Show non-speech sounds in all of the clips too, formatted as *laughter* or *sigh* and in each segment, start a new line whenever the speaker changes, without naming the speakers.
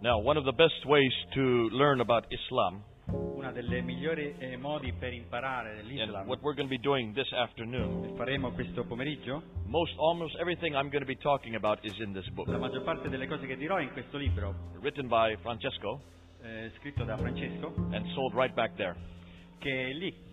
Now, one of the best ways to learn about Islam,
Una delle migliori eh, modi per imparare
and
dell'Islam,
what we're going to be doing this afternoon,
che faremo questo pomeriggio,
most almost everything I'm going to be talking about is in this book,
la maggior parte delle cose che dirò è in questo libro,
written by Francesco
eh, scritto da Francesco,
and sold right back there.
che è lì.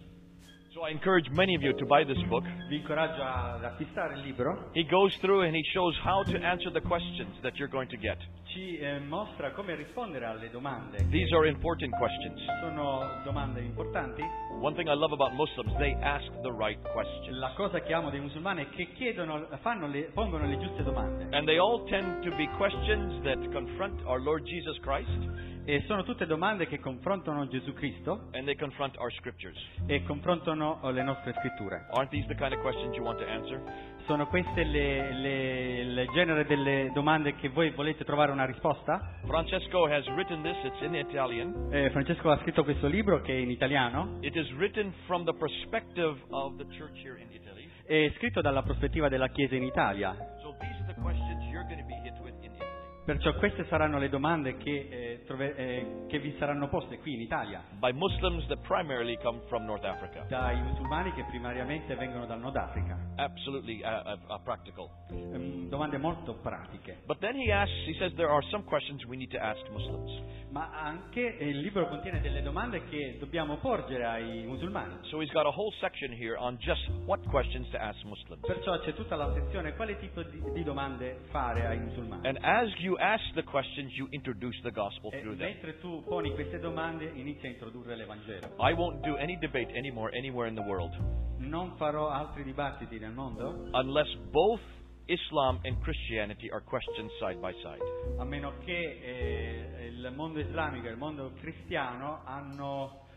So I encourage many of you to buy this book.
Vi incoraggio ad acquistare il libro.
He goes through and he shows how to answer the questions that you're going to get.
Ci eh, mostra come rispondere alle domande. che
These are important questions.
Sono domande importanti.
One thing I love about Muslims, they ask the right questions.
La cosa che amo dei musulmani è che chiedono, fanno le, pongono le giuste domande.
And they all tend to be questions that confront our Lord Jesus Christ
E sono tutte domande che confrontano Gesù Cristo
and they confront our scriptures.
e confrontano le nostre scritture.
Aren't these the kind of questions you want to answer?
Sono queste le, le- il genere delle domande che voi volete trovare una risposta?
Francesco has written this, it's in Italian.
Eh, Francesco ha scritto questo libro che è in italiano,
It is written from the perspective of the church here in Italy.
è scritto dalla prospettiva della Chiesa in Italia,
So these are the questions you're going to be hit with in Italy
perciò queste saranno le domande che, eh, trove- eh, che vi saranno poste qui in Italia
by Muslims that primarily come from North Africa.
dai musulmani che primariamente vengono dal Nord Africa.
Absolutely uh, uh, uh, practical.
Ehm, domande molto pratiche,
But then he asks, he says there are some questions we need to ask Muslims.
ma anche eh, il libro contiene delle domande che dobbiamo porgere ai musulmani.
So he's got a whole section here on just what questions to ask Muslims.
Perciò c'è tutta la sezione quale tipo di, di domande fare ai musulmani.
And as you ask the questions, you introduce the gospel
E
through them.
Eh, mentre tu poni queste domande inizia a introdurre l'Evangelo.
I won't do any debate anymore anywhere in the world
Non farò altri dibattiti nel mondo
unless both Islam and Christianity are questioned side by side.
a meno che eh, il mondo islamico e il mondo cristiano hanno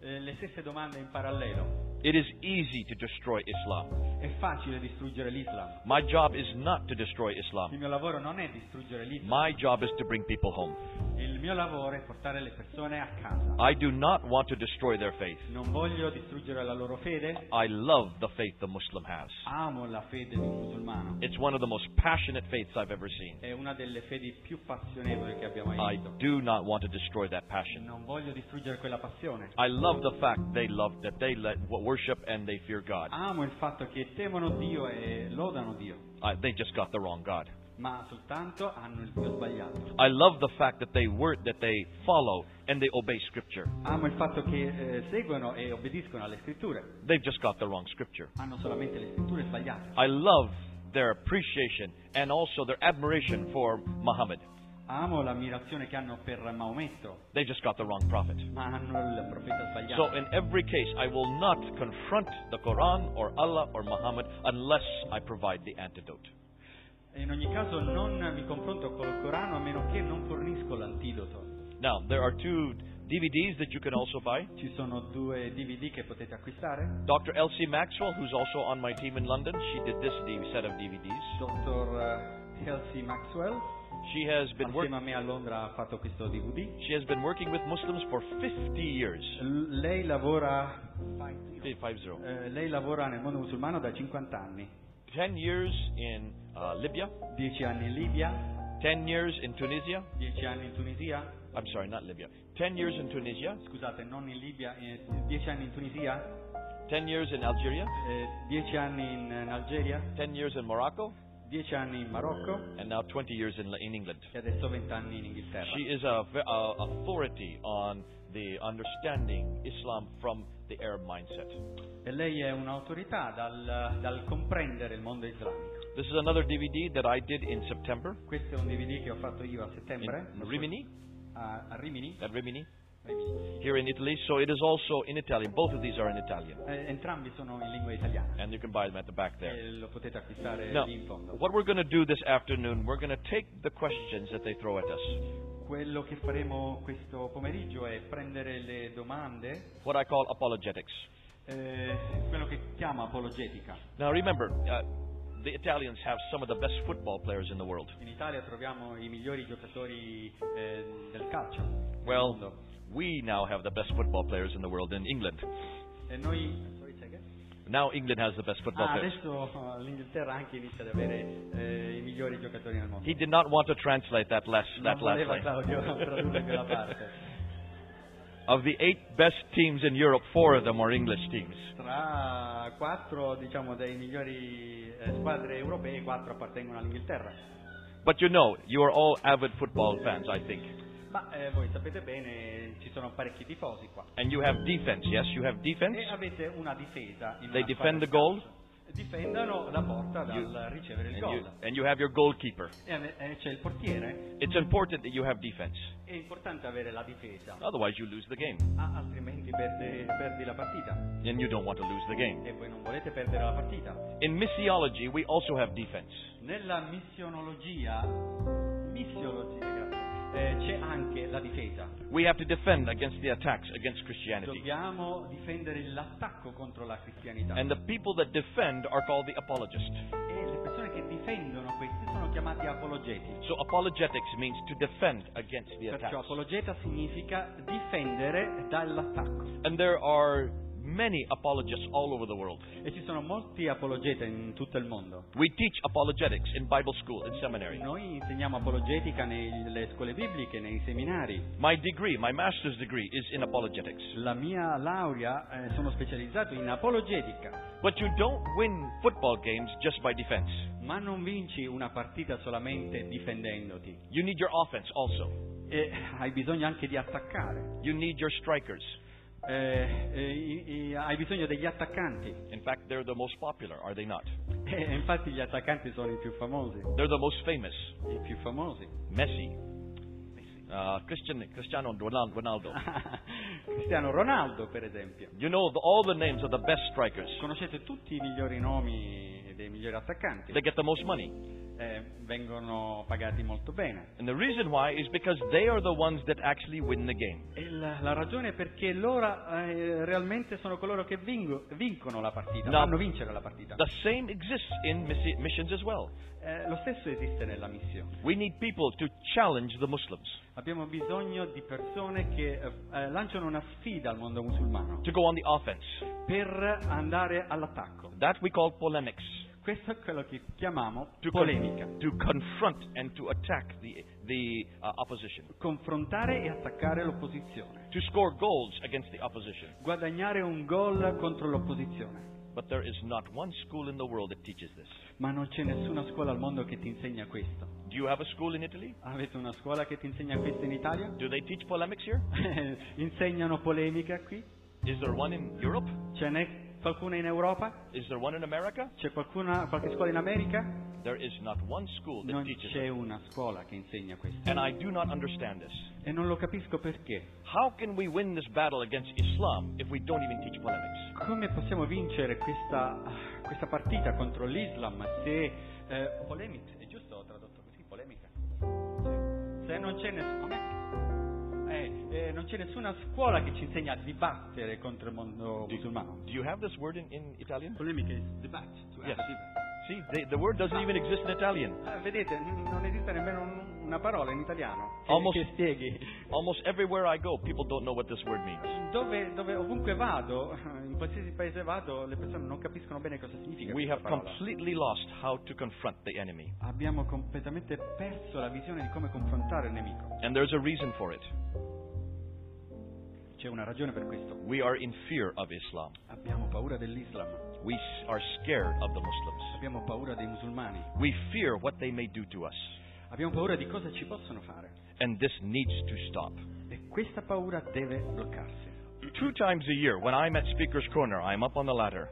eh, le stesse domande in parallelo.
It is easy to destroy Islam.
È facile distruggere l'Islam.
My job is not to destroy
Il
Islam.
mio lavoro non è distruggere l'Islam,
My job is to bring people home.
il mio lavoro è portare le persone a casa.
I do not want to destroy their faith.
Non voglio distruggere la loro fede,
I love the faith the Muslim has.
amo la fede del musulmano.
It's one of the most passionate faiths I've ever seen.
È una delle fedi più passionevoli che abbiamo mai
I
visto.
do not want to destroy that passion.
Non voglio distruggere quella passione.
I love the fact they love that they let worship and they fear God.
Amo il fatto che temono Dio e lodano Dio,
I, they just got the wrong God.
ma soltanto hanno il Dio sbagliato.
I love the fact that they word that they follow and they obey Scripture.
Amo il fatto che eh, seguono e obbediscono alle scritture,
They've just got the wrong Scripture.
hanno solamente le scritture sbagliate.
I love their appreciation and also their admiration for Muhammad.
Amo l'ammirazione che hanno per Maometto,
They just got the wrong prophet.
ma hanno il profeta sbagliato.
So in every case, I will not confront the Quran or Allah or Muhammad unless I provide the antidote.
In ogni caso non mi confronto col Corano a meno che non fornisco l'antidoto.
Now there are two DVDs that you can also buy.
Ci sono due DVD che potete acquistare.
Dr. Elsie Maxwell, who's also on my team in London, she did this D- set of DVDs.
Dottor Kelsey eh, Maxwell,
She has been
assieme
working.
a me a Londra ha fatto questo DVD.
She has been working with Muslims for 50 years.
L- lei lavora
Fifty, Five zero.
Eh, lei lavora nel mondo musulmano da 50 anni,
10 years in uh, Libya,
10 anni in Libia,
10 years in Tunisia.
10 anni in Tunisia,
I'm sorry, not Libya. 10 years in Tunisia,
scusate, non in Libia, eh, 10 anni in Tunisia,
10 years in Algeria,
eh, 10 anni in, in Algeria,
10 years in Morocco,
10 anni in Marocco
and now 20 years in, in England.
e adesso 20 anni in Inghilterra.
She is a, ve- a authority on the understanding Islam from the Arab mindset.
E lei è un'autorità dal, dal comprendere il mondo islamico.
This is another DVD that I did in September
Questo è un DVD che ho fatto io a
in
settembre lo scorso-
Rimini,
a, a Rimini.
at Rimini,
Rimini.
here in Italy. So it is also in Italian. Both of these are in Italian,
Eh, entrambi sono in lingua italiana
and you can buy them at the back there.
e lo potete acquistare
Now,
lì in fondo.
what we're going to do this afternoon, we're going to take the questions that they throw at us,
Quello che faremo questo pomeriggio è prendere le domande,
what I call apologetics.
eh, quello che chiama apologetica.
Now, remember, uh, the Italians have some of the best football players in the world.
In Italia troviamo i migliori giocatori eh, del calcio. del
Well,
mondo.
we now have the best football players in the world in England.
e noi sorry, say again?
Now England has the best football
Ah,
players.
adesso eh, l'Inghilterra anche inizia ad avere eh, i migliori giocatori al mondo.
He did not want to translate that last,
Non
that last
voleva
line.
Claudio tradurre
*laughs*
quella parte.
Of the eight best teams in Europe, four of them are English teams.
Tra quattro, diciamo, dei migliori eh, squadre europee, quattro appartengono all'Inghilterra.
But you know, you are all avid football fans, I think.
Ma eh, voi sapete bene, ci sono parecchi tifosi qua.
And you have defense, yes? You have defense?
E avete una difesa in
They
una
defend the
squadra di
goal?
calcio. Difendono la porta dal ricevere il
And
gol.
you, and you have your goalkeeper.
E ave- e c'è il portiere.
It's important that you have defense.
È importante avere la difesa,
Otherwise, you lose the game.
ah, altrimenti perde- perdi la partita.
And you don't want to lose the game.
E voi non volete perdere la partita.
In missiology, we also have defense.
Nella missionologia, missiologia, grazie, eh, c'è anche la difesa.
We have to defend against the attacks against Christianity.
Dobbiamo difendere l'attacco contro la cristianità.
And the people that defend are called the apologists.
E le persone che difendono questi sono chiamati apologeti.
So apologetics means to defend against the
Perciò
attacks.
apologeta significa difendere dall'attacco.
And there are many apologists all over the world.
E ci sono molti apologeta in tutto il mondo.
We teach apologetics in Bible school, in seminary.
Noi insegniamo apologetica nei- nelle scuole bibliche, nei seminari.
My degree, my master's degree, is in apologetics.
La mia laurea eh, sono specializzato in apologetica,
But you don't win football games just by defense.
ma non vinci una partita solamente difendendoti.
You need your offense also.
E hai bisogno anche di attaccare.
You need your strikers.
Eh, eh, i- i- hai bisogno degli attaccanti. *laughs*
In fact, they're the most popular, are they not?
E infatti gli attaccanti sono i più famosi.
They're the most famous.
I più famosi. *laughs*
Messi, uh, Christian, Cristiano Ronal- Ronaldo.
Cristiano Ronaldo, per esempio.
You know the, all the names of the best strikers.
Conoscete tutti i migliori nomi dei migliori attaccanti,
They get the most money.
Eh, vengono pagati molto bene.
And the reason why is because they are the ones that actually win the game.
E la, la ragione è perché loro eh, realmente sono coloro che vingo- vincono la partita,
No.
fanno vincere la partita.
The same exists in missi- missions as well.
Eh, lo stesso esiste nella missione.
We need people to challenge the Muslims
Abbiamo bisogno di persone che eh, eh, lanciano una sfida al mondo musulmano
to go on the offense.
per andare all'attacco.
That we call polemics.
Questo è quello che chiamiamo
To con-
polemica.
to confront and to attack the, the uh, opposition.
Confrontare e attaccare l'opposizione.
To score goals against the opposition.
Guadagnare un gol contro l'opposizione.
But there is not one school in the world that teaches this.
Ma non c'è nessuna scuola al mondo che ti insegna questo.
Do you have a school in Italy?
Avete una scuola che ti insegna questo in Italia? *laughs*
Do they teach polemics here?
Insegnano polemica qui?
Is there one in Europe?
Ce n'è qualcuna in Europa?
Is there one in America?
C'è qualcuna, qualche scuola in America?
There is not one school that
Non
teaches
c'è
it.
una scuola che insegna questo.
And I do not understand this.
E non lo capisco perché.
How can we win this battle against Islam if we don't even teach polemics?
Come possiamo vincere questa, questa partita contro l'Islam se... Eh, polemica, è giusto ho tradotto così? Polemica? Se non c'è nessuna... Eh, eh, non c'è nessuna scuola che ci insegna a dibattere contro il mondo musulmano.
Do you have this word in, in Italian?
Polemica is debate. cioè, To
Yes. See, the, the word doesn't even exist in Italian.
Eh, vedete, n- non esiste nemmeno un- una parola in italiano che,
Almost-
che spieghi.
Almost everywhere I go, people don't know what this word means.
Dove, dove- ovunque vado, in qualsiasi paese vado, le persone non capiscono bene cosa significa
We
questa
have
parola.
completely lost how to confront the enemy.
Abbiamo completamente perso la visione di come confrontare il nemico.
And there's a reason for it.
C'è una ragione per questo.
We are in fear of Islam.
Abbiamo paura dell'Islam,
We s- are scared of the Muslims.
abbiamo paura dei musulmani,
We fear what they may do to us.
abbiamo paura di cosa ci possono fare.
And this needs to stop.
E questa paura deve bloccarsi.
Two times a year, when I'm at Speaker's Corner, I'm up on the ladder.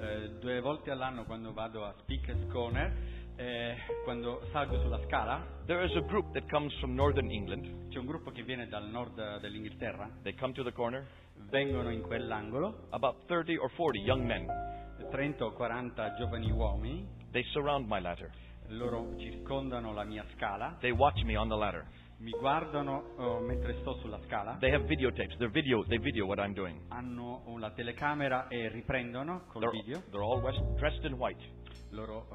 Eh, due volte all'anno quando vado a Speaker's Corner, eh, quando salgo sulla scala,
There is a group that comes from northern England.
c'è un gruppo che viene dal nord dell'Inghilterra,
They come to the corner.
vengono in quell'angolo,
About 30 or 40 young men.
30 o 40 giovani uomini,
They surround my ladder.
loro circondano la mia scala,
They watch me on the ladder.
mi guardano oh, mentre sto sulla scala,
They have videotapes. They video. They video what I'm doing.
hanno una telecamera e riprendono col
They're,
video,
they're all west, dressed in white.
loro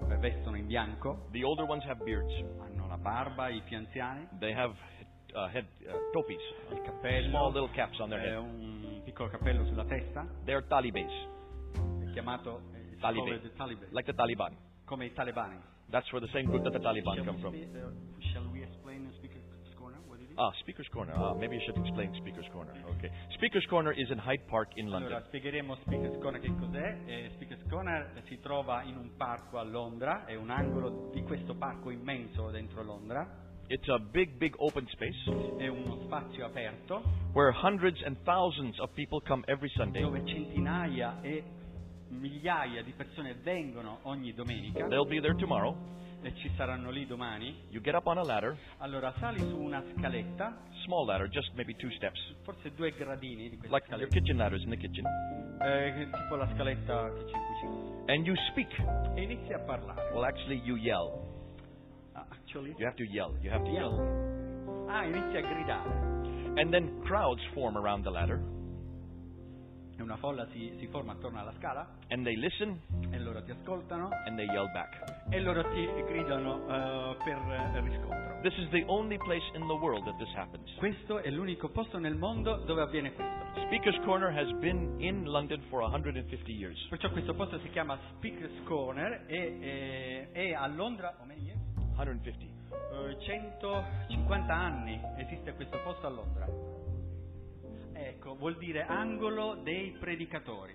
oh, vestono in bianco,
The older ones have beards.
hanno la barba, i più anziani,
They have uh, head uh, topis,
il cappello,
small little caps on their
eh,
head.
un piccolo cappello sulla testa.
They're talibes.
chiamato eh, il
Taliban.
popolo dei Taliban,
like the Taliban.
come i talebani.
That's where the same group that the Taliban
Shall
come
we
from.
spe- uh, shall we explain in speaker's corner what it is?
Ah, Speaker's Corner. Ah, maybe you should explain Speaker's Corner. Okay. Speaker's Corner is in Hyde Park in London.
Allora, spiegheremo Speaker's Corner che cos'è. Eh, Speaker's Corner si trova in un parco a Londra, è un angolo di questo parco immenso dentro Londra,
It's a big, big open space
è uno spazio aperto
where hundreds and thousands of people come every Sunday.
dove centinaia e migliaia di persone vengono ogni domenica
They'll be there tomorrow.
e ci saranno lì domani.
You get up on a ladder,
Allora sali su una scaletta,
small ladder, just maybe two steps,
forse due gradini di questa
like your
scaletta,
kitchen ladders in the kitchen,
eh, tipo la scaletta che c'è in cucina,
and you speak.
e inizi a parlare.
Well, actually, you yell.
Ah, actually,
You have to yell. You have to yell.
yell. Ah, inizi a gridare.
And then crowds form around the ladder,
E una folla si, si forma attorno alla scala
and they listen,
e loro ti ascoltano
and they yell back.
e loro ti gridano eh, per eh, riscontro.
This is the only place in the world that this happens.
Questo è l'unico posto nel mondo dove avviene questo.
Speaker's Corner has been in London for 150 years.
Perciò questo posto si chiama Speaker's Corner e, e- è a Londra, o meglio,
150.
eh, 150 anni esiste questo posto a Londra. Ecco, vuol dire angolo dei predicatori.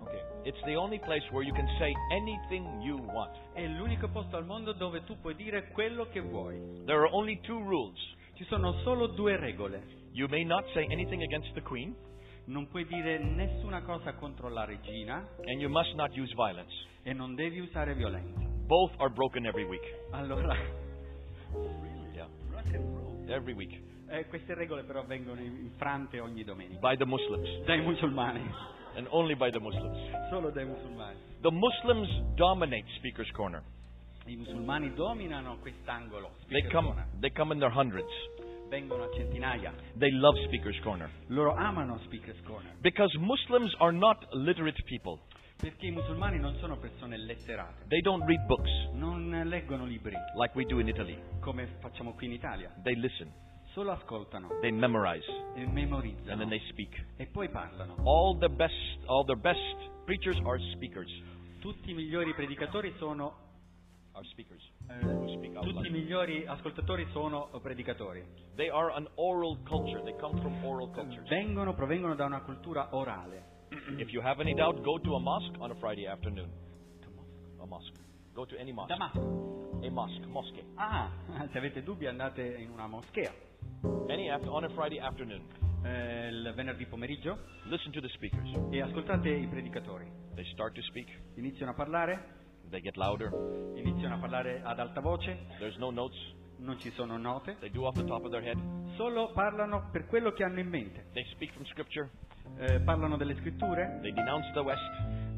Okay. It's the only place where you can say anything you want.
È l'unico posto al mondo dove tu puoi dire quello che vuoi.
There are only two rules.
Ci sono solo due regole.
You may not say anything against the Queen,
Non puoi dire nessuna cosa contro la regina
and you must not use violence.
e non devi usare violenza.
Both are broken every week.
Allora,
Yeah. Every week.
eh, queste regole però vengono infrante ogni domenica.
By the Muslims.
Dai musulmani,
And only by the Muslims.
solo dai musulmani.
The Muslims dominate Speaker's Corner.
I musulmani dominano quest'angolo.
They
Speaker
come,
Corner.
they come in their hundreds.
Vengono a centinaia.
They love Speaker's Corner.
Loro amano Speaker's Corner
Because Muslims are not literate people.
perché i musulmani non sono persone letterate.
They don't read books
Non leggono libri
like we do in Italy.
come facciamo qui in Italia.
They listen,
Solo ascoltano
they memorize,
e
and
memorizzano
then they speak.
e poi parlano.
All the best, all the best preachers are speakers.
Tutti i migliori predicatori sono
Are speakers.
eh,
Who speak out
tutti
loud.
i migliori ascoltatori sono predicatori.
They are an oral culture. They come from oral cultures.
Vengono provengono da una cultura orale.
If you have any doubt, go to a mosque on a Friday afternoon. A mosque. Go to any mosque.
Damasco.
A mosque, mosque.
Ah, *laughs* se avete dubbi andate in una moschea.
Any after, on a Friday afternoon.
eh, il venerdì pomeriggio
Listen to the speakers.
e ascoltate i predicatori.
They start to speak.
Iniziano a parlare,
They get louder.
iniziano a parlare ad alta voce,
There's no notes.
non ci sono note,
They do off the top of their head.
solo parlano per quello che hanno in mente.
They speak from scripture.
Eh, parlano delle scritture,
They denounce the West.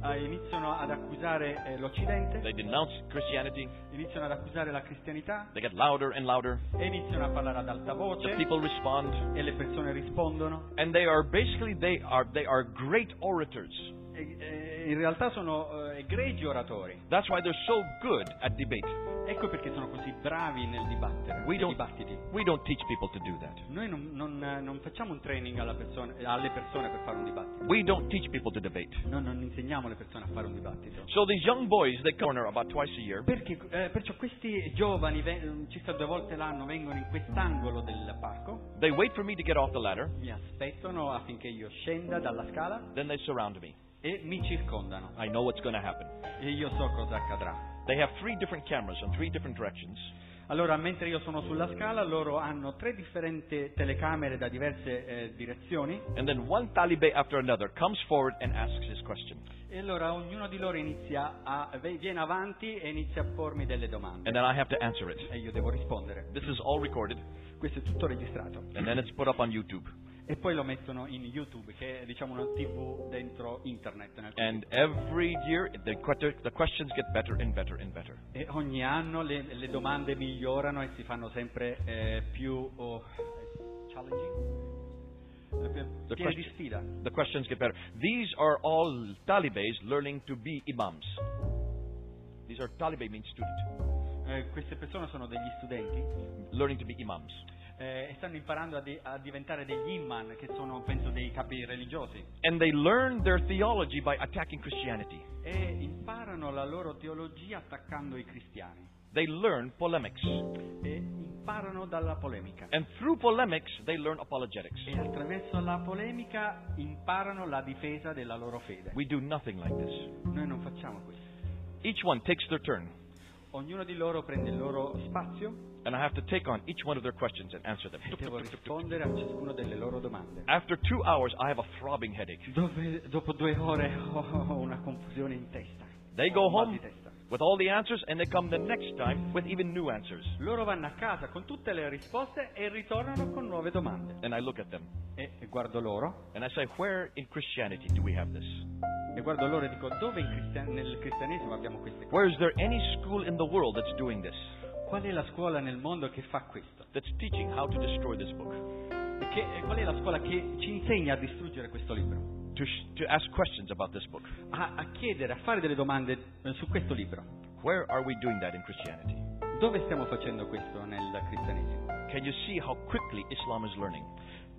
eh, iniziano ad accusare eh, l'Occidente,
They denounce Christianity.
iniziano ad accusare la cristianità
They get louder and louder.
e iniziano a parlare ad alta
The
voce
people respond.
e le persone rispondono.
And they are basically they are they are great orators.
E- e in realtà sono eh, egregi oratori,
That's why they're so good at debate.
ecco perché sono così bravi nel dibattere,
We
nei
don't
dibattiti.
we don't teach people to do that.
Noi non, non, eh, non facciamo un training alla persona- eh, alle persone per fare un dibattito,
We don't teach people to debate.
noi non insegniamo alle persone a fare un dibattito.
So these young boys they corner about twice a year.
Perché, eh, perciò questi giovani, ven- circa due volte l'anno, vengono in quest'angolo del parco,
They wait for me to get off the ladder.
mi aspettano affinché io scenda dalla scala
Then they surround me.
e mi circondano.
I know what's going to happen.
E io so cosa accadrà.
They have three different cameras on three different directions.
Allora, mentre io sono sulla scala, loro hanno tre differenti telecamere da diverse eh, direzioni
And then one talibe after another comes forward and asks his question.
e allora ognuno di loro inizia a, v- viene avanti e inizia a pormi delle domande.
And then I have to answer it.
E io devo rispondere.
This is all recorded
Questo è tutto registrato.
and then it's put up on YouTube.
E poi lo mettono in YouTube, che è diciamo una TV dentro internet. nel
And every year the, que- the questions get better and better and better.
E ogni anno le, le domande migliorano e si fanno sempre eh, più oh, challenging, eh, più-
The
piene
question.
di sfida.
The questions get better. These are all talibes learning to be imams. These are talibe means student,
Eh, queste persone sono degli studenti
learning to be imams.
eh, e stanno imparando a, di- a diventare degli imam, che sono penso dei capi religiosi,
And they learn their theology by attacking Christianity.
e imparano la loro teologia attaccando i cristiani,
They learn polemics.
e imparano dalla polemica.
And through polemics, they learn apologetics.
E attraverso la polemica imparano la difesa della loro fede.
We do nothing like this.
Noi non facciamo questo.
Each one takes their turn,
Ognuno di loro prende il loro spazio
and I have to take on each one of their questions and answer them.
e devo rispondere a ciascuna delle loro domande.
After two hours, I have a throbbing headache.
Dove- dopo due ore ho ho una confusione in testa.
They
Ho
go
un mal
home
di testa.
with all the answers, and they come the next time with even new answers.
Loro vanno a casa con tutte le risposte e ritornano con nuove domande.
And I look at them,
E, e guardo loro
and I say, Where in Christianity do we have this?
e guardo loro e dico dove in cristian- nel cristianesimo abbiamo queste cose?
Where is there any school in the world that's doing this,
Qual è la scuola nel mondo che fa questo?
that's teaching how to destroy this book?
E che- e qual è la scuola che ci insegna a distruggere questo libro?
To, sh- to ask questions about this book.
A, a chiedere, a fare delle domande eh, su questo libro.
Where are we doing that in Christianity?
Dove stiamo facendo questo nel cristianesimo?
Can you see how quickly Islam is learning?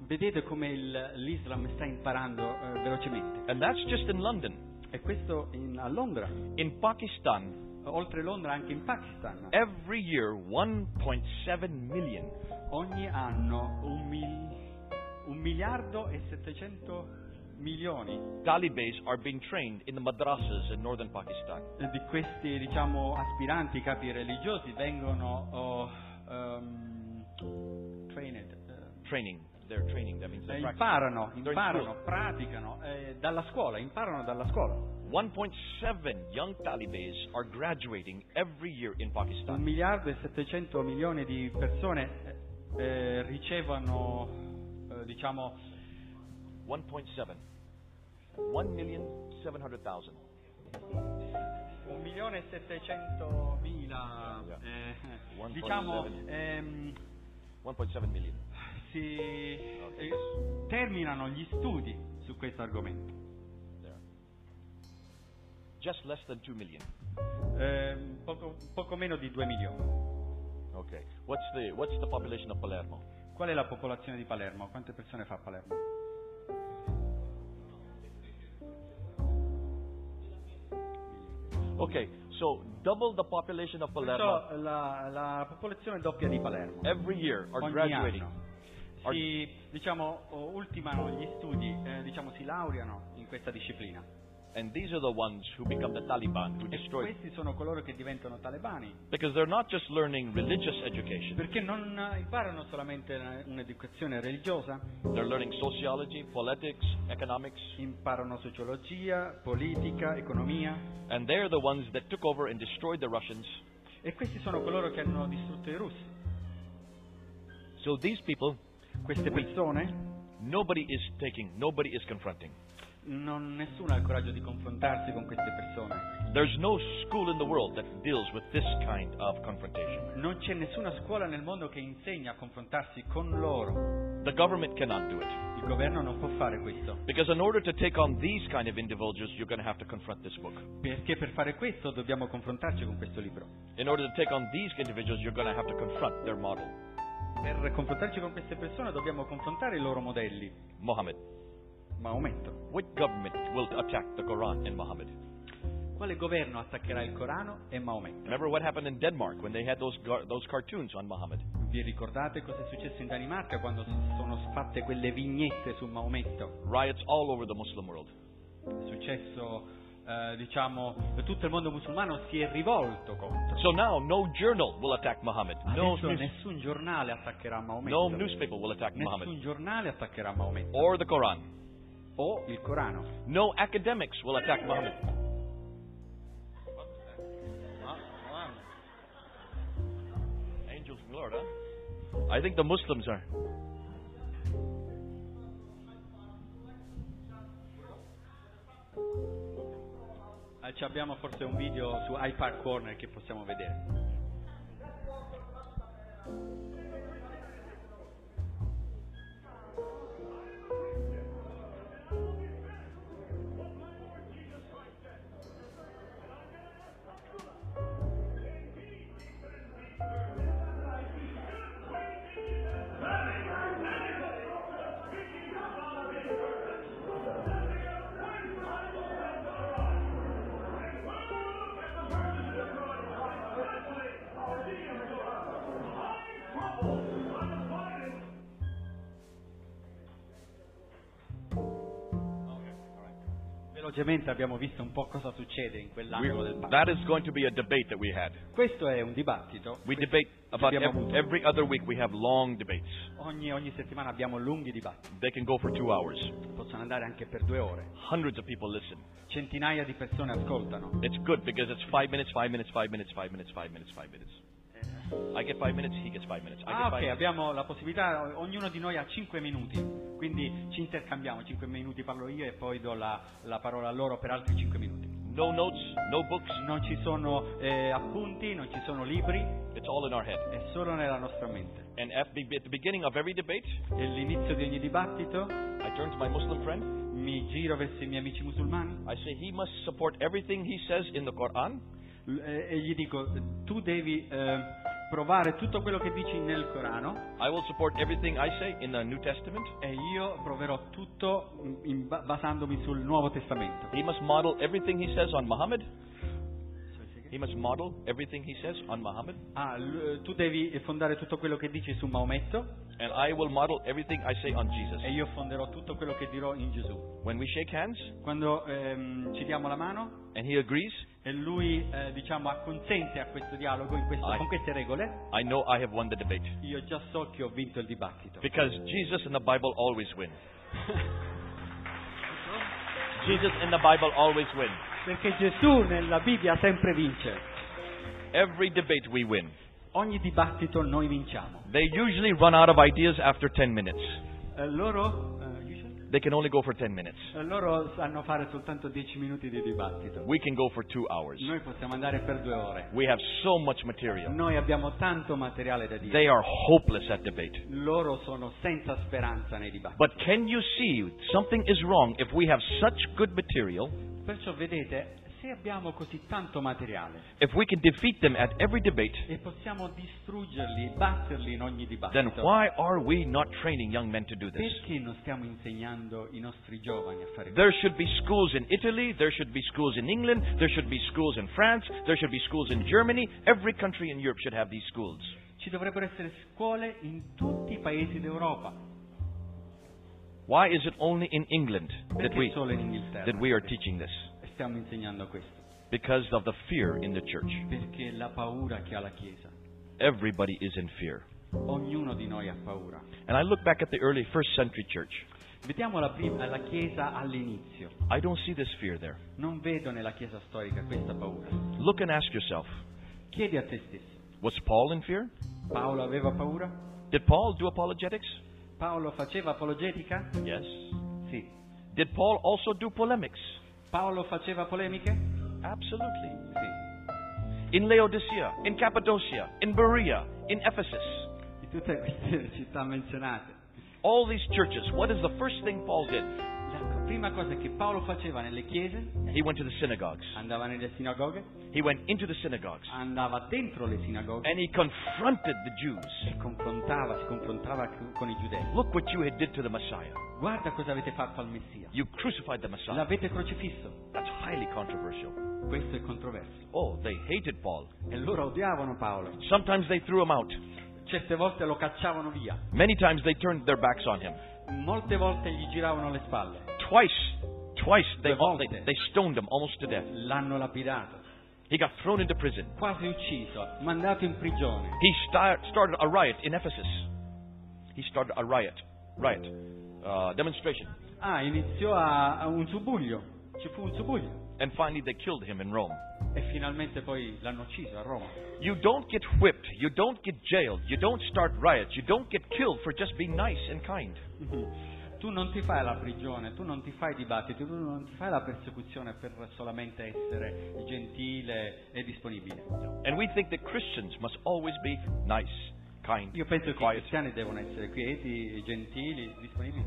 Vedete come il- l'Islam sta imparando eh, velocemente.
And that's just in London.
E questo in- a Londra.
In Pakistan,
Oltre Londra anche in Pakistan.
every year 1.7 million
Ogni anno un, mil- un miliardo e 700 milioni
Talibes are being trained in the madrasas in northern Pakistan.
di questi diciamo aspiranti capi religiosi vengono oh, ehm, trained, eh,
Training. They're training. That means
eh,
they're practicing.
imparano,
They're in
imparano, praticano eh, dalla scuola, imparano dalla scuola.
1.7 young Talibes are graduating every year in
Un
Pakistan.
miliardo e 700 milioni di persone eh, eh, ricevono eh, diciamo
1.7. 1 million 700,000.
Un milione e settecentomila,
Yeah,
eh,
One
diciamo,
point seven.
ehm,
1.7 million.
si eh, terminano gli studi su questo argomento.
There. Just less than 2 million.
Ehm, poco, poco meno di 2 milioni.
Okay. What's the what's the population of Palermo?
Qual è la popolazione di Palermo? Quante persone fa Palermo?
Okay. So double the population of Palermo
Perciò la, la popolazione doppia di Palermo.
every year are
Ogni
graduating.
anno.
Are-
Si, diciamo, oh, ultimano gli studi, eh, diciamo, si laureano in questa disciplina.
And these are the ones who become the Taliban, who
E
destroy.
questi sono coloro che diventano talebani.
Because they're not just learning religious education,
Perché non eh, imparano solamente eh, un'educazione religiosa,
they're learning sociology, politics, economics,
imparano sociologia, politica, economia
and they're the ones that took over and destroyed the Russians.
e questi sono coloro che hanno distrutto i russi.
So these people,
Queste persone
nobody is taking, nobody is confronting.
non, nessuno ha il coraggio di confrontarsi con queste persone.
There's no school in the world that deals with this kind of confrontation.
Non c'è nessuna scuola nel mondo che insegna a confrontarsi con loro.
The government cannot do it.
Il governo non può fare questo.
Because in order to take on these kind of individuals, you're going to have to confront this book.
Perché per fare questo dobbiamo confrontarci con questo libro.
In order to take on these individuals, you're going to have to confront their model,
Per confrontarci con queste persone dobbiamo confrontare i loro modelli.
Muhammad.
Maometto.
What government will attack the Quran and Muhammad?
Quale governo attaccherà il Corano e Maometto?
Remember what happened in Denmark when they had those gar- those cartoons on Muhammad.
Vi ricordate cosa è successo in Danimarca quando si sono fatte quelle vignette su Maometto?
Riots all over the Muslim world.
È successo, eh, diciamo, tutto il mondo musulmano si è rivolto contro.
So now no journal will attack Muhammad. No
Adesso
news-
nessun giornale attaccherà
no
Maometto.
newspaper will attack Muhammad
nessun giornale attaccherà Maometto.
or the Quran.
O il Corano.
No academics will attack Muhammad. Angels from Lord, huh? I think the Muslims are.
Eh, ci abbiamo forse un video su iPad Corner che possiamo vedere.
Thank
Velocemente abbiamo visto un po' cosa succede in
We,
quell'angolo del parco.
that is going to be a debate that we had.
Questo è un dibattito.
We
Questo-
debate about
abbiamo
ev-
avuto.
every other week. We have long debates.
Ogni, ogni settimana abbiamo lunghi dibattiti,
They can go for two hours.
possono andare anche per due ore.
Hundreds of people listen.
Centinaia di persone ascoltano.
It's good because it's five minutes, five minutes, five minutes, five minutes, five minutes, five minutes. I get five minutes. He gets five minutes. I
Ah
get
ok,
five minutes.
abbiamo la possibilità, ognuno di noi ha 5 minuti, quindi ci intercambiamo, 5 minuti parlo io e poi do la, la parola a loro per altri 5 minuti.
No notes, no books.
Non ci sono eh, appunti, non ci sono libri,
It's all in our head.
è solo nella nostra mente.
And at the, at the beginning of every debate,
E all'inizio di ogni dibattito
I turn to my Muslim friend.
mi giro verso i miei amici musulmani
I say he must support everything he says in the Quran
l- eh, e gli dico tu devi eh, provare tutto quello che dici nel Corano
I will support everything I say in the New Testament.
e io proverò tutto mm, in ba- basandomi sul Nuovo Testamento.
He must model everything he says on Muhammad. He must model everything he says on Muhammad.
Ah, l- eh, tu devi fondare tutto quello che dici su Maometto
And I will model everything I say on
e
Jesus.
io fonderò tutto quello che dirò in Gesù.
When we shake hands
Quando ehm, ci diamo la mano
and he agrees,
e lui eh, diciamo acconsente a questo dialogo in questo-
Ah.
con queste regole,
I know I have won the debate.
io già so che ho vinto il dibattito.
Because Jesus and the Bible always win. Jesus and the Bible always win.
Perché Gesù nella Bibbia sempre vince.
Every debate we win.
Ogni dibattito noi vinciamo.
They usually run out of ideas after 10 minutes.
Eh, loro, eh,
They can only go for 10 minutes.
eh, loro sanno fare soltanto 10 minuti di dibattito.
We can go for two hours.
Noi possiamo andare per due ore.
We have so much material.
Noi abbiamo tanto materiale da dire.
They are hopeless at debate.
Loro sono senza speranza nei dibattiti.
But can you see something is wrong if we have such good material?
Perciò vedete, se abbiamo così tanto materiale
If we can defeat them at every debate,
e possiamo distruggerli, batterli in ogni
then
dibattito,
why are we not training young men to do this?
perché non stiamo insegnando i nostri giovani a fare questo?
There should be schools in Italy, there should be schools in England, there should be schools in France, there should be schools in Germany. Every country in Europe should have these schools.
Ci dovrebbero essere scuole in tutti i paesi d'Europa.
Why is it only in England that
Perché
we
solo in Inghilterra
that we are teaching this?
stiamo insegnando questo?
Because of the fear in the church.
Perché la paura che ha la Chiesa.
Everybody is in fear.
Ognuno di noi ha paura.
And I look back at the early first century church.
Vediamo la, prima- la Chiesa all'inizio.
I don't see this fear there.
Non vedo nella Chiesa storica questa paura.
Look and ask yourself,
Chiedi a te stesso.
was Paul in fear?
Paolo aveva paura?
Did Paul do apologetics?
Paolo faceva apologetica?
Yes.
Sì.
Did Paul also do polemics?
Paolo faceva polemiche?
Absolutely.
Sì.
In Laodicea, in Cappadocia, in Berea, in Ephesus.
Di tutte queste *laughs* città menzionate.
All these churches, what is the first thing Paul did?
La co- prima cosa che Paolo faceva nelle chiese,
He went to the synagogues.
andava nelle sinagoghe,
He went into the synagogues.
andava dentro le sinagoghe
And he confronted the Jews.
e confrontava, si confrontava c- con i giudei.
Look what you had did to the Messiah.
Guarda cosa avete fatto al Messia.
You crucified the Messiah.
L'avete crocifisso.
That's highly controversial.
Questo è controverso.
Oh, they hated Paul.
E loro odiavano Paolo.
Sometimes they threw him out.
Certe volte lo cacciavano via.
Many times they turned their backs on him.
Molte volte gli giravano le spalle.
Twice, twice they,
Revolted.
they, they stoned him almost to death.
L'hanno lapidato,
He got thrown into prison.
quasi ucciso, mandato in prigione.
He sti- started a riot in Ephesus. He started a riot, riot, uh, demonstration,
Ah, iniziò a, a un subuglio. Ci fu un subuglio.
and finally they killed him in Rome.
E finalmente poi l'hanno ucciso a Roma. *laughs*
You don't get whipped. You don't get jailed. You don't start riots. You don't get killed for just being nice and kind.
Tu non ti fai la prigione, tu non ti fai dibattiti, tu non ti fai la persecuzione per solamente essere gentile e disponibile.
And we think that Christians must always be nice, kind,
Io penso che i
quiet.
cristiani devono essere quieti, gentili, disponibili.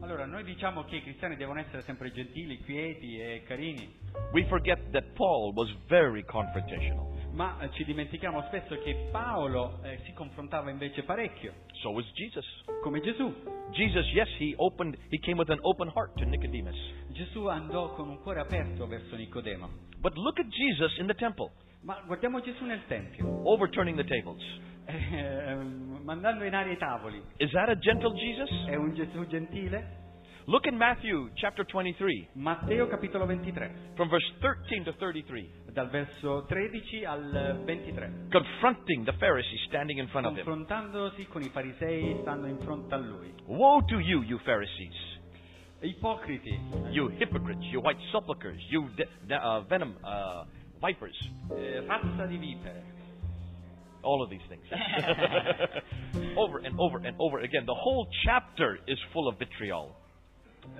Allora, noi diciamo che i cristiani devono essere sempre gentili, quieti e carini,
We forget that Paul was very confrontational.
ma eh, ci dimentichiamo spesso che Paolo eh, si confrontava invece parecchio,
So was Jesus.
come Gesù.
Jesus, yes, he opened. He came with an open heart to Nicodemus.
Gesù andò con un cuore aperto verso Nicodemo.
But look at Jesus in the temple,
Ma guardiamo Gesù nel Tempio, *laughs*
overturning the tables.
eh, mandando in aria i tavoli.
Is that a gentle Jesus?
È un Gesù gentile?
Look in Matthew chapter 23,
Matteo capitolo 23,
from verse 13 to 33,
dal verso 13 al 23,
confronting the Pharisees standing in front of him.
confrontandosi con i farisei stando in fronte a lui.
Woe to you, you Pharisees,
Ipocriti,
you hypocrites, you white sepulchres, you de- de- uh, venom uh, vipers,
eh, razza di vipere.
all of these things. over and over and over again. The whole chapter is full of vitriol.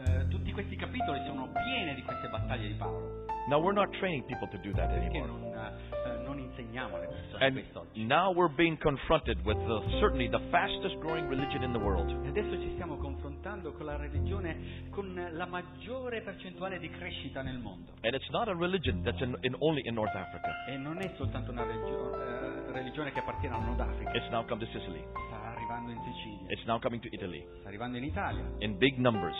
Eh, tutti questi capitoli sono pieni di queste battaglie di Paolo,
Now, we're not training people to do that
perché
anymore.
non, eh, non insegniamo alle persone
And
quest'oggi.
now we're being confronted with the, certainly the fastest growing religion in the world.
E Adesso ci stiamo confrontando con la religione con la maggiore percentuale di crescita nel mondo.
And it's not a religion that's in, in only in North Africa.
E non è soltanto una religio- eh, religione che appartiene al Nord Africa,
It's now come to Sicily.
sta arrivando in Sicilia,
It's now coming to Italy
sta arrivando in Italia eh,
in big numbers.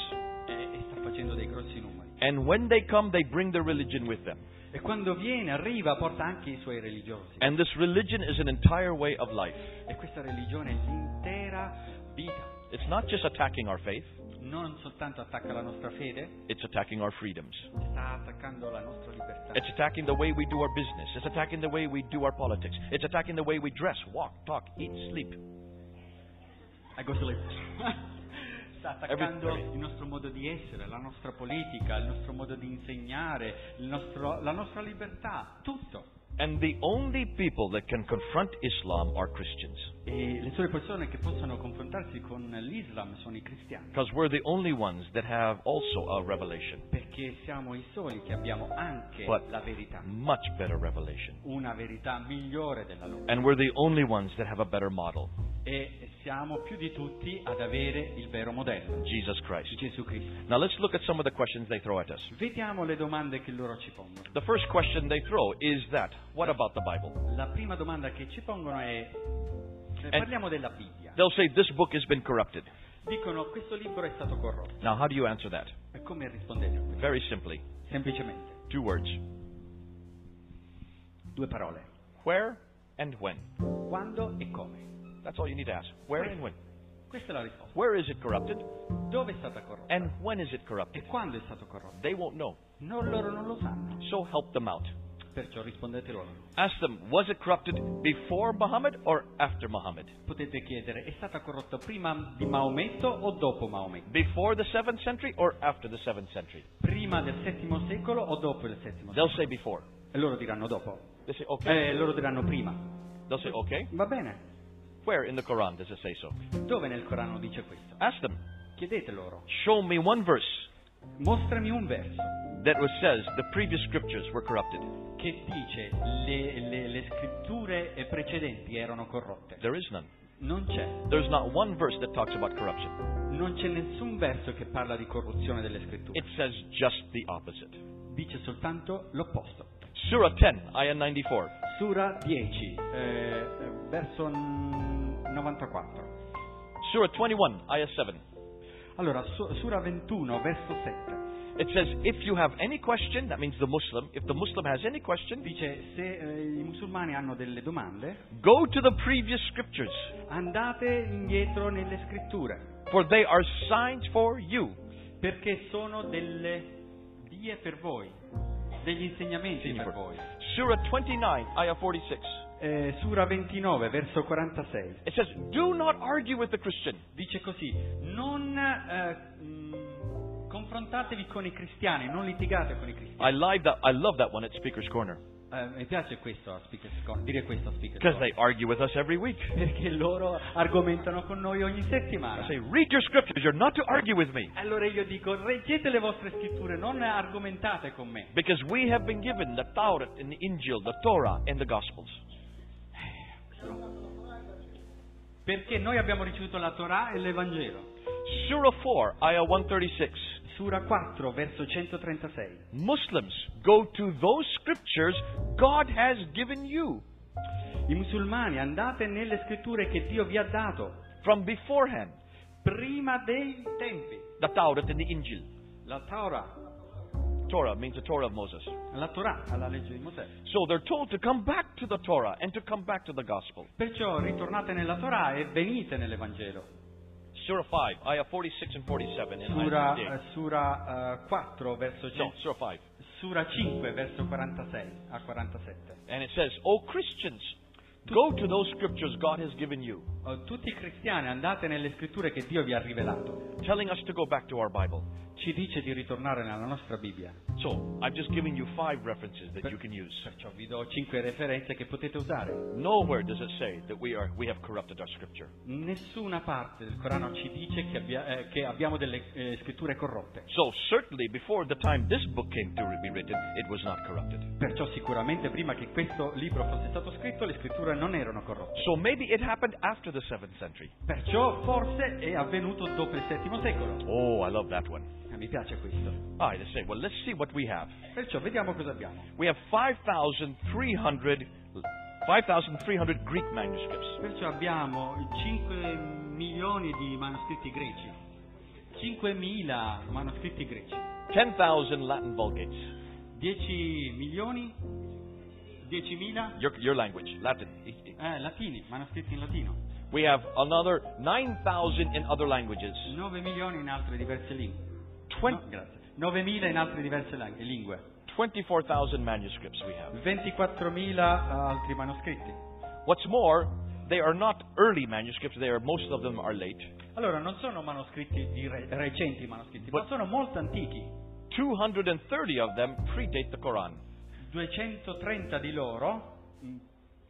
e, e sta facendo dei grossi numeri.
And when they come, they bring their religion with them.
E quando viene, arriva, porta anche i suoi religiosi.
And this religion is an entire way of life.
E questa religione è l'intera vita.
It's not just attacking our faith,
Non soltanto attacca la nostra fede,
it's attacking our freedoms.
sta attaccando la nostra libertà.
It's attacking the way we do our business. It's attacking the way we do our politics. It's attacking the way we dress, walk, talk, eat, sleep.
I go to sleep. Sta attaccando
Every-
il nostro modo di essere, la nostra politica, il nostro modo di insegnare, il nostro- la nostra libertà, tutto.
And the only people that can confront Islam are Christians.
E le sole persone che possono confrontarsi con l'Islam sono i cristiani,
Because we're the only ones that have also a revelation,
perché siamo i soli che abbiamo anche
But-
la verità,
much better revelation.
una verità migliore della loro.
And we're the only ones that have a better model,
E siamo più di tutti ad avere il vero modello,
Jesus Christ.
Gesù Cristo.
Now let's look at some of the questions they throw at us.
Vediamo le domande che loro ci pongono.
The first question they throw is that, what about the Bible?
La prima domanda che ci pongono è, eh, parliamo della Bibbia.
They'll say this book has been corrupted.
Dicono questo libro è stato corrotto.
Now how do you answer that?
E come rispondete a questo?
Very simply,
Semplicemente,
two words.
due parole.
Where and when.
Quando e come?
That's all you need to ask. Where and when.
Questa è la risposta.
Where is it corrupted
Dove è stata corrotta?
and when is it corrupted?
E quando è stato corrotto?
They won't know.
No, loro non lo sanno.
So help them out.
Perciò rispondete loro.
Ask them, was it corrupted before Muhammad or after Muhammad?
Potete chiedere, è stata corrotta prima di Maometto o dopo Maometto?
Before the 7th century or after the 7th century?
Prima del VII secolo o dopo il VII secolo?
They'll say before.
E loro diranno dopo.
They say, okay.
Eh, loro diranno prima.
They'll say, okay.
Va bene.
Where in the Quran does it say so?
Dove nel Corano dice questo?
Ask them,
Chiedete loro.
show me one verse
Mostrami un verso
that was, says the previous scriptures were corrupted.
che dice le, le- le scritture eh, precedenti erano corrotte.
There is none.
Non c'è,
There's not one verse that talks about corruption.
non c'è nessun verso che parla di corruzione delle scritture,
It says just the opposite.
dice soltanto l'opposto.
Surah 10, ayah 94.
Sura 10, eh, eh, verso mm, 94.
Surah 21, ayah 7.
Allora, su- Sura 21, verso 7,
It says, if you have any question, that means the Muslim, if the Muslim has any question,
dice se eh, i musulmani hanno delle domande,
go to the previous scriptures,
andate indietro nelle scritture,
for they are signs for you.
perché sono delle vie per voi, degli insegnamenti
Segni
per
per-
voi.
Surah 29, ayah 46.
Eh, Sura 29, verso 46.
It says, do not argue with the Christian.
dice così, non eh, mh, confrontatevi con i cristiani, non litigate con i cristiani.
I, live that, I love that one at Speaker's Corner
Eh, mi piace questo a Speaker's Corner, dire questo a Speaker's
because
Corner,
they argue with us every week.
perché loro argomentano con noi ogni settimana.
I say, read your scriptures. You're not to argue with me
Allora io dico, reggete le vostre scritture, non argomentate con me,
because we have been given the Taurat and the Injil, the Torah and the Gospels.
perché noi abbiamo ricevuto la Torah e l'Evangelo.
Surah 4, ayah 136.
Sura 4, verso 136.
Muslims, go to those scriptures God has given you
I musulmani, andate nelle scritture che Dio vi ha dato,
from beforehand,
prima dei tempi,
the Taurat and the Injil.
la Torah,
Torah means the Torah of Moses.
alla Torah, alla legge di Mosè.
So they're told to come back to the Torah and to come back to the gospel.
Perciò ritornate nella Torah e venite nell'Evangelo.
Surah 5, ayah 46 and 47 in
Sura,
Isaiah.
eh, sura, eh, 4, verso
No,
100,
Surah 5.
sura 5, verso 46 a 47.
And it says, O Christians, go to those scriptures God has given you,
Oh, Tutti i cristiani andate nelle scritture che Dio vi ha rivelato.
telling us to go back to our Bible.
Ci dice di ritornare nella nostra Bibbia.
So, I've just given you five references that you can use.
Perciò vi do cinque referenze che potete usare.
Nowhere does it say that we, are, we have corrupted our scripture.
Nessuna parte del Corano ci dice che, abbia- eh, che abbiamo delle eh, scritture corrotte.
So, certainly, before the time this book came to be written, it was not corrupted.
Perciò sicuramente prima che questo libro fosse stato scritto le scritture non erano corrotte.
So, maybe it happened after the 7th century.
Perciò forse è avvenuto dopo il VII secolo.
Oh, I love that one.
Eh, mi piace questo.
All right, let's say, well, let's see what we have.
Perciò vediamo cosa abbiamo.
We have 5,300 5,300 Greek manuscripts,
Perciò abbiamo 5 milioni di manoscritti greci. 5.000 manoscritti greci.
10,000 Latin Vulgates,
10 milioni? 10.000?
your, your language, Latin.
Eh, latini, manoscritti in latino.
We have another 9,000 in other languages,
9 milioni in altre diverse lingue.
Twen-
No, grazie. 9.000 in altre diverse lang- lingue.
24,000 manuscripts we have.
24.000 eh, altri manoscritti.
What's more, they are not early manuscripts, they are, most of them are late.
Allora, non sono manoscritti di re- recenti manoscritti, ma
But-
sono molto antichi.
230 of them predate the Quran.
230 di loro.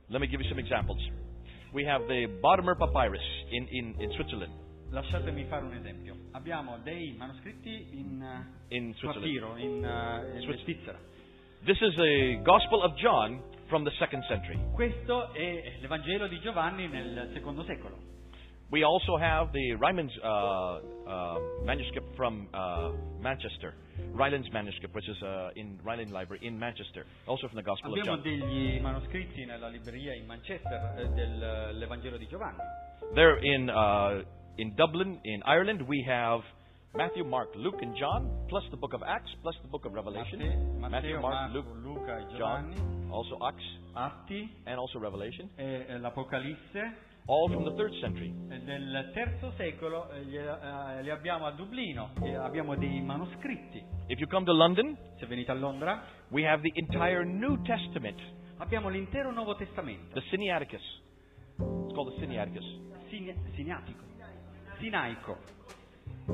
Let me give you some examples. We have the Bodmer Papyrus in, in, in Switzerland.
Lasciatemi fare un esempio. Abbiamo dei manoscritti in eh,
In Switzerland.
papiro, in eh, in
Swiss-
Svizzera.
This is the Gospel of John from the second century.
Questo è l'Evangelo di Giovanni nel secondo secolo.
We also have the Ryman's uh, uh, manuscript from uh, Manchester, Ryland's manuscript, which is uh, in Ryland Library in Manchester, also from the Gospel of
Abbiamo
John.
degli manoscritti nella libreria in Manchester eh, dell'Evangelo di Giovanni.
There in uh, in Dublin, in Ireland, we have Matthew, Mark, Luke, and John, plus the Book of Acts, plus the Book of Revelation.
Matte-
Matthew,
Matteo,
Mark,
Marco,
Luke,
Luca e Giovanni,
John, also Acts,
Atti
and also Revelation,
e eh, l'Apocalisse.
all from the third century.
Nel terzo secolo eh, li, eh, li abbiamo a Dublino, e abbiamo dei manoscritti.
If you come to London,
Se venite a Londra,
we have the entire New Testament,
abbiamo l'intero Nuovo Testamento,
the Sinaiticus. It's called the Sinaiticus.
sin- siniatico, sinaico,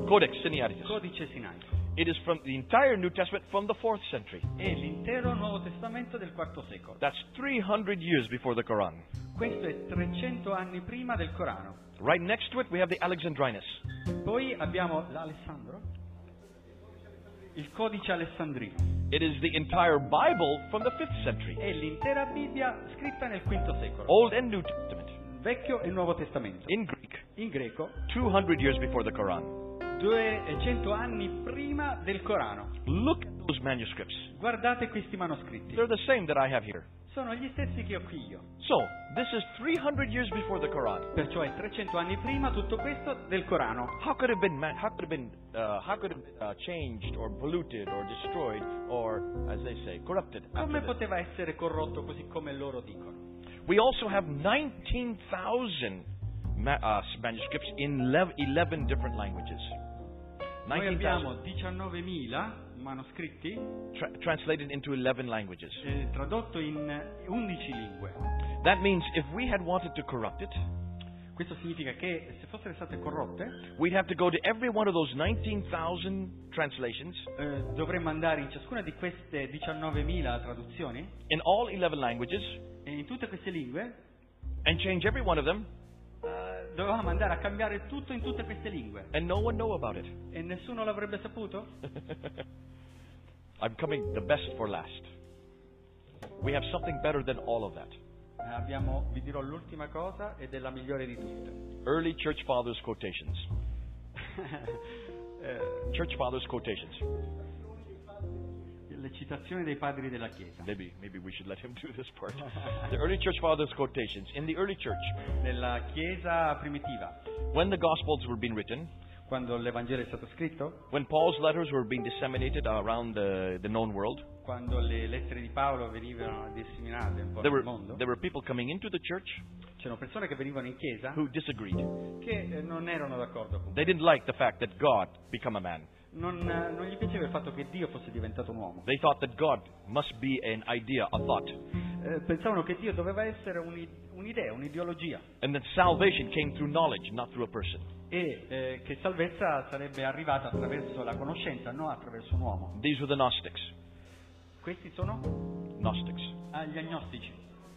Codex Sinaiticus.
codice sinaico,
It is from the entire New Testament from the 4th century.
e l'intero Nuovo Testamento del quarto secolo.
That's 300 years before the Quran.
Questo è 300 anni prima del Corano.
Right next to it, we have the Alexandrinus.
Poi abbiamo l'Alessandro, il codice alessandrino,
It is the entire Bible from the 5th century,
e l'intera Bibbia scritta nel quinto secolo,
Old and New Testament,
Vecchio e Nuovo Testamento,
in Greek,
in greco
200 years before the Quran.
200 anni prima del Corano.
Look at those manuscripts.
Guardate questi manoscritti.
They're the same that I have here.
Sono gli stessi che ho qui io.
So, this is 300 years before the Quran.
Perciò è 300 anni prima tutto questo del Corano.
How could it have been, man- how could it have been, uh, how could it have been uh, changed or polluted or destroyed or, as they say, corrupted?
Come
after this?
poteva essere corrotto così come loro dicono?
We also have 19,000 ma- uh, manuscripts in lev- 11 different languages.
Noi
19,000
abbiamo 19.000 manoscritti
tra- translated into 11 languages.
eh, tradotto in eh, 11 lingue.
That means if we had wanted to corrupt it,
Questo significa che se fossero state corrotte
we'd have to go to every one of those 19,000 translations
eh, dovremmo andare in ciascuna di queste 19.000 traduzioni
in all 11 languages
e in tutte queste lingue
and change every one of them
eh, dovevamo andare a cambiare tutto in tutte queste lingue.
and no one know about it. *laughs*
E nessuno l'avrebbe saputo?
I'm coming the best for last. We have something better than all of that.
Eh, Abbiamo, vi dirò l'ultima cosa ed è la migliore di tutte. *laughs*
Early church fathers quotations.
Eh,
Church fathers quotations.
le citazioni dei padri della Chiesa.
Maybe maybe we should let him *laughs* do this part. the early church fathers quotations. In the early church,
Nella Chiesa primitiva,
when the gospels were being written,
quando l'Evangelo è stato scritto,
When Paul's letters were being disseminated around the, the known world,
quando le lettere di Paolo venivano disseminate un po'
there were,
nel mondo,
there were people coming into the church
c'erano persone che venivano in chiesa
who disagreed.
che eh, non erano d'accordo con
They didn't like the fact that God become a man.
non, eh, non gli piaceva il fatto che Dio fosse diventato un uomo.
They thought that God must be an idea, a thought.
Eh, pensavano che Dio doveva essere un'i- un'idea, un'ideologia
And that salvation came through knowledge, not through a person.
e eh, che salvezza sarebbe arrivata attraverso la conoscenza, non attraverso un uomo.
These were the Gnostics.
Questi sono
Gnostics.
ah, gli agnostici.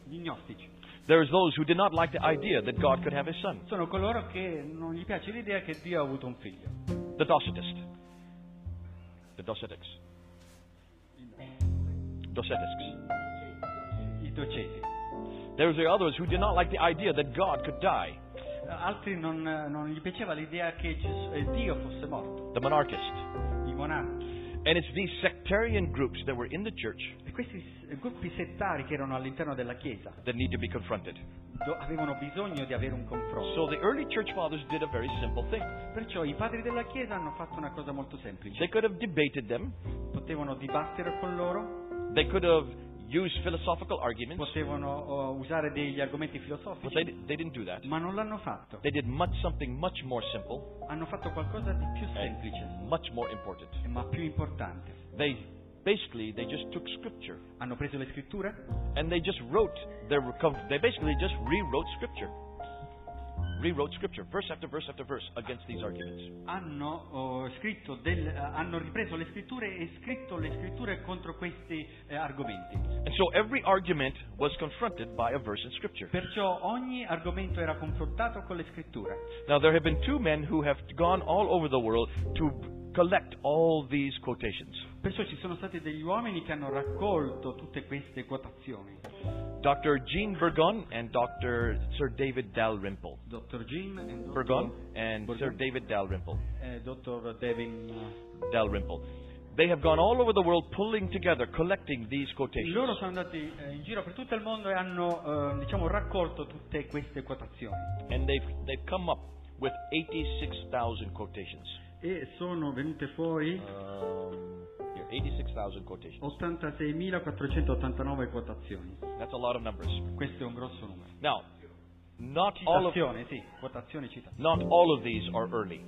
Gli gnostici.
There's those who did not like the idea that God could have his son,
Sono coloro che non gli piace l'idea che Dio ha avuto un figlio.
the Docetists. The Docetics. Docetics.
I doceti.
There's the others who did not like the idea that God could die,
Eh, Altri non, eh, non gli piaceva l'idea che Gesù- eh, Dio fosse morto,
the monarchists.
i monarchi.
And it's these sectarian groups that were in the church
E questi s- eh, gruppi settari che erano all'interno della Chiesa
that need to be confronted.
do- avevano bisogno di avere un confronto.
So the early church fathers did a very simple thing.
Perciò i padri della Chiesa hanno fatto una cosa molto semplice.
They could have debated them,
Potevano dibattere con loro,
they could have used philosophical arguments,
potevano oh, usare degli argomenti
but they,
filosofici,
they didn't do that.
ma non l'hanno fatto.
They did much something much more simple
Hanno fatto qualcosa di
Eh,
più semplice,
and much more important.
ma più importante.
They basically they just took scripture
Hanno preso le scritture
and they just wrote their they basically just rewrote scripture. Rewrote scripture verse after verse after verse against these arguments.
hanno, oh, scritto del- eh, hanno ripreso le scritture e scritto le scritture contro questi eh, argomenti.
And so every argument was confronted by a verse in scripture.
Perciò ogni argomento era confrontato con le scritture.
Now there have been two men who have gone all over the world to collect all these quotations.
Perciò ci sono stati degli uomini che hanno raccolto tutte queste quotazioni.
Dr. Jean Burgon and Dr. Sir David Dalrymple.
Dottor Jim e dottor-
Burgon and Sir
Burgon.
David Dalrymple.
eh, dottor Devin.
Dalrymple. They have gone all over the world pulling together, collecting these quotations.
Loro sono andati eh, in giro per tutto il mondo e hanno eh, diciamo, raccolto tutte queste quotazioni.
And they've, they've come up with 86,000 quotations.
E sono venute fuori
Um, here, 86,000 quotations.
86.489 quotazioni.
That's a lot of numbers.
Questo è un grosso numero.
Now, not all of,
Citazione, sì, quotazione citazione.
not all of these are early.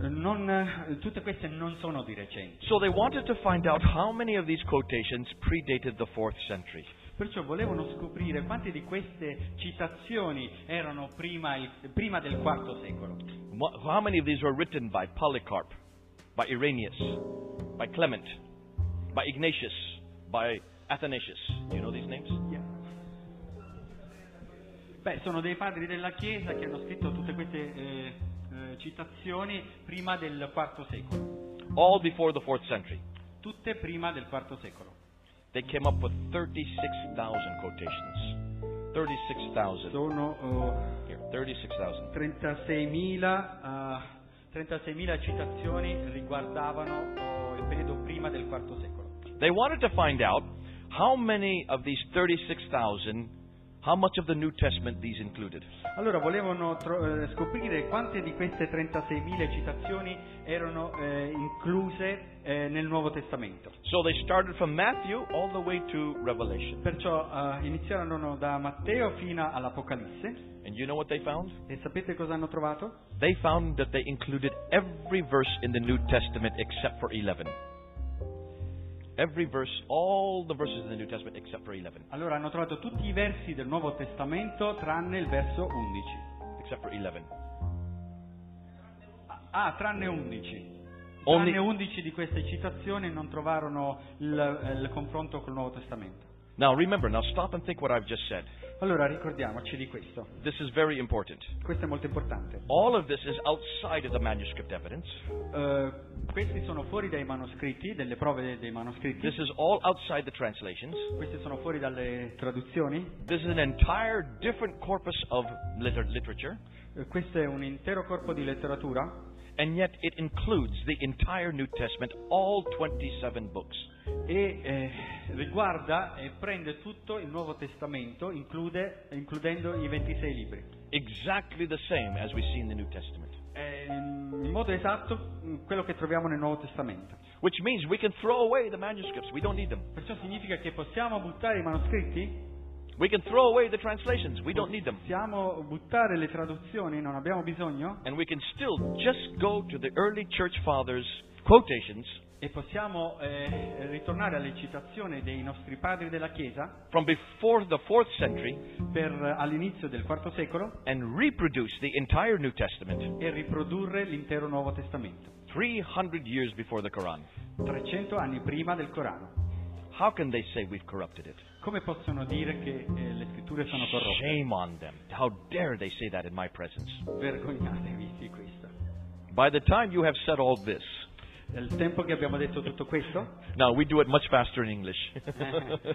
Eh, non, eh, tutte queste non sono di recente,
So they wanted to find out how many of these quotations predated the 4th century.
perciò volevano scoprire quante di queste citazioni erano prima, il- prima del IV secolo,
Mo- How many of these were written by Polycarp, by Irenaeus, by Clement, by Ignatius, by Athanasius? Do you know these names?
Beh, sono dei padri della Chiesa che hanno scritto tutte queste eh, eh, citazioni prima del IV secolo,
All before the 4th century.
tutte prima del IV secolo.
They came up with 36,000 quotations. 36,000.
Sono oh,
Here, 36,000.
36.000, ah, citazioni riguardavano oh, il periodo prima del IV secolo.
They wanted to find out how many of these 36,000, how much of the New Testament these included.
Allora volevano tro- eh, scoprire quante di queste 36.000 citazioni erano eh, incluse eh, nel Nuovo Testamento.
So they started from Matthew all the way to Revelation.
Perciò eh, iniziarono da Matteo fino all'Apocalisse
And you know what they found?
e sapete cosa hanno trovato?
They found that they included every verse in the New Testament except for 11. Every verse, all the verses in the New Testament except for 11.
Allora hanno trovato tutti i versi del Nuovo Testamento tranne il verso 11.
Except for 11.
Ah, tranne 11.
Only-
Tranne 11 di queste citazioni non trovarono il- il confronto col Nuovo Testamento.
Now remember, now stop and think what I've just said.
Allora ricordiamoci di questo.
This is very important.
Questo è molto importante.
All of this is outside of the manuscript evidence.
Eh, questi sono fuori dai manoscritti, delle prove de- dei manoscritti.
This is all outside the translations.
Questi sono fuori dalle traduzioni.
This is an entire different corpus of liter- literature,
Eh, questo è un intero corpo di letteratura
and yet it includes the entire New Testament, all 27 books.
e eh, riguarda e prende tutto il Nuovo Testamento, include- includendo i 26 libri.
Exactly the same as we see in the New Testament.
Ehm, in modo esatto mh, quello che troviamo nel Nuovo Testamento.
which means we can throw away the manuscripts. We don't need them.
Perciò significa che possiamo buttare i manoscritti?
We can throw away the translations. We don't need them.
Possiamo buttare le traduzioni? Non abbiamo bisogno?
And we can still just go to the early church fathers' quotations
E possiamo eh, ritornare alle citazioni dei nostri padri della Chiesa
from before the 4th century
per, all'inizio del IV secolo
and reproduce the entire New Testament
e riprodurre l'intero Nuovo Testamento,
300 years before the Quran.
300 anni prima del Corano.
How can they say we've corrupted it?
Come possono dire che eh, le scritture sono corrotte?
Shame on them. How dare they say that in my presence?
Vergognatevi di questo.
By the time you have said all this,
Nel tempo che abbiamo detto tutto questo,
now we do it much faster in English. *laughs*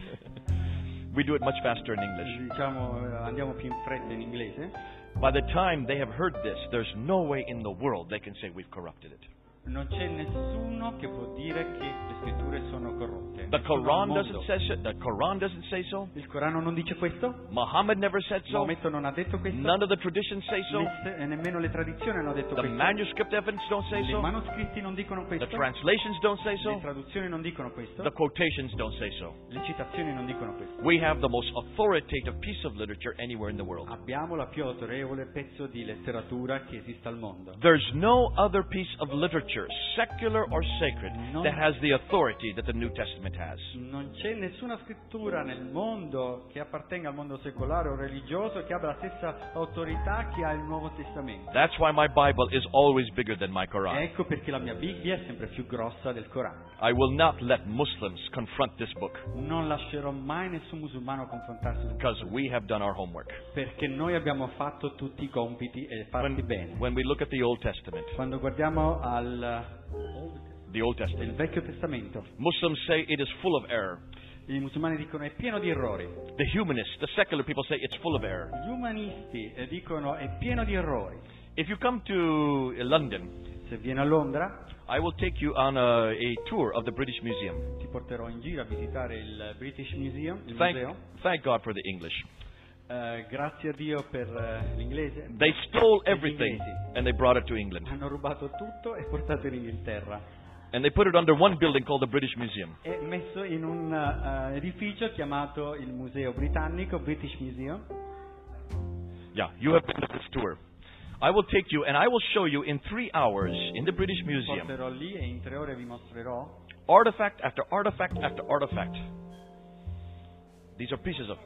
we do it much faster in English.
diciamo, eh, andiamo più in fretta in inglese.
By the time they have heard this, there's no way in the world they can say we've corrupted it.
Non c'è nessuno che può dire che le scritture sono corrotte.
The
Nessuno al
Quran
mondo.
doesn't say so. The Quran doesn't say so.
Il Corano non dice questo?
Muhammad never said so.
Maometto non ha detto questo?
None of the traditions say so.
Ness- eh, nemmeno le tradizioni hanno detto
The
questo.
manuscript evidence don't say
I
so.
manoscritti non dicono questo.
The translations don't say
Le
so.
traduzioni non dicono questo.
The quotations don't say so.
Le citazioni non dicono questo.
We have the most authoritative piece of literature anywhere in the world.
Abbiamo la più autorevole pezzo di letteratura che esista al mondo.
There's no other piece of literature, secular or sacred,
No.
that has the authority that the New Testament has.
Non c'è nessuna scrittura nel mondo che appartenga al mondo secolare o religioso che abbia la stessa autorità che ha il Nuovo Testamento.
That's why my Bible is always bigger than my Quran.
Ecco perché la mia Bibbia è sempre più grossa del Corano.
I will not let Muslims confront this book
Non lascerò mai nessun musulmano confrontarsi con
because we have done our homework.
perché noi abbiamo fatto tutti i compiti e fatti bene.
when we look at the Old Testament,
Quando guardiamo al
the Old Testament,
il Vecchio Testamento,
Muslims say it is full of error.
i musulmani dicono è pieno di errori.
The humanists, the secular people say it's full of error.
Gli umanisti eh, dicono è pieno di errori.
If you come to uh, London,
Se vieni a Londra
I will take you on a, a tour of the British Museum.
ti porterò in giro a visitare il British Museum, il
Thank,
museo.
thank God for the English.
Eh, grazie a Dio per eh, l'inglese.
They stole
Gli
everything
inglesi
and they brought it to England.
*laughs* Hanno rubato tutto e portato in Inghilterra.
And they put it under one building called the British Museum.
È messo in un eh, edificio chiamato il Museo Britannico, British Museum.
Yeah, you have been to this tour. I will take you and I will show you in three hours in the British Museum
Porterò lì e in tre ore vi mostrerò
artifact after artifact after artifact. These are pieces of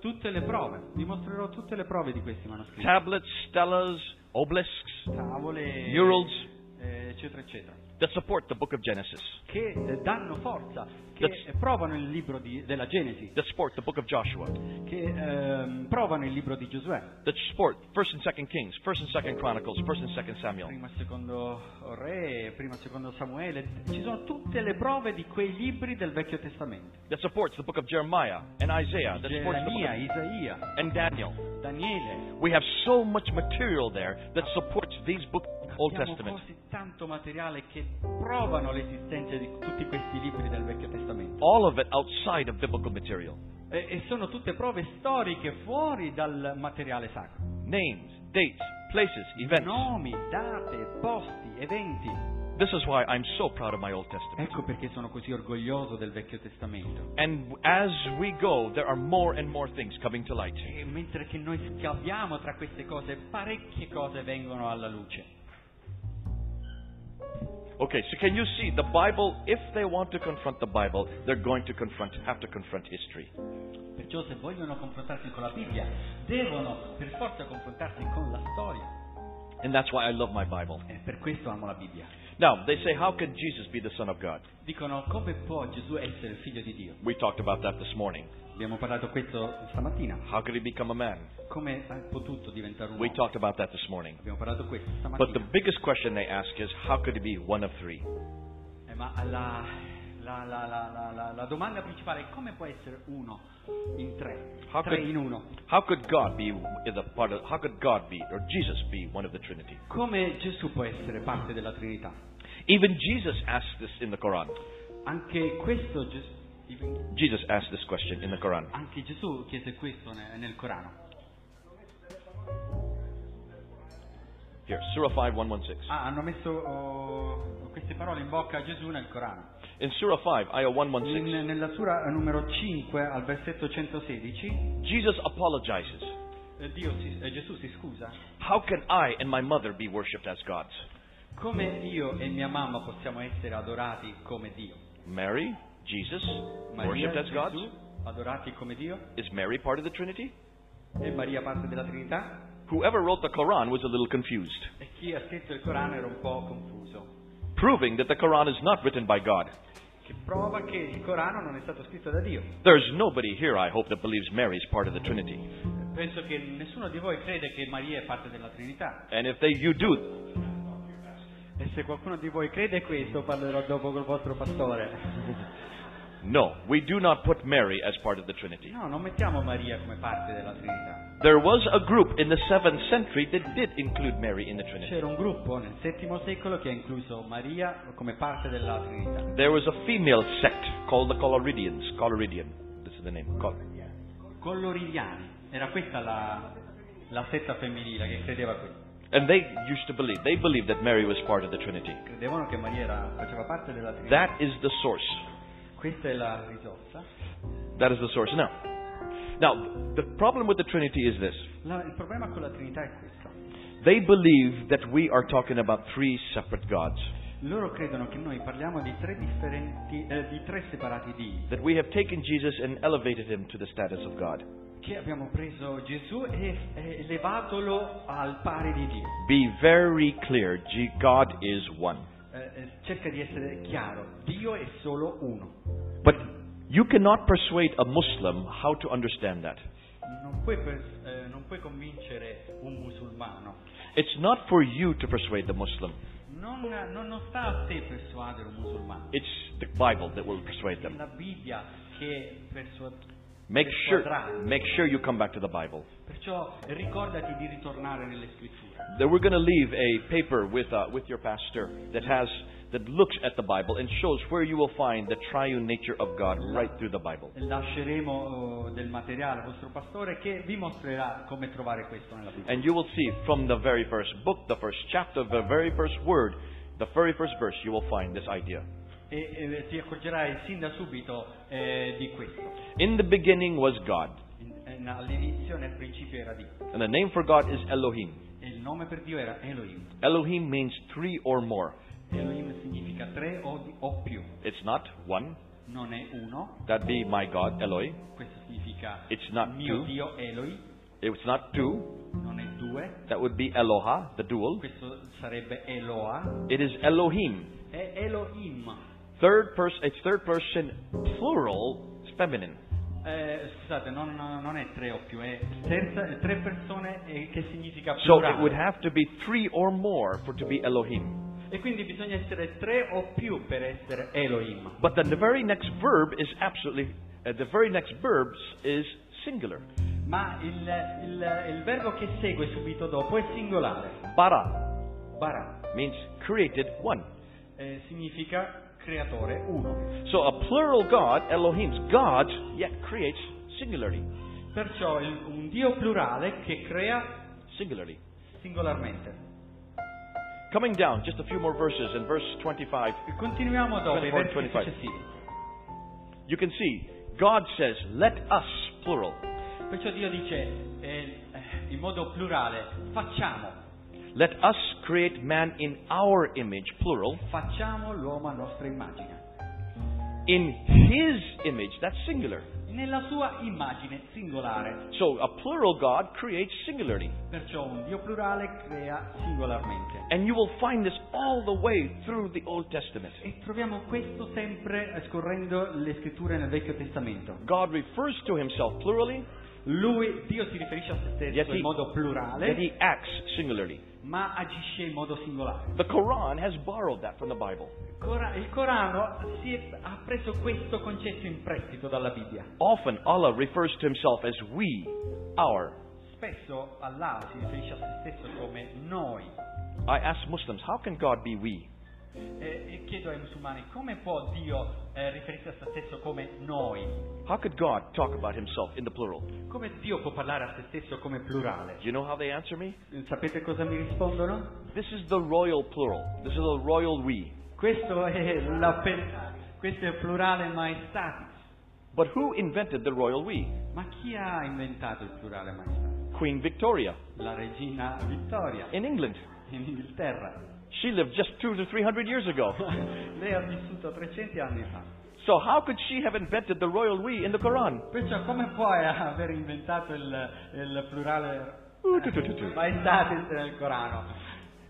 tutte le prove. Vi mostrerò tutte le prove di questi manoscritti.
tablets, stelas, obelisks
Tavole,
Murals.
eh, eccetera, eccetera.
that support the book of Genesis,
Che eh, danno forza, che
That's-
eh, provano il libro di- della Genesi,
that support the book of Joshua,
che ehm, provano il libro di Giosuè.
that support First and Second Kings, First and Second Chronicles, First and Second Samuel.
Prima e secondo Re, prima e secondo Samuele, ci sono tutte le prove di quei libri del Vecchio Testamento.
That supports the book of Jeremiah and Isaiah, that supports the book
Geremia, Isaia,
of, and Daniel.
Daniele.
We have so much material there that supports these books of the Old
Abbiamo
Testament.
così tanto materiale che provano l'esistenza di tutti questi libri del Vecchio Testamento.
All of it outside of biblical material.
E, e sono tutte prove storiche fuori dal materiale sacro.
Names, dates, places, events.
Nomi, date, posti, eventi.
This is why I'm so proud of my Old Testament.
Ecco perché sono così orgoglioso del Vecchio Testamento.
And as we go, there are more and more things coming to light.
E mentre che noi scaviamo tra queste cose, parecchie cose vengono alla luce.
Okay, so can you see the Bible? If they want to confront the Bible, they're going to confront, have to confront history.
Perciò se vogliono confrontarsi con la Bibbia, devono per forza confrontarsi con la storia.
And that's why I love my Bible.
E per questo amo la Bibbia.
Now, they say, how can Jesus be the Son of God?
Dicono come può Gesù essere il figlio di Dio?
We talked about that this morning.
Abbiamo parlato questo stamattina.
How could he become a man?
Come ha potuto diventare un
We
uomo?
talked about that this morning.
Abbiamo parlato questo
But the
stamattina.
biggest question they ask is, how could he be one of three?
Eh, ma la, la- la- la- la- la- la domanda principale è come può essere uno in tre?
How
tre
could-
in uno.
How could God be the part of, how could God be or Jesus be one of the Trinity?
Come Gesù può essere parte della Trinità?
Even Jesus asked this in the Quran.
Anche questo Ges-
Jesus asked this question in the Quran.
anche Gesù chiese questo ne- nel Corano.
Here, Surah 5116.
Ah, hanno messo oh, queste parole in bocca a Gesù nel Corano.
In Surah 5, Ayah
In-
116,
nella sura numero 5 al versetto 116
Jesus apologizes.
eh, Dio si- eh, Gesù si scusa.
How can I and my mother be worshipped as gods?
Come io e mia mamma possiamo essere adorati come Dio?
Mary, Jesus,
Maria
worshipped
e
as gods?
Gesù, adorati come Dio?
Is Mary part of the Trinity?
E Maria parte della Trinità?
Whoever wrote the Quran was a little confused,
E chi ha scritto il Corano era un po' confuso.
proving that the Quran is not written by God.
Che prova che il Corano non è stato scritto da Dio.
There's nobody here, I hope, that believes Mary is part of the Trinity.
Penso che nessuno di voi crede che Maria è parte della Trinità.
And if they, you do,
E se qualcuno di voi crede questo, parlerò dopo col vostro pastore.
no, we do not put Mary as part of the Trinity.
No, non mettiamo Maria come parte della Trinità.
There was a group in the 7th century that did include Mary in the Trinity.
C'era un gruppo nel VII secolo che ha incluso Maria come parte della Trinità.
There was a female sect called the Coloridians. Coloridian, this is the name. Col-
Colloridiani. Era questa la, la setta femminile che credeva questo.
and they used to believe, they believed that Mary was part of the Trinity.
Credevano che Maria era- faceva parte della Trinità.
That is the source.
Questa è la risorsa.
That is the source. Now, now the problem with the Trinity is this:
La- il problema con la Trinità è questo.
they believe that we are talking about three separate gods,
Loro credono che noi parliamo di tre differenti, eh, di tre separati Dio,
that we have taken Jesus and elevated him to the status of God.
che abbiamo preso Gesù e, e elevatolo al pari di Dio.
Be very clear: G- God is one.
Eh, eh, cerca di essere chiaro, Dio è solo uno.
But you cannot persuade a Muslim how to understand that.
Non puoi, pers- eh, non puoi convincere un musulmano.
It's not for you to persuade the Muslim.
Non, non- non sta a te persuadere un musulmano.
It's the Bible that will persuade
È
them.
la Bibbia che persuade.
Make sure, make sure you come back to the Bible.
Perciò ricordati di ritornare nelle scritture.
Then We're going to leave a paper with, uh, with your pastor that has that looks at the Bible and shows where you will find the triune nature of God right through the Bible.
Lasceremo eh, del materiale al vostro pastore che vi mostrerà come trovare questo nella Bibbia.
And you will see from the very first book, the first chapter, the very first word, the very first verse, you will find this idea.
E, e ti accorgerai sin da subito eh, di questo.
In the beginning was God,
In- in- all'inizio, nel principio era Dio.
and the name for God is Elohim.
E il nome per Dio era Elohim.
Elohim means three or more.
Elohim significa tre o, di- o più,
It's not one.
non è uno,
That'd be my God, Eloi.
questo significa
It's not
mio
two.
Dio Eloi,
It's not two.
non è due,
That would be Eloha, the dual.
questo sarebbe Eloa,
It is Elohim.
è Elohim,
Third person, it's third person plural feminine.
Eh, scusate non, non è tre o più, è terza- tre persone eh, che significa
So it would
plurale.
have to be three or more for to be Elohim.
E quindi bisogna essere tre o più per essere Elohim.
But then the very next verb is absolutely, uh, the very next verb is singular.
Ma il, il- il verbo che segue subito dopo è singolare,
Bara
bara,
means created one.
eh, significa creatore uno.
So a plural God, Elohim's God, yet creates singularly.
Perciò il- un Dio plurale che crea
Singularly.
singolarmente.
Coming down just a few more verses in verse 25,
E Continuiamo dopo
24,
i versi
25.
successivi.
you can see God says, "Let us," plural,
Perciò Dio dice eh, eh, in modo plurale, facciamo,
"Let us create man in our image," plural,
facciamo l'uomo a nostra immagine.
in his image, that's singular.
Nella sua immagine singolare.
So a plural God creates singularly.
Perciò un Dio plurale crea singolarmente.
And you will find this all the way through the Old Testament.
E troviamo questo sempre eh, scorrendo le scritture nel Vecchio Testamento.
God refers to himself plurally,
Lui, Dio si riferisce a se
Yet
stesso
he-
in modo
that
plurale,
he acts singularly.
ma agisce in modo singolare.
The Quran has borrowed that from the Bible.
Cora- il Corano si è- ha preso questo concetto in prestito dalla Bibbia.
Often Allah refers to himself as we, our.
Spesso Allah si riferisce a se stesso come noi.
I ask Muslims, how can God be we?
E, e chiedo ai musulmani come può Dio eh, riferirsi a se stesso come noi?
How could God talk about himself in the plural?
Come Dio può parlare a se stesso come plurale?
You know how they answer me?
Sapete cosa mi rispondono?
This is the royal plural. This is the royal we.
Questo è, la pe- questo è il plurale maestatis.
But who invented the royal we?
Ma chi ha inventato il plurale maestatis?
Queen Victoria
La regina Vittoria
in England.
in Inghilterra. *laughs*
She lived just two to three hundred years ago.
Lei ha vissuto 300 anni fa.
So how could she have invented the royal we in the Quran?
Perciò come puoi aver inventato il, il plurale
Uh, tu, tu, tu, tu.
maestatis nel eh, Corano?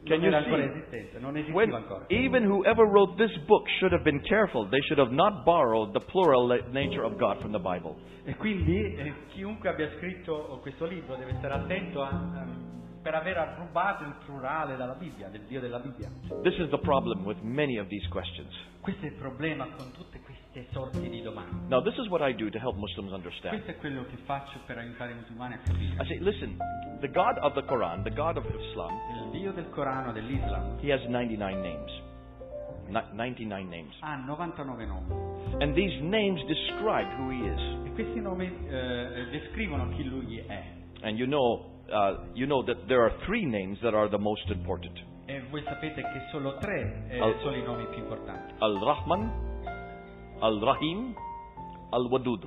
Can
Non
you
era ancora
see?
esistente, non esisteva
When
ancora.
even whoever wrote this book should have been careful. They should have not borrowed the plural la- nature of God from the Bible.
E quindi eh, chiunque abbia scritto questo libro deve stare attento a, ehm, per aver rubato il plurale dalla Bibbia, del Dio della Bibbia.
This is the problem with many of these questions.
Questo è il problema con tutte queste sorti di domande.
Now, this is what I do to help Muslims understand.
Questo è quello che faccio per aiutare i musulmani a capire.
I say, listen, the God of the Quran, the God of Islam,
Il Dio del Corano, dell'Islam,
he has 99 names. Ni- 99 names.
ha 99 nomi.
And these names describe who he is.
E questi nomi eh, descrivono chi lui è.
And you know, uh, you know that there are three names that are the most important.
E voi sapete che solo tre eh,
Al-
sono i nomi più importanti.
Al-Rahman, Al-Rahim, Al-Wadud.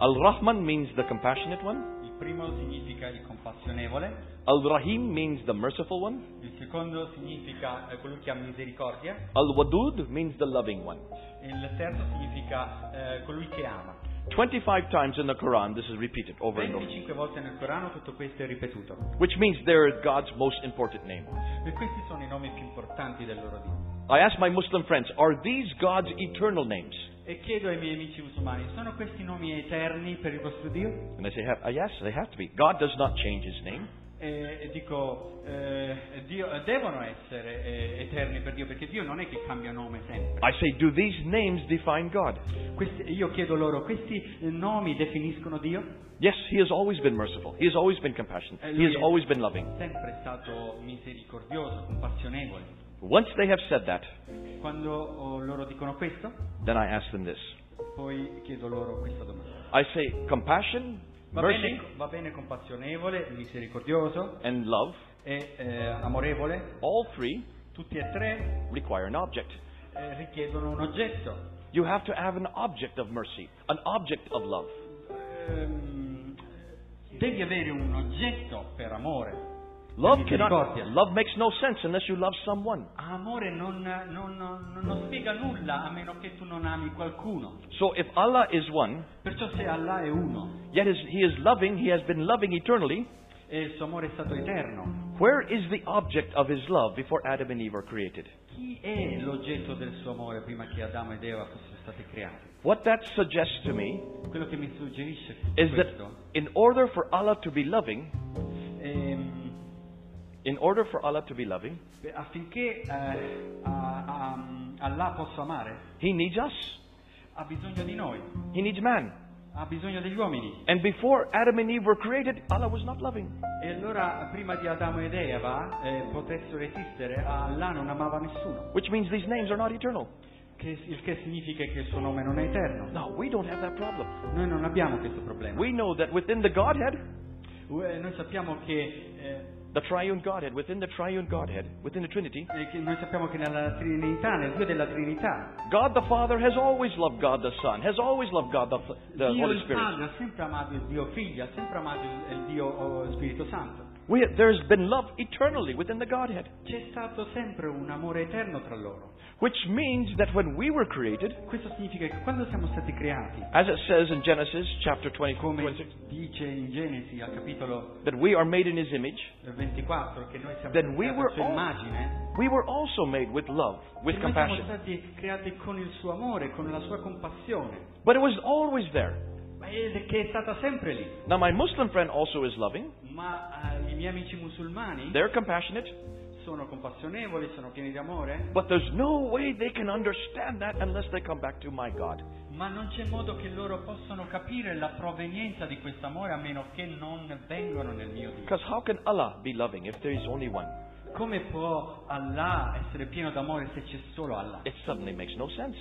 Al-Rahman means the compassionate one.
Il primo significa il compassionevole,
Al-Rahim means the merciful one.
il secondo significa eh, colui che ha misericordia,
Al-Wadud means the loving one.
e il terzo significa eh, colui che ama.
25 times in the Quran this is repeated over and over.
25 volte nel Corano tutto questo è ripetuto.
Which means they're God's most important name.
E questi sono i nomi più importanti del loro Dio.
I ask my Muslim friends, are these God's eternal names?
E chiedo ai miei amici musulmani, sono questi nomi eterni per il vostro Dio?
And they say, "Ha- yes, they have to be. God does not change his name.
E, e dico, eh, Dio- eh, devono essere eh, eterni per Dio, perché Dio non è che cambia nome sempre.
I say, do these names define God?
Questi- io chiedo loro, questi eh, nomi definiscono Dio?
Yes, he has always been merciful. He has always been compassionate. He has always been loving.
Sempre stato misericordioso, compassionevole.
Once they have said that,
Quando oh, loro dicono questo,
then I ask them this.
poi chiedo loro questa domanda.
I say, compassion,
Va
mercy,
bene, va bene compassionevole, misericordioso
and love,
e eh, amorevole?
all three
Tutti e tre
require an object.
eh, richiedono un oggetto.
You have to have an object of mercy, an object of love.
Ehm, devi avere un oggetto per amore.
Love
Quindi
cannot,
misericordia.
love makes no sense unless you love someone.
Amore non, non- non- non spiega nulla a meno che tu non ami qualcuno.
So if Allah is one,
Perciò se Allah è uno
yet is, he is loving, he has been loving eternally,
e il suo amore è stato eterno,
Where is the object of his love before Adam and Eve were created?
chi è l'oggetto del suo amore prima che Adamo ed Eva fossero stati creati?
What that suggests to me
Quello che mi suggerisce
is that
questo
in order for Allah to be loving,
ehm,
in order for Allah to be loving,
beh, affinché eh, a- a- Allah possa amare,
he needs us.
ha bisogno di noi,
He needs man.
ha bisogno degli uomini.
And before Adam and Eve were created, Allah was not loving.
E allora prima di Adamo ed Eva eh, potessero esistere, Allah non amava nessuno,
Which means these names are not eternal.
che- il che significa che il suo nome non è eterno.
No, we don't have that problem.
Noi non abbiamo questo problema.
We know that within the Godhead,
Eh, Noi sappiamo che, eh,
the triune Godhead, within the triune Godhead, within the Trinity,
eh, che noi sappiamo che nella Trinità, nel Dio della Trinità,
God the Father has always loved God the Son, has always loved God the, the
Dio
Holy
il
Spirit.
Padre ha sempre amato il Dio Figlio, ha sempre amato il, il Dio oh, Spirito Santo.
We, there's been love eternally within the Godhead.
C'è stato sempre un amore eterno tra loro.
Which means that when we were created,
Questo significa che quando siamo stati creati,
as it says in Genesis chapter 20,
come dice in Genesi al capitolo
that we are made in His image,
eh, 24, che noi siamo
Then
stati
we were
creati alla sua
all-
immagine,
we were also made with love, with
che noi siamo
compassion.
stati creati con il suo amore, con la sua compassione,
But it was always there.
ma è- che è stata sempre lì.
Now, my Muslim friend also is loving.
Ma eh, i miei amici musulmani
They're compassionate.
sono compassionevoli, sono pieni di amore,
But there's no way they can understand that unless they come back to my God.
ma non c'è modo che loro possano capire la provenienza di questo amore a meno che non vengano nel mio Dio.
Because how can Allah be loving if there is only one?
come può Allah essere pieno d'amore se c'è solo Allah?
It suddenly makes no sense.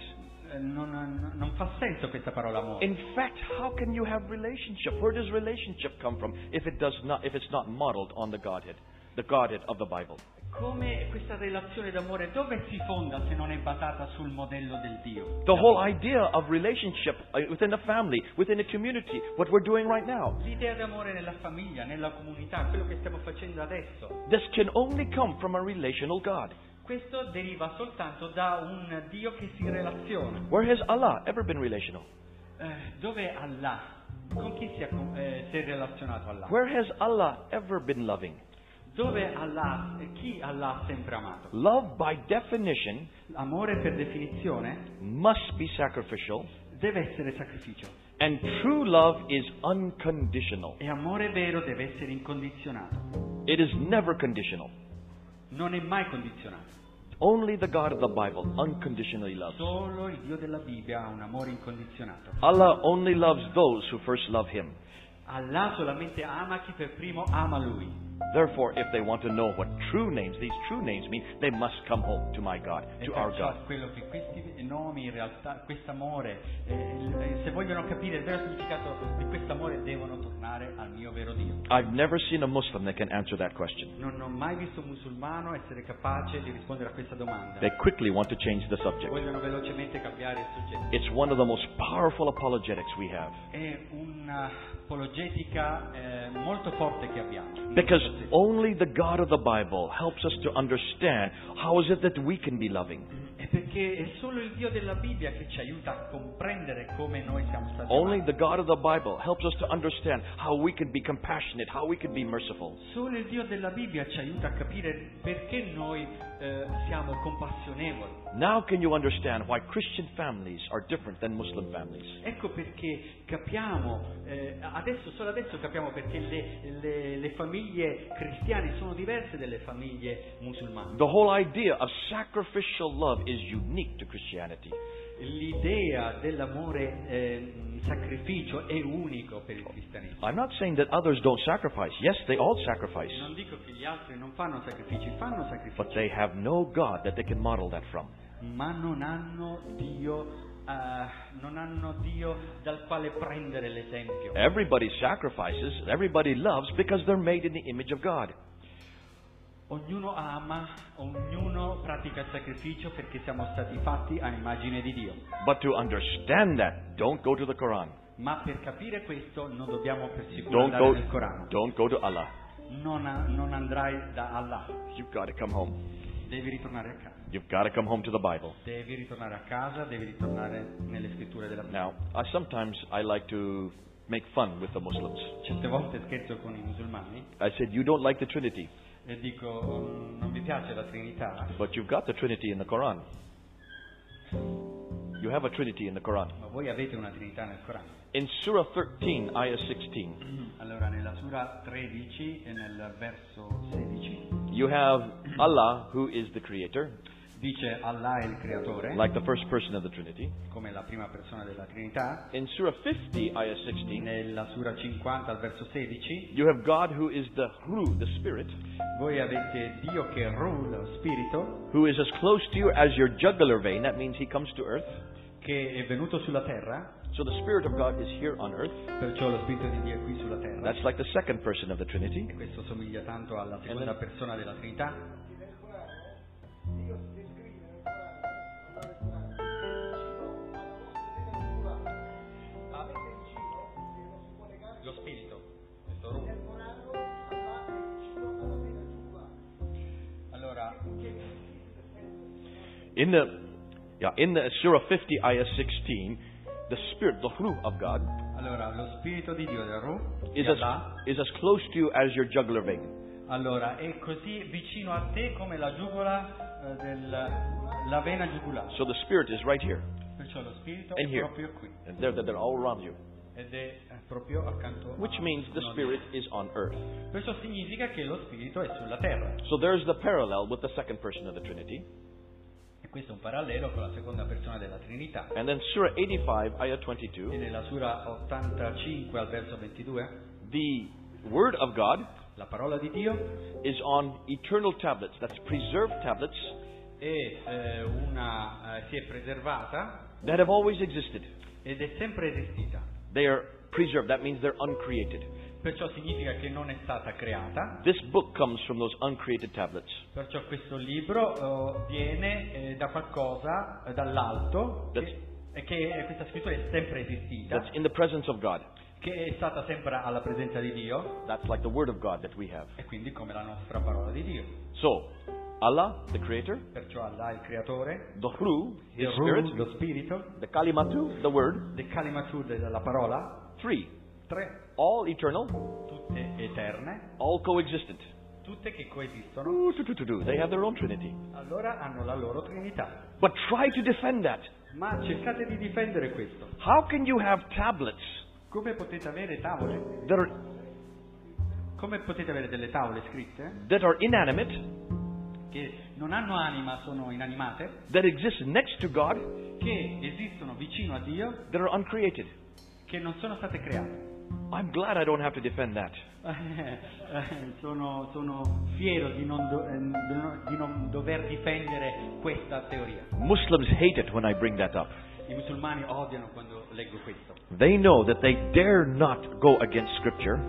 Eh, non, non- non fa senso questa parola amore.
In fact, how can you have relationship? Where does relationship come from if it does not if it's not modeled on the Godhead, the Godhead of the Bible?
Come questa relazione d'amore dove si fonda se non è basata sul modello del Dio?
The whole idea of relationship uh, within the family, within the community, what we're doing right now,
L'idea d'amore nella famiglia, nella comunità, quello che stiamo facendo adesso,
this can only come from a relational God.
questo deriva soltanto da un Dio che si relaziona.
Where has Allah ever been relational?
Eh, dove Allah? Con chi si è, con- eh, si è relazionato Allah?
Where has Allah ever been loving?
Dove Allah, eh, chi Allah ha sempre amato?
Love, by definition,
Amore per definizione
must be sacrificial,
deve essere sacrificio
and true love is unconditional.
e amore vero deve essere incondizionato,
It is never conditional.
non è mai condizionato.
Only the God of the Bible unconditionally loves.
Solo il Dio della Bibbia ha un amore incondizionato.
Allah only loves those who first love Him.
Allah solamente ama chi per primo ama Lui.
Therefore, if they want to know what true names, these true names mean, they must come home to my God,
E
to our God.
perciò quello che questi nomi in realtà, questo amore, eh, eh, se vogliono capire il vero significato di questo amore devono tornare al mio vero Dio.
I've never seen a Muslim that can answer that question.
Non ho mai visto un musulmano essere capace di rispondere a questa domanda.
They quickly want to change the subject.
Vogliono velocemente cambiare il soggetto.
It's one of the most powerful apologetics we have.
È un'apologetica eh, molto forte che abbiamo.
Because only the God of the Bible helps us to understand how is it that we can be loving.
È perché è solo il Dio della Bibbia che ci aiuta a comprendere come noi siamo stati
Only
amati.
the God of the Bible helps us to understand how we can be compassionate, how we can be merciful.
Solo il Dio della Bibbia ci aiuta a capire perché noi eh, siamo compassionevoli.
Now can you understand why Christian families are different than Muslim families?
Ecco perché capiamo, eh, adesso, solo adesso capiamo perché le, le- le famiglie cristiane sono diverse dalle famiglie musulmane.
The whole idea of sacrificial love is unique to Christianity.
L'idea dell'amore eh, sacrificio è unico per il cristianesimo.
I'm not saying that others don't sacrifice. Yes, they all sacrifice.
Non dico che gli altri non fanno sacrifici, fanno
But
sacrifici,
they have no God that they can model that from.
ma non hanno Dio, eh, non hanno Dio dal quale prendere l'esempio.
Everybody sacrifices, everybody loves because they're made in the image of God.
Ognuno ama, ognuno pratica il sacrificio perché siamo stati fatti a immagine di Dio.
But to understand that, don't go to the Quran.
Ma per capire questo non dobbiamo per sicuro
Don't go,
andare nel Corano.
don't go to Allah.
Non, a- non andrai da Allah,
You've got to come home.
devi ritornare a casa.
You've got to come home to the Bible.
Devi ritornare a casa, devi ritornare nelle scritture della Bibbia.
Now, I, sometimes I like to make fun with the Muslims.
Certe volte scherzo con i musulmani
I said, You don't like the Trinity,
e dico "Mm, non vi piace la Trinità,
but you've got the Trinity in the Quran. You have a Trinity in the Quran.
ma voi avete una Trinità nel Corano.
In Surah 13, Ayah 16,
Allora nella Sura 13 e nel verso 16
you have Allah, who is the Creator,
dice Allah è il creatore,
like the first person of the Trinity.
come la prima persona della Trinità.
In Surah 50, Ayah 16,
Nella Sura 50 al verso 16
you have God, who is the Ru, the Spirit,
voi avete Dio che è Ru, lo spirito,
who is as close to you as your jugular vein. That means He comes to earth.
che è venuto sulla terra,
So the Spirit of God is here on earth.
perciò lo spirito di Dio è qui sulla terra.
That's like the second person of the Trinity.
E questo somiglia tanto alla seconda persona della Trinità. Lo spirito. questo ruh. Allora,
In the yeah, in the Surah 50, Ayah 16, the Spirit, the Ruh of God,
allora, lo spirito di Dio del Ru, di
is as,
Allah,
is as close to you as your jugular vein.
allora, è così vicino a te come la giugola eh, del, la vena giugulare.
So the Spirit is right here.
Perciò lo spirito
And
è
here.
proprio qui.
And they're, they're all around you.
ed è eh, proprio accanto a
Which means the
uno di-
Spirit is on earth.
Questo significa che lo spirito è sulla terra.
So there's the parallel with the second person of the Trinity.
E questo è un parallelo con la seconda persona della Trinità.
And then Surah 85, Ayah
E
22,
nella sura 85 al verso 22
the Word of God
La parola di Dio
is on eternal tablets, that's preserved tablets
è, eh, una, eh, si è preservata
that have always existed.
ed è sempre esistita.
They are preserved, that means they're uncreated.
Perciò significa che non è stata creata,
This book comes from those uncreated tablets.
perciò questo libro eh, viene eh, da qualcosa, eh, dall'alto, che, e che eh, questa scrittura è sempre esistita,
That's in the presence of God.
che è stata sempre alla presenza di Dio
That's like the Word of God that we have.
e quindi come la nostra parola di Dio.
So, Allah, the Creator,
Perciò Allah è il creatore,
the Ruh, His
il
Spirit,
Ruh, lo spirito,
the Kalimatu, the Word,
le calimatud della parola,
three,
tre,
all eternal,
tutte eterne,
all coexistent.
tutte che coesistono,
They have their own Trinity.
allora hanno la loro trinità.
But try to defend that.
Ma cercate di difendere questo.
How can you have tablets
Come potete avere tavole?
that are,
Come potete avere delle tavole scritte
that are inanimate,
che non hanno anima, sono inanimate,
that exist next to God,
che esistono vicino a Dio,
that are uncreated?
che non sono state create? *laughs*
I'm glad I don't have to defend that.
Eh, sono, sono fiero di non, do- eh, di non- di non dover difendere questa teoria.
Muslims hate it when I bring that up.
I musulmani odiano quando leggo questo.
They know that they dare not go against Scripture,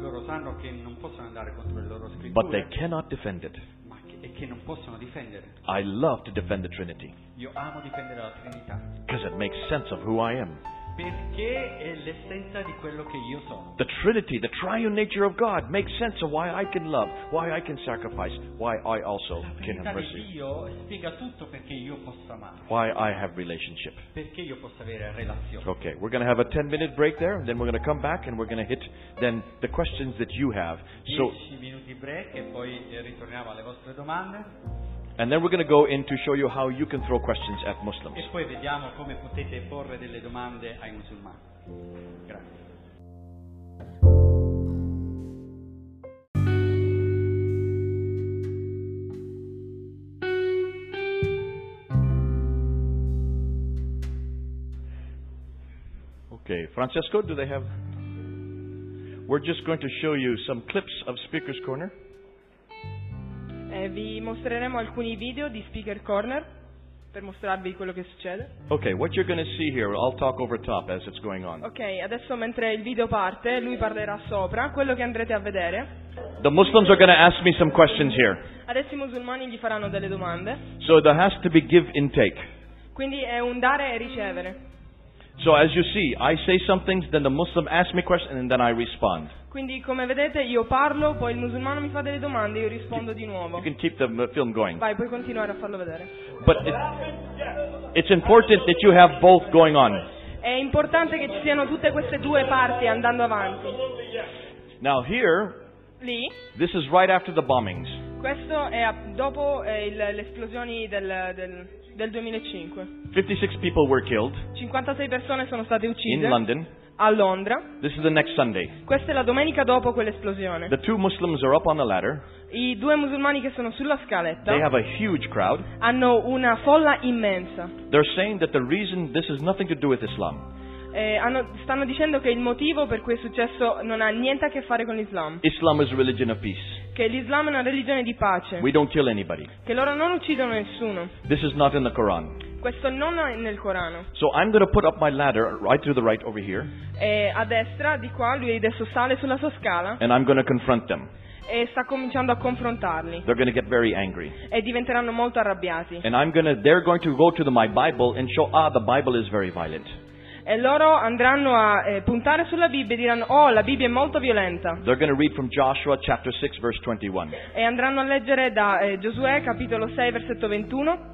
Loro sanno che non possono andare contro le loro
but they
scritture
cannot defend it.
ma che- e che non possono difendere.
I love to defend the Trinity
Io amo difendere la Trinità.
because it makes sense of who I am.
Perché è l'essenza di quello che io sono.
The Trinity, the triune nature of God, makes sense of why I can love, why I can sacrifice, why I also
La
can
Trinità
have
di
mercy,
Dio spiega tutto perché io possa amare,
why I have relationship.
perché io possa avere relazione.
Okay, we're going to have a 10 minute break there, then we're going to come back and we're going to hit then the questions that you have. So,
10 minuti break e poi eh, ritorniamo alle vostre domande
and then we're going to go in to show you how you can throw questions at Muslims.
e poi vediamo come potete porre delle domande ai musulmani. Grazie.
Okay, Francesco, do they have? We're just going to show you some clips of Speaker's Corner.
Eh, vi mostreremo alcuni video di Speaker Corner per mostrarvi quello che succede.
Okay, what you're going to see here, I'll talk over top as it's going on.
Ok, adesso mentre il video parte, lui parlerà sopra, quello che andrete a vedere.
The Muslims are going to ask me some questions here.
Adesso i musulmani gli faranno delle domande,
So there has to be give and take.
quindi è un dare e ricevere.
So as you see, I say some things, then the Muslim asks me questions, and then I respond.
Quindi come vedete io parlo, poi il musulmano mi fa delle domande, io rispondo di nuovo.
You can keep the uh, film going.
Vai, puoi continuare a farlo vedere.
But it, it's important that you have both going on.
È importante che ci siano tutte queste due parti andando avanti.
Now here,
Lì,
this is right after the bombings.
questo è a- dopo eh, il- le esplosioni del- del- del 2005.
56 people were killed
56 persone sono state
in
uccise
London.
a Londra.
This is the next Sunday.
Questa è la domenica dopo quell'esplosione.
The two Muslims are up on the ladder.
I due musulmani che sono sulla
They
scaletta
have a huge crowd.
hanno una folla immensa.
They're saying that the reason this has nothing to do with Islam.
Eh, hanno- stanno dicendo che il motivo per cui è successo non ha niente a che fare con l'Islam.
Islam is a religion of peace.
Che l'Islam è una religione di pace.
We don't kill anybody.
Che loro non uccidono nessuno.
This is not in the Quran.
Questo non è nel Corano.
So I'm going to put up my ladder right to the right over here,
Eh, a destra, di qua, lui adesso sale sulla sua scala
and I'm going to confront them.
e sta cominciando a confrontarli.
They're going to get very angry.
E diventeranno molto arrabbiati.
And I'm going to, they're going to go to the, my Bible and show, ah, the Bible is very violent.
E loro andranno a eh, puntare sulla Bibbia e diranno, oh, la Bibbia è molto violenta.
They're going to read from Joshua chapter 6 verse 21.
E andranno a leggere da eh, Giosuè, capitolo 6, versetto 21.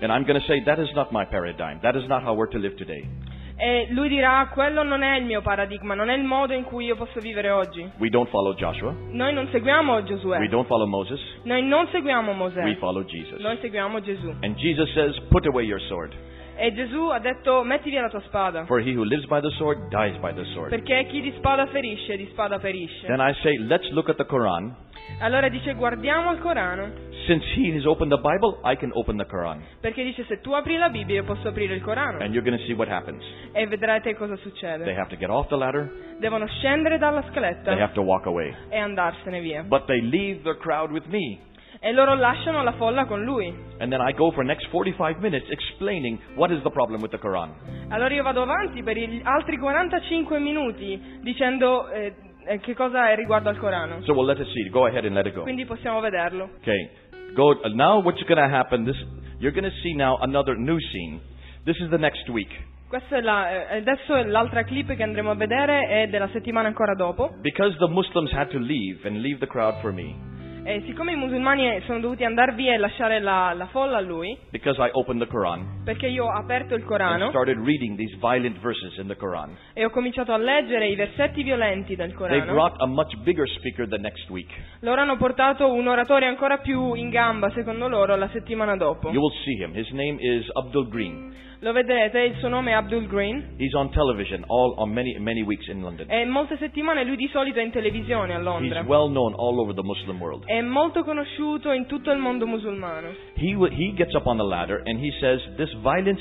And I'm going to say, that is not my paradigm. That is not how we're to live today.
E lui dirà, quello non è il mio paradigma, non è il modo in cui io posso vivere oggi.
We don't follow Joshua.
Noi non seguiamo
We
Giosuè,
don't follow Moses.
noi non seguiamo
We
Mosè,
follow Jesus.
noi seguiamo Gesù.
And Jesus says, put away your sword.
E Gesù ha detto metti via la tua spada,
For he who lives by the sword dies by the sword.
perché chi di spada ferisce, di spada perisce.
Then I say, let's look at the Quran.
Allora dice guardiamo il Corano,
Since he has opened the Bible, I can open the Quran.
perché dice se tu apri la Bibbia io posso aprire il Corano
And you're going to see what happens.
e vedrete cosa
They
succede.
have to get off the ladder,
Devono scendere dalla
they
scaletta
have to walk away.
e andarsene via.
But they leave the crowd with me.
E loro lasciano la folla con lui.
And then I go for next 45 minutes explaining what is the problem with the Quran.
Allora io vado avanti per gli altri 45 minuti dicendo eh, eh, che cosa è riguardo al Corano.
So we'll let it see. Go ahead and let it go.
Quindi possiamo vederlo.
Okay. Go uh, now. What's going to happen? This you're going to see now another new scene. This is the next week
Questa è la, eh, adesso è l'altra clip che andremo a vedere è della settimana ancora dopo.
because the Muslims had to leave and leave the crowd for me
E siccome i musulmani sono dovuti andare via e lasciare la, la folla a lui,
because I opened the Quran
perché io ho aperto il
and
Corano
started reading these violent verses in the Quran.
e ho cominciato a leggere i versetti violenti del
They
Corano,
brought a much bigger speaker the next week.
loro hanno portato un oratore ancora più in gamba, secondo loro, la settimana dopo.
You will see him. His name is Abdul Green.
Lo vedrete, il suo nome è Abdul Green.
He's on television all on many many weeks in London.
E molte settimane lui di solito è in televisione a
He's
Londra.
well known all over the Muslim world.
È molto conosciuto in tutto il mondo musulmano.
He w- he gets up on the ladder and he says, "This violence,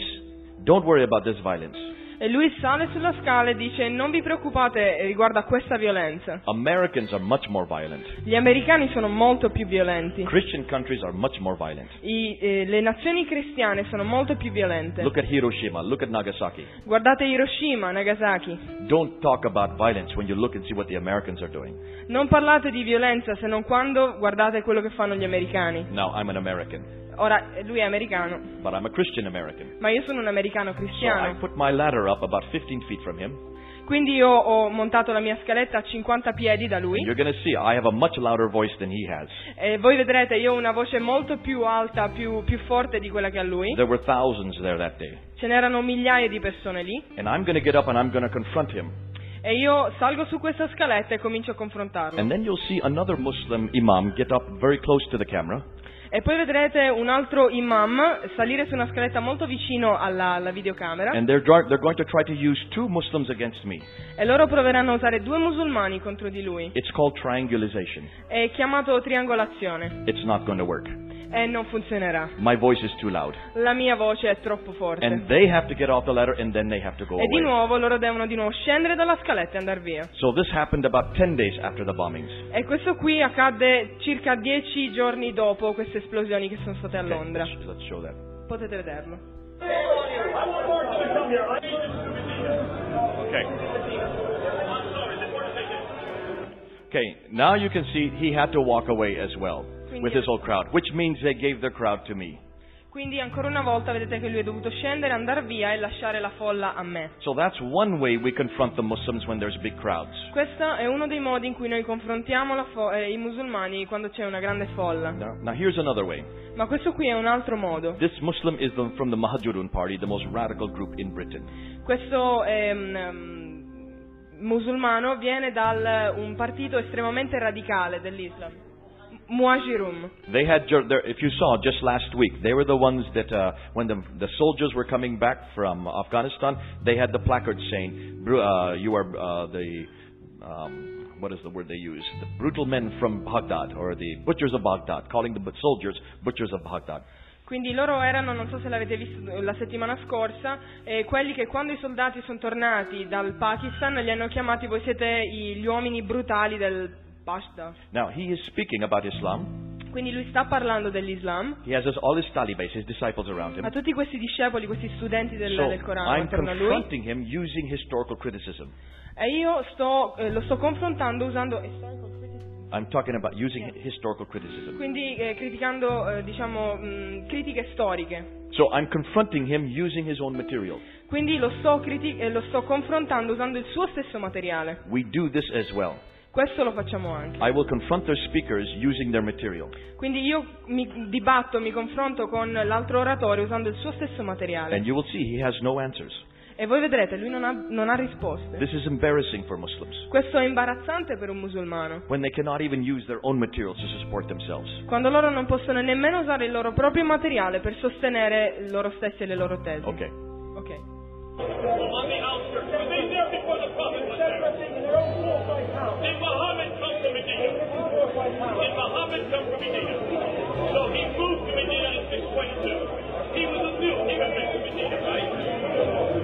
don't worry about this violence.
E lui sale sulla scala e dice non vi preoccupate riguardo a questa violenza.
Americans are much more violent.
Gli americani sono molto più violenti.
Christian countries are much more violent.
I- eh, le nazioni cristiane sono molto più violente.
Look at Hiroshima, look at Nagasaki.
Guardate Hiroshima, Nagasaki.
Don't talk about violence when you look and see what the Americans are doing.
Non parlate di violenza se non quando guardate quello che fanno gli americani.
Now, I'm an American,
Ora, eh, lui è americano,
but I'm a Christian American.
ma io sono un americano
So I
cristiano.
put my ladder up about 15 feet from him.
Quindi io ho montato la mia scaletta a 50 piedi da lui.
And you're going to see I have a much louder voice than he has.
E voi vedrete, io ho una voce molto più alta, più, più forte di quella che ha lui.
There were thousands there that day.
Ce n'erano migliaia di persone lì.
And I'm going to get up and I'm going to confront him.
E io salgo su questa scaletta e comincio a confrontarlo.
And then you'll see another Muslim imam get up very close to the camera.
E poi vedrete un altro imam salire su una scaletta molto vicino alla, alla videocamera.
And they're, dr- they're going to try to use two Muslims against me.
E loro proveranno a usare due musulmani contro di lui.
It's called triangulation.
È chiamato triangolazione.
It's not going to work.
E non funzionerà.
My voice is too loud.
La mia voce è troppo
And
forte.
they have to get off the ladder and then they have to go
E di
away.
nuovo loro devono di nuovo scendere dalla scaletta e andare via.
So this happened about 10 days after the bombings.
E questo qui accadde circa dieci giorni dopo queste esplosioni che sono state a
Okay,
Londra.
let's- let's show that.
Potete vederlo.
Okay. Okay, now you can see he had to walk away as well with his whole crowd, which means they gave their crowd to me.
Quindi ancora una volta vedete che lui è dovuto scendere, andare via e lasciare la folla a me.
So that's one way we confront the Muslims when there's big crowds.
Questo è uno dei modi in cui noi confrontiamo la fo- eh, i musulmani quando c'è una grande folla.
Now, now here's another way.
Ma questo qui è un altro modo.
This Muslim is the, from the Mahajurun party, the most radical group in Britain.
Questo ehm, ehm, musulmano viene da un partito estremamente radicale dell'Islam, Muajirum.
They had, jur- their, if you saw just last week, they were the ones that, uh, when the, the soldiers were coming back from Afghanistan, they had the placards saying, "Bru- uh, "You are uh, the, um, what is the word they use? The brutal men from Baghdad, or the butchers of Baghdad, calling the bu- soldiers butchers of Baghdad."
Quindi loro erano, non so se l'avete visto eh, la settimana scorsa, eh, quelli che quando i soldati sono tornati dal Pakistan li hanno chiamati voi siete i- gli uomini brutali del Pashta.
Now he is speaking about Islam.
Quindi lui sta parlando dell'Islam.
He has his, all his talibes, his disciples around him.
A tutti questi discepoli, questi studenti del, del
So
Corano
I'm
intorno a lui.
confronting him using historical criticism.
E io sto, eh, lo sto confrontando usando,
I'm talking about using historical criticism.
quindi eh, criticando, eh, diciamo, mh, critiche storiche.
So I'm confronting him using his own material.
Quindi lo sto, criti- eh, lo sto confrontando usando il suo stesso materiale.
We do this as well.
Questo lo facciamo anche.
I will confront their speakers using their material.
Quindi io mi dibatto, mi confronto con l'altro oratore usando il suo stesso materiale.
And you will see he has no answers.
E voi vedrete, lui non ha, non ha risposte.
This is embarrassing for Muslims
Questo è imbarazzante per un musulmano.
when they cannot even use their own material to support themselves.
Quando loro non possono nemmeno usare il loro proprio materiale per sostenere loro stessi e le loro tesi.
Okay,
on the outskirts. Were they there before the prophet was there? Did Muhammad come to Medina? Did Muhammad come to Medina? So he moved to Medina in 622. He was a Jew. He was living in Medina, right? Hold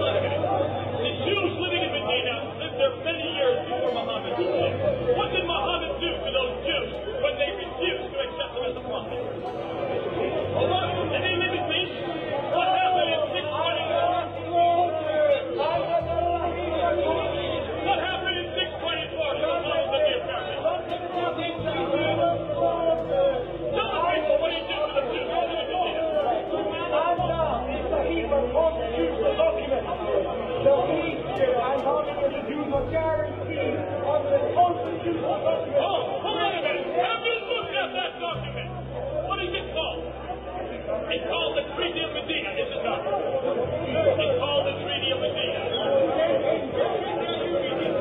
on a minute. The Jews living in Medina lived there many years before Muhammad was there. What did Muhammad do to those Jews when they refused to accept him as a prophet? Hold on. Did they live with me? What happened in 624? What happened in 624 to the laws of the Americans? Tell the people what he did to the Jews. What did he do? Oh, hold on a minute. Have you looked at that document? What is it called? It's called the Treaty of Medina, is it not? It's called the Treaty of Medina.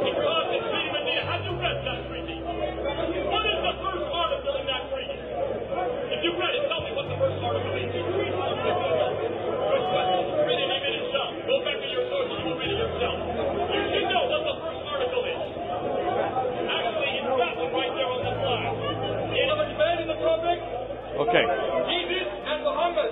It's called the Treaty of Medina. Have you read that treaty? What is the first article in that treaty? If you read it, tell me what the first article is. First question. Read it even itself. Go back to your sources. You will read it yourself. You should know what the first article is. Actually, it's got them right there on the slide. You know what's bad in the prophet?
Okay.
Jesus and Muhammad.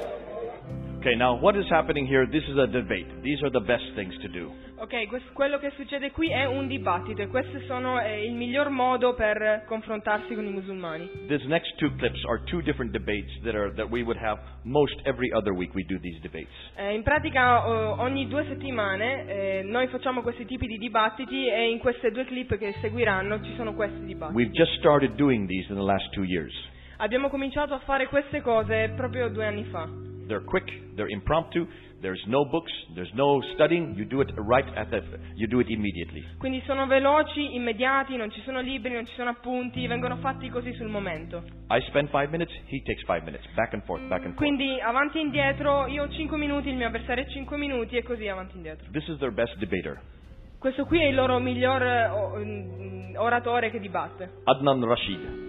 Okay, now what is happening here? This is a debate. These are the best things to do.
Ok, quest- quello che succede qui è un dibattito e questo sono eh, il miglior modo per confrontarsi con i musulmani.
These next two clips are two different debates that are that we would have most every other week. We do these debates.
Eh, in pratica o- ogni due settimane eh, noi facciamo questi tipi di dibattiti e in queste due clip che seguiranno ci sono questi dibattiti.
We've just started doing these in the last two years.
Abbiamo cominciato a fare queste cose proprio due anni fa.
They're quick. They're impromptu. There's no books. There's no studying. You do it right at the. You do it immediately.
Quindi sono veloci, immediati, non ci sono libri, non ci sono appunti, vengono fatti così sul momento.
I spend five minutes. He takes five minutes. Back and forth. Back and forth.
Quindi avanti e indietro, io ho 5 minuti, il mio avversario ha 5 minuti e così avanti e indietro.
This is their best debater.
Questo qui è il loro miglior eh, o- mm, oratore che dibatte.
Adnan Rashid.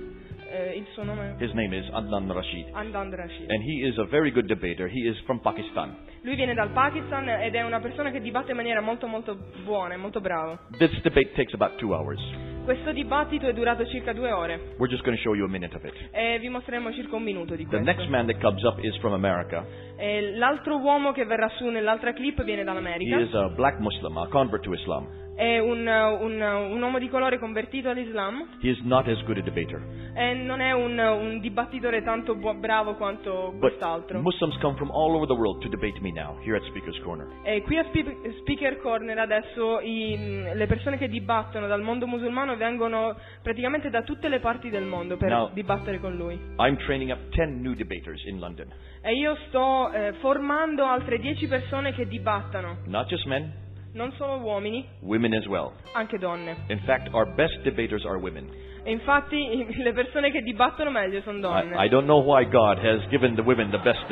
Eh, il suo nome
His name is Adnan Rashid,
è Andan Rashid.
and he is a very good debater. He is from Pakistan.
Lui viene dal Pakistan ed è una persona che dibatte in maniera molto molto buona e molto bravo.
This debate takes about two hours.
Questo dibattito è durato circa due ore
We're just going to show you a minute of it.
e vi mostreremo circa un minuto di
The next
questo.
man that comes up is from America.
Eh, l'altro uomo che verrà su nell'altra clip viene
He
dall'America.
is a black Muslim, a convert to Islam.
È un, un- un uomo di colore convertito all'Islam
He is not as good a debater.
e non è un, un dibattitore tanto buo- bravo quanto
But
quest'altro.
Muslims come from all over the world to debate me now, here at Speaker's Corner.
E qui a Spe- Speaker Corner adesso i- le persone che dibattono dal mondo musulmano vengono praticamente da tutte le parti del mondo per
No.
dibattere con lui.
I'm training up 10 new debaters in London.
E io sto eh, formando altre 10 persone che dibattano,
Not just men,
non solo uomini,
women as well.
anche donne.
In fact, our best debaters are women.
E infatti *laughs* i- le persone che dibattono meglio sono donne.
I, I don't know why God has given the women the best.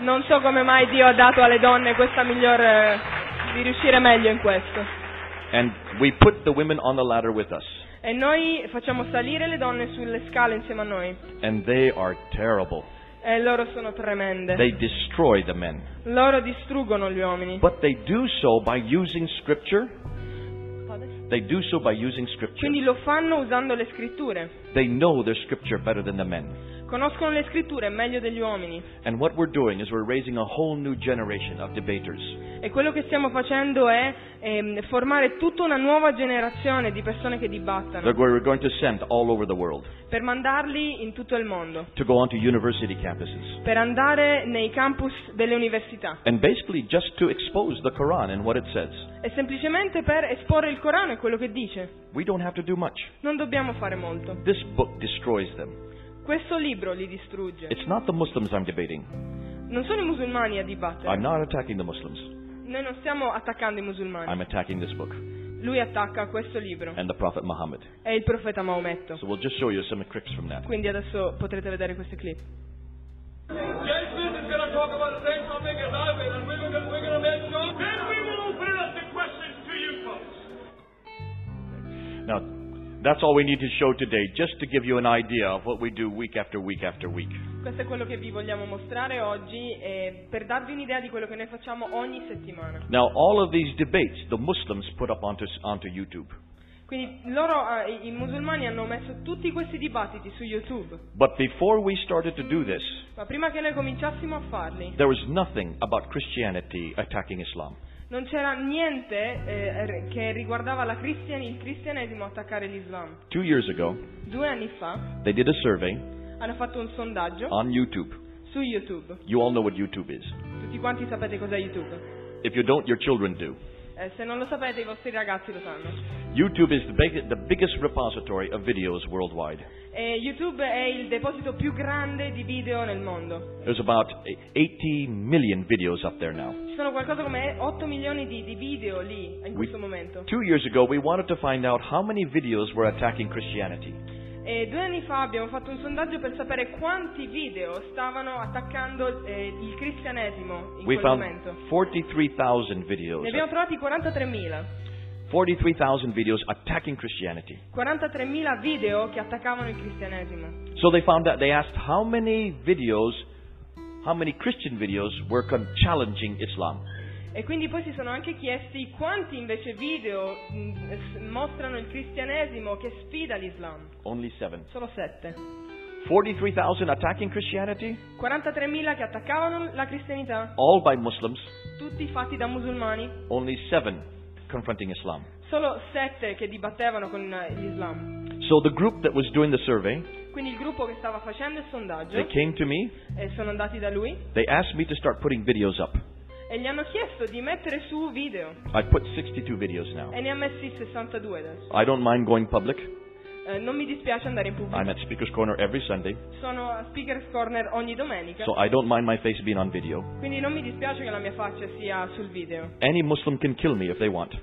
Non so come mai Dio ha dato alle donne questa miglior eh, di riuscire meglio in questo.
And we put the women on the ladder with us.
E noi facciamo salire le donne sulle scale insieme a noi.
And they are terrible.
E loro sono tremende.
They destroy the men.
Loro distruggono gli uomini.
But they do so by using scripture. They do so by using scripture.
Quindi lo fanno usando le scritture.
They know their scripture better than the men.
Conoscono le scritture meglio degli uomini.
And what we're doing is we're raising a whole new generation of debaters.
E quello che stiamo facendo è ehm, formare tutta una nuova generazione di persone che dibattano
that we're going to send all over the world
per mandarli in tutto il mondo,
to go onto university campuses.
per andare nei campus delle università
And basically just to expose the Quran and what it says.
e semplicemente per esporre il Corano e quello che dice.
We don't have to do much.
Non dobbiamo fare molto.
This book destroys them.
Questo libro li distrugge.
It's not the Muslims I'm debating.
Non sono i musulmani a
I'm
dibattere.
not attacking the Muslims.
Noi non stiamo attaccando i musulmani.
I'm attacking this book
Lui attacca questo libro.
and the Prophet Muhammad.
È il profeta Maometto.
So we'll just show you some clips from that.
Quindi adesso potrete vedere queste clip.
Jay Smith is going to talk about the same topic as I will, and we're going we're to make sure. Then we will open up the questions to you folks.
Now, that's all we need to show today, just to give you an idea of what we do week after week after week.
Questo è quello che vi vogliamo mostrare oggi eh, per darvi un'idea di quello che noi facciamo ogni settimana.
Now, all of these debates the Muslims put up onto, onto YouTube.
Quindi loro, eh, i- i musulmani, hanno messo tutti questi dibattiti su YouTube,
But before we started to do this,
ma prima che noi cominciassimo a farli
there was nothing about Christianity attacking Islam.
non c'era niente eh, re- che riguardava la cristian- il cristianesimo attaccare l'Islam.
Two years ago,
Due anni fa
they did a survey
hanno fatto un sondaggio
on YouTube.
su YouTube.
You all know what YouTube is.
Tutti quanti sapete cos'è YouTube.
If you don't, your children do.
Eh, se non lo sapete i vostri ragazzi lo sanno.
YouTube is the, big, the biggest repository of videos worldwide.
Eh, YouTube è il deposito più grande di video nel mondo.
There's about 80 million videos up there now.
Ci sono qualcosa come 8 milioni di, di video lì in
We-
questo momento.
Two years ago, we wanted to find out how many videos were attacking Christianity.
E due anni fa abbiamo fatto un sondaggio per sapere quanti video stavano attaccando eh, il cristianesimo in
We
quel
found
momento.
43,000 videos.
Ne abbiamo trovati 43.000.
43,000 videos attacking Christianity.
43.000 video che attaccavano il cristianesimo.
So they found out, they asked how many videos, how many Christian videos were con- challenging Islam.
E quindi poi si sono anche chiesti quanti invece video mh, s- mostrano il cristianesimo che sfida l'Islam.
Only seven.
Solo 7.
43,000 attacking Christianity,
43.000 che attaccavano la cristianità,
all by Muslims.
tutti fatti da musulmani.
Only seven confronting Islam.
Solo 7 che dibattevano con eh, l'Islam.
So the group that was doing the survey,
Quindi il gruppo che stava facendo il sondaggio
they came to me,
eh, sono andati da lui
they asked me to start putting videos up.
e gli hanno chiesto di mettere su video
I put 62 videos now.
e ne ha messi 62 adesso.
I don't mind going public.
Eh, non mi dispiace andare in pubblico.
I'm at Speaker's Corner every Sunday,
Sono a Speaker's Corner ogni domenica,
so I don't mind my face being on video.
quindi non mi dispiace che la mia faccia sia sul video.
Any Muslim can kill me if they want.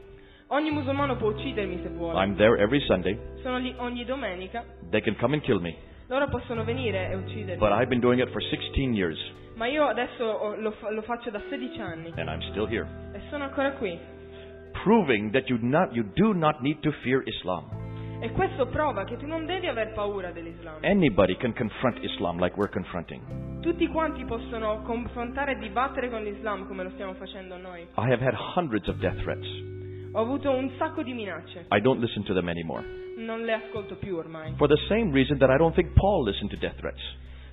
Ogni musulmano può uccidermi se vuole.
I'm there every Sunday.
Sono lì ogni domenica.
They can come and kill me.
Loro possono venire e uccidermi.
But I've been doing it for 16 years,
Ma io adesso ho- lo, fa- lo faccio da 16 anni
and I'm still here.
e sono ancora qui.
Proving that you, not, you do not need to fear Islam.
E questo prova che tu non devi aver paura dell'Islam.
Anybody can confront Islam like we're confronting.
Tutti quanti possono confrontare e dibattere con l'Islam come lo stiamo facendo noi.
I have had hundreds of death threats.
Ho avuto un sacco di minacce,
I don't listen to them anymore.
non le ascolto più ormai.
For the same reason that I don't think Paul listened to death threats.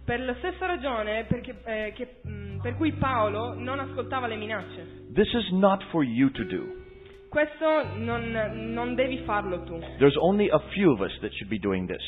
Per la stessa ragione perché- eh, che- mh, per cui Paolo non ascoltava le minacce.
This is not for you to do.
Questo non, non devi farlo tu.
There's only a few of us that should be doing this.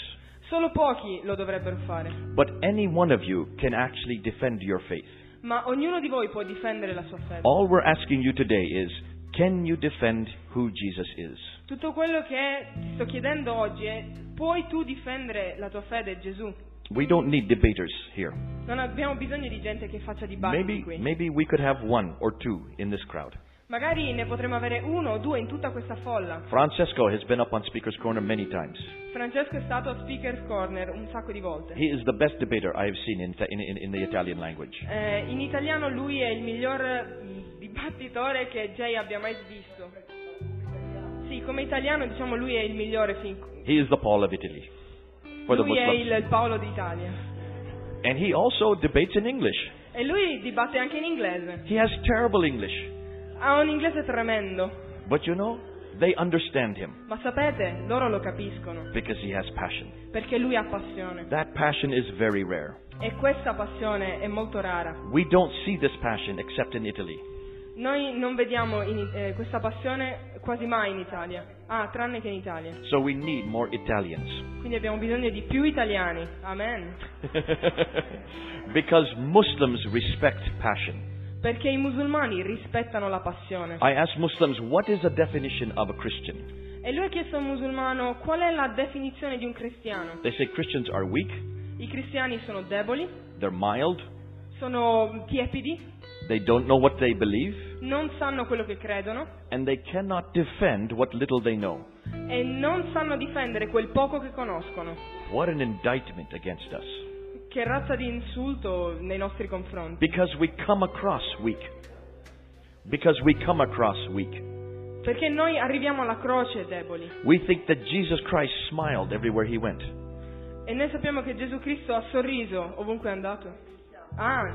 Solo pochi lo dovrebbero fare,
But any one of you can actually defend your faith.
ma ognuno di voi può difendere la sua fede.
All we're asking you today is can you defend who Jesus is?
Tutto quello che ti sto chiedendo oggi è puoi tu difendere la tua fede, Gesù?
We don't need debaters here.
Non abbiamo bisogno di gente che faccia dibattiti
Maybe,
qui.
maybe we could have one or two in this crowd.
Magari ne potremmo avere uno o due in tutta questa folla.
Francesco has been up on Speaker's Corner many times.
Francesco è stato a Speaker's Corner un sacco di volte.
He is the best debater I have seen in, in, in, in the Italian language.
Eh, in italiano lui è il miglior mh, dibattitore che Jay abbia mai visto. Sì, come italiano diciamo lui è il migliore fin
He is the Paul of Italy for the
Lui è
Muslims.
il il Paolo d'Italia.
And he also debates in English.
E lui dibatte anche in inglese.
He has terrible English.
Ha un inglese tremendo,
But you know, they understand him
ma sapete, loro lo capiscono,
because he has passion.
perché lui ha passione.
That passion is very rare.
E questa passione è molto rara.
We don't see this passion except in Italy.
Noi non vediamo in- eh, questa passione quasi mai in Italia. Ah, tranne che in Italia.
So we need more Italians. *laughs*
Quindi abbiamo bisogno di più italiani. Amen.
because Muslims respect passion.
Perché i musulmani rispettano la passione.
I asked Muslims, what is the definition of a Christian?
E lui ha chiesto a un musulmano qual è la definizione di un cristiano.
They say Christians are weak,
I cristiani sono deboli,
they're mild,
sono tiepidi,
they don't know what they believe,
non sanno quello che credono
and they cannot defend what little they know.
e non sanno difendere quel poco che conoscono.
What an indictment against us.
Che razza di insulto nei nostri confronti.
Because we come across weak. Because we come across weak.
Perché noi arriviamo alla croce deboli.
We think that Jesus Christ smiled everywhere he went.
E noi sappiamo che Gesù Cristo ha sorriso ovunque è andato. Ah,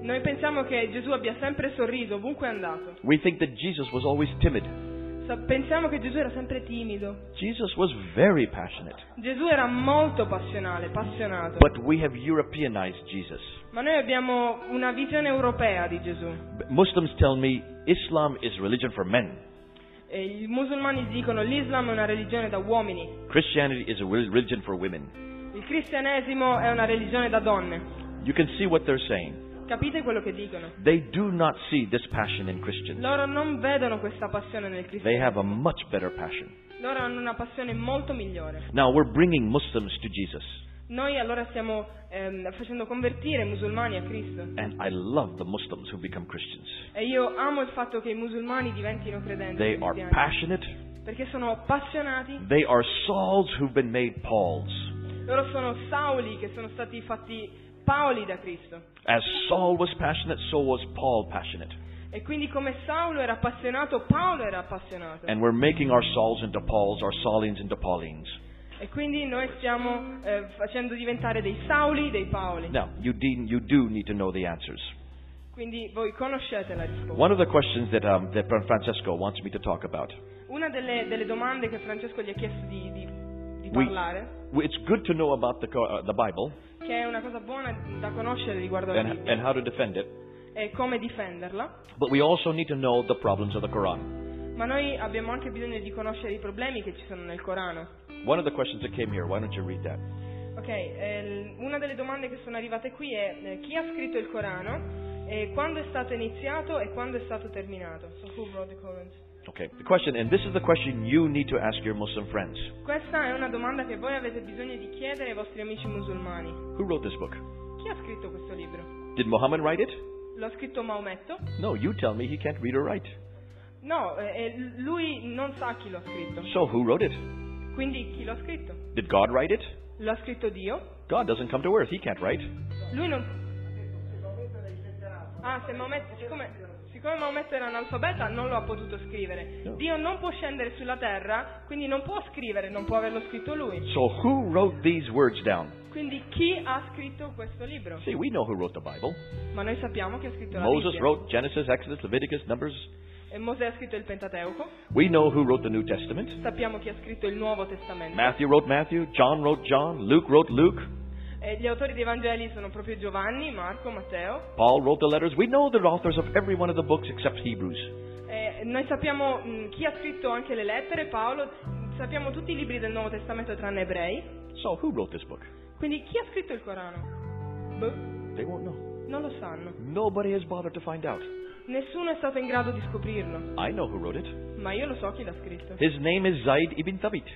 noi pensiamo che Gesù abbia sempre sorriso ovunque è andato.
We think that Jesus was always timid.
Sa- Pensiamo che Gesù era sempre timido.
Jesus was very passionate.
Gesù era molto passionale, passionato.
But we have Europeanized Jesus.
Ma noi abbiamo una visione europea di Gesù.
B- Muslims tell me Islam is religion for men.
E I musulmani dicono l'Islam è una religione da uomini,
Christianity is a re- religion for women.
il cristianesimo è una religione da donne.
You can see what they're saying.
Capite quello che dicono?
They do not see this passion in Christians.
Loro non vedono questa passione nel
They
cristianesimo.
have a much better passion.
Loro hanno una passione molto migliore.
Now we're bringing Muslims to Jesus.
Noi allora stiamo ehm, facendo convertire i musulmani a Cristo.
And I love the Muslims who become Christians.
E io amo il fatto che i musulmani diventino credenti
They are
cristiani,
passionate.
perché sono appassionati.
They are Sauls who've been made Pauls.
Loro sono Sauli che sono stati fatti Paoli da Cristo.
As Saul was passionate, so was Paul passionate.
E quindi come Saulo era appassionato, Paolo era appassionato.
And we're making our Sauls into Pauls, our Saulines into Paulines.
E quindi noi stiamo eh, facendo diventare dei Sauli dei Paoli.
Now, you, de- you do need to know the answers.
Quindi voi conoscete la risposta.
One of the questions that, um, that Francesco wants me to talk about.
Una delle, delle domande che Francesco gli ha chiesto di, di- di
We-
parlare,
we- it's good to know about the, co- uh, the Bible
che è una cosa buona da conoscere riguardo alla
and,
Bibbia,
and how to defend it,
e come difenderla,
but we also need to know the problems of the Quran.
ma noi abbiamo anche bisogno di conoscere i problemi che ci sono nel Corano.
One of the questions that came here, why don't you read that?
Ok, eh, l- una delle domande che sono arrivate qui è eh, chi ha scritto il Corano, eh, quando è stato iniziato e quando è stato terminato. So who wrote the Quran?
Okay, the question, and this is the question you need to ask your Muslim friends.
Questa è una domanda che voi avete bisogno di chiedere ai vostri amici musulmani.
Who wrote this book?
Chi ha scritto questo libro?
Did Muhammad write it?
L'ha scritto Maometto?
No, you tell me he can't read or write.
No, eh, eh, lui non sa chi l'ha scritto.
So who wrote it?
Quindi chi l'ha scritto?
Did God write it?
L'ha scritto Dio?
God doesn't come to earth. He can't write.
Lui non... Ah, se Maometto, siccome, siccome Maometto era analfabeta non lo ha potuto scrivere.
No.
Dio non può scendere sulla terra, quindi non può scrivere, non può averlo scritto lui.
So who wrote these words down?
Quindi chi ha scritto questo libro?
See, we know who wrote the Bible.
Ma noi sappiamo chi ha scritto la
Moses
Bibbia.
wrote Genesis, Exodus, Leviticus, Numbers.
E Mosè ha scritto il Pentateuco.
We know who wrote the New Testament.
Sappiamo chi ha scritto il Nuovo Testamento.
Matthew wrote Matthew, John wrote John, Luke wrote Luke,
Eh, gli autori dei Vangeli sono proprio Giovanni, Marco, Matteo.
Paul wrote the letters. We know the authors of every one of the books except Hebrews.
Eh, noi sappiamo mh, chi ha scritto anche le lettere, Paolo, sappiamo tutti i libri del Nuovo Testamento tranne ebrei.
So who wrote this book?
Quindi chi ha scritto il Corano? Boh,
They won't know.
non lo sanno.
Nobody has bothered to find out.
Nessuno è stato in grado di scoprirlo,
I know who wrote it.
ma io lo so chi l'ha scritto.
His name is Zaid ibn Thabit.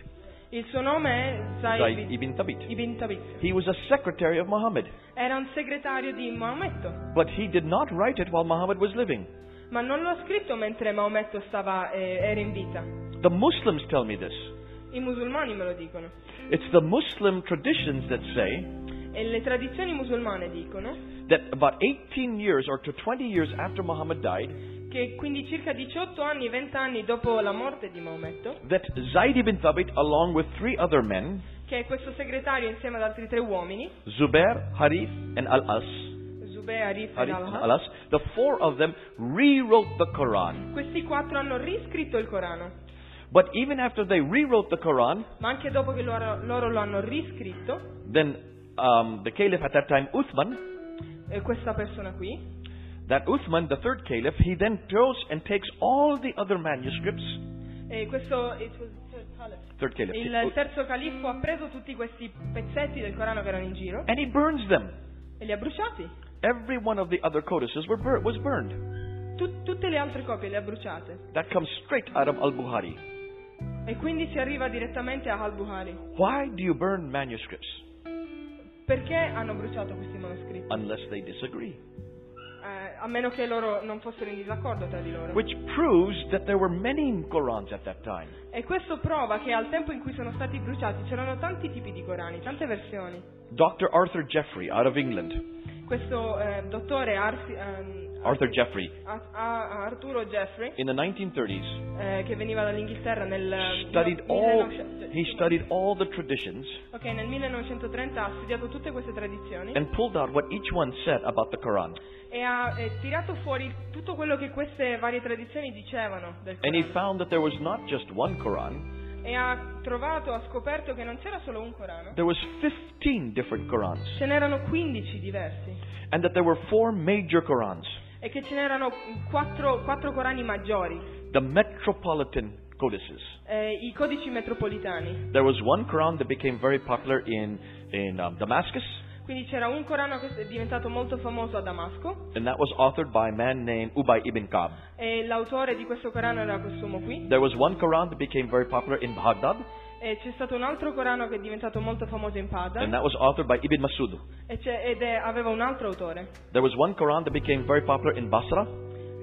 Il suo nome è Zaid
Zaid
ibn-
ibn Thabit.
ibn Thabit.
He was a secretary of Muhammad,
Era un segretario di Maometto,
but he did not write it while Muhammad was living.
ma non l'ha scritto mentre Maometto stava, eh, era in vita.
The Muslims tell me this.
I musulmani me lo dicono.
It's the Muslim traditions that say
E le tradizioni musulmane dicono
that about 18 years or to 20 years after Muhammad died,
che quindi circa 18 anni, 20 anni dopo la morte di Maometto,
that Zaid ibn Thabit, along with three other men,
che è questo segretario insieme ad altri tre uomini,
Zubair, Harith, and Al-As,
Zubair, Arif e
Harith and
Al-Has,
Al-As, the four of them rewrote the Quran.
questi quattro hanno riscritto il Corano,
But even after they rewrote the Quran,
ma anche dopo che loro, loro lo hanno riscritto,
then um, the caliph at that time, Uthman,
eh, questa persona qui,
that Uthman, the third caliph, he then goes and takes all the other manuscripts.
eh, questo it was the third caliph.
Third caliph.
il terzo califfo ha preso tutti questi pezzetti del Corano che erano in giro
and he burns them.
e li ha bruciati.
Every one of the other codices were bur- was burned.
Tut- tutte le altre copie le ha bruciate.
That comes straight out of Al-Bukhari.
E quindi si arriva direttamente a Al-Bukhari.
Why do you burn manuscripts
Perché hanno bruciato questi manoscritti?
unless they disagree?
Eh, a meno che loro non fossero in disaccordo tra di loro.
Which proves that there were many Qurans at that time.
E questo prova che al tempo in cui sono stati bruciati c'erano tanti tipi di Corani, tante versioni.
Dr. Arthur Jeffrey out of England.
Questo eh, dottore Arsi- ehm,
Arthur Jeffrey.
Ar- A- Arturo Jeffrey,
In the 1930s,
eh, che veniva dall'Inghilterra nel
Studied all-
1900
He studied all the traditions
Ok, nel 1930 ha studiato tutte queste tradizioni
and pulled out what each one said about the Quran.
e ha eh, tirato fuori tutto quello che queste varie tradizioni dicevano del
And he
Corano.
found that there was not just one Quran,
E ha trovato, ha scoperto che non c'era solo un Corano,
there was 15 different Qurans
ce n'erano 15 diversi
and that there were four major Qurans.
e che ce n'erano quattro, quattro Corani maggiori,
The metropolitan codices.
eh, i codici metropolitani.
There was one Quran that became very popular in in um, Damascus,
Quindi c'era un Corano che è diventato molto famoso a Damasco
and that was authored by a man named Ubay ibn Ka'b.
e l'autore di questo Corano era quest'uomo qui.
There was one Quran that became very popular in Baghdad,
E c'è stato un altro Corano che è diventato molto famoso in
and
Padova
that was authored by Ibn Masud.
e c'è- ed è- aveva un altro autore.
There was one Quran that became very popular in Basra.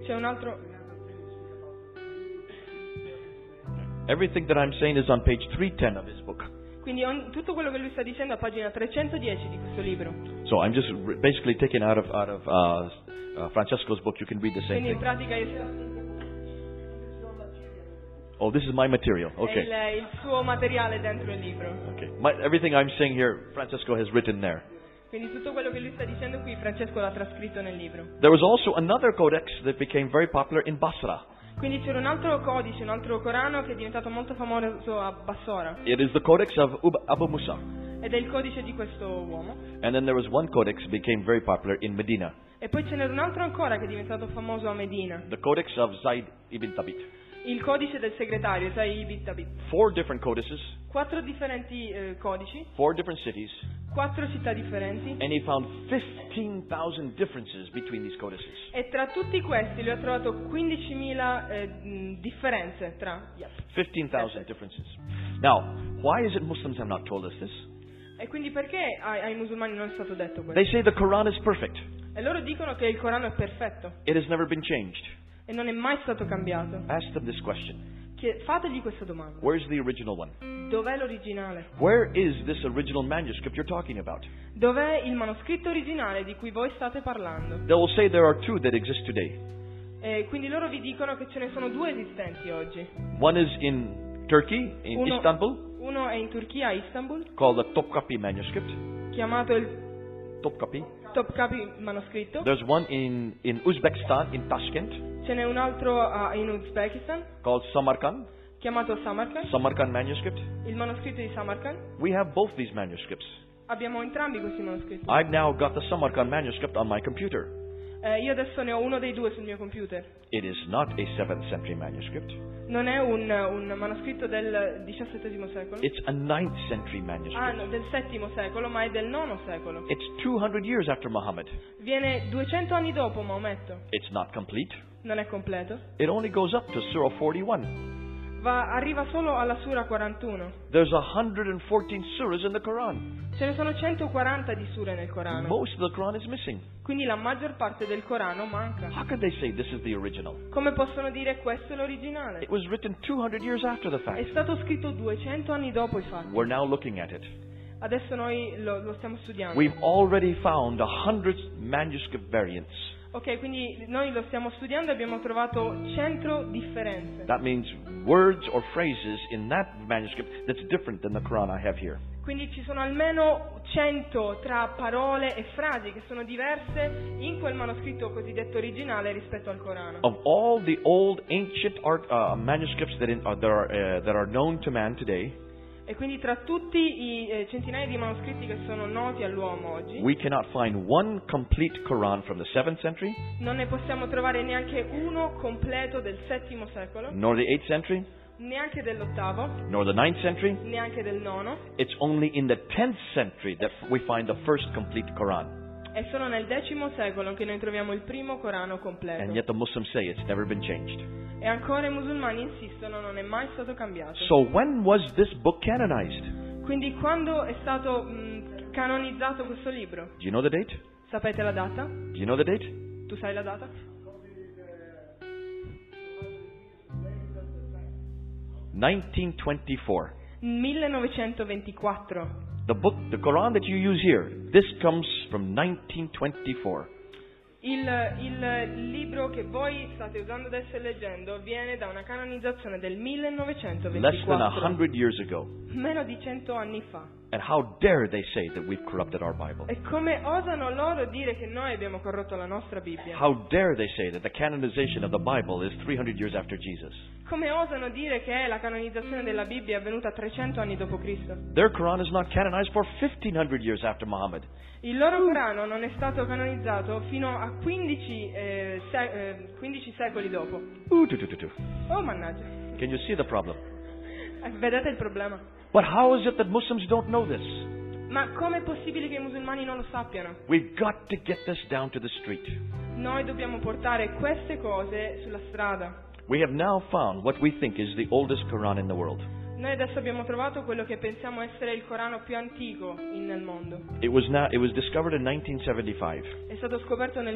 C'è un altro...
Everything that I'm saying is on page 310 of his book.
Quindi ogni- tutto quello che lui sta dicendo è a pagina 310 di questo libro.
So I'm just r- basically taking out of out of uh, uh, Francesco's book. You can read the same
Quindi in
thing.
pratica il,
Oh, this is my material.
è
Okay.
il- il suo materiale dentro il libro.
Okay. My, everything I'm saying here, Francesco has written there.
Quindi tutto quello che lui sta dicendo qui Francesco l'ha trascritto nel libro.
There was also another codex that became very popular in Basra.
Quindi c'era un altro codice, un altro Corano che è diventato molto famoso a Bassora
It is the codex of Ub- Abu Musa.
ed è il codice di questo uomo.
And then there was one codex that became very popular in Medina,
E poi ce n'era un altro ancora che è diventato famoso a Medina,
the codex of Zaid ibn Thabit.
il codice del segretario, sai Bittabit.
Four different codices,
Quattro differenti eh, codici,
four different cities,
quattro città differenti
and he found 15,000 differences between these codices.
e tra tutti questi lui ha trovato 15.000 eh, mh, differenze tra...
15,000 differences. Now, why is it Muslims have not told us this?
E quindi perché ai, ai musulmani non è stato detto questo?
They say the Quran is perfect.
E loro dicono che il Corano è perfetto
It has never been changed.
e non è mai stato cambiato.
Ask them this question.
Chie- fategli questa domanda.
Where's the original one?
Dov'è l'originale?
Where is this original manuscript you're talking about?
Dov'è il manoscritto originale di cui voi state parlando?
They will say there are two that exist today.
E Eh, quindi loro vi dicono che ce ne sono due esistenti oggi.
One is in Turkey, in
Uno-
Istanbul,
Uno è in Turchia, a Istanbul,
called the Topkapi manuscript.
chiamato il
Topkapi.
Topkapi manoscritto.
There's one in, in Uzbekistan, in Tashkent,
Ce n'è un altro ah, in Uzbekistan,
called Samarkand,
chiamato Samarkand,
Samarkand manuscript.
il manoscritto di Samarkand.
We have both these manuscripts.
Abbiamo entrambi questi manoscritti.
I've now got the Samarkand manuscript on my computer.
Eh, io adesso ne ho uno dei due sul mio computer.
It is not a 7th century manuscript.
Non è un, un manoscritto del XVII secolo?
It's a 9th century
Ah,
manuscript.
no, del VII secolo, ma è del IX secolo.
It's 200 years after Muhammad.
Viene 200 anni dopo Maometto.
It's not complete.
Non è completo.
It only goes up to Surah 41.
Va- arriva solo alla Sura 41.
There's 114 surahs in the Quran.
Ce ne sono 140 di sure nel Corano.
Most of the Quran is missing.
Quindi la maggior parte del Corano manca.
How could they say this is the original?
Come possono dire questo è l'originale?
It was written 200 years after the fact.
È stato scritto 200 anni dopo i fatti.
We're now looking at it.
Adesso noi lo, lo stiamo studiando.
We've already found 100 manuscript variants.
Ok, quindi noi lo stiamo studiando e abbiamo trovato 100 differenze.
That means words or phrases in that manuscript that's different than the Quran I have here.
Quindi ci sono almeno 100 tra parole e frasi che sono diverse in quel manoscritto cosiddetto originale rispetto al Corano.
Of all the old ancient art, uh, manuscripts that, in, uh, that, are, uh, that are known to man today,
E quindi tra tutti i eh, centinaia di manoscritti che sono noti all'uomo oggi,
we cannot find one complete Quran from the 7th century,
non ne possiamo trovare neanche uno completo del VII secolo,
nor the 8th century,
neanche dell'ottavo,
nor the 9th century.
neanche del nono,
It's only in the 10th century that we find the first complete Quran.
e solo nel X secolo che noi troviamo il primo Corano
And
completo.
yet the Muslims say it's never been changed.
E ancora i musulmani insistono, non è mai stato cambiato.
So when was this book canonized?
Quindi quando è stato mh, canonizzato questo libro?
Do you know the date?
Sapete la data?
Do you know the date?
Tu sai la data?
Nineteen twenty-four.
1924.
The book, the Quran that you use here, this comes from 1924.
Il, il libro che voi state usando adesso e leggendo viene da una canonizzazione del
less than a
1924,
hundred years ago.
meno di 100 anni fa.
And how dare they say that we've corrupted our Bible?
E come osano loro dire che noi abbiamo corrotto la nostra Bibbia?
How dare they say that the canonization of the Bible is 300 years after Jesus?
Come osano dire che la canonizzazione della Bibbia è avvenuta 300 anni dopo Cristo?
Their Quran is not canonized for 1500 years after Muhammad.
Il loro Corano non è stato canonizzato fino a 15, eh, se- eh, 15 secoli dopo.
Ooh, do, do, do, do.
Oh mannaggia,
Can you see the problem?
Eh, vedete il problema?
But how is it that Muslims don't know this?
Ma com'è possibile che i musulmani non lo sappiano?
We've got to get this down to the street.
Noi dobbiamo portare queste cose sulla strada.
We have now found what we think is the oldest Quran in the world.
Noi adesso abbiamo trovato quello che pensiamo essere il Corano più antico in- nel mondo.
It was, now, it was discovered in 1975
È stato scoperto nel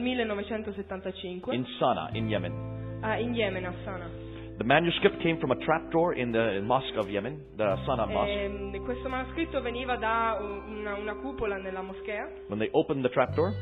1975
in Sana'a, in Yemen.
ah, in Yemen, a Sana'a.
The manuscript came from a trapdoor in the mosque of Yemen, the Sana'a mosque.
Ehm, questo manoscritto veniva da una, una cupola nella moschea.
When they opened the trapdoor,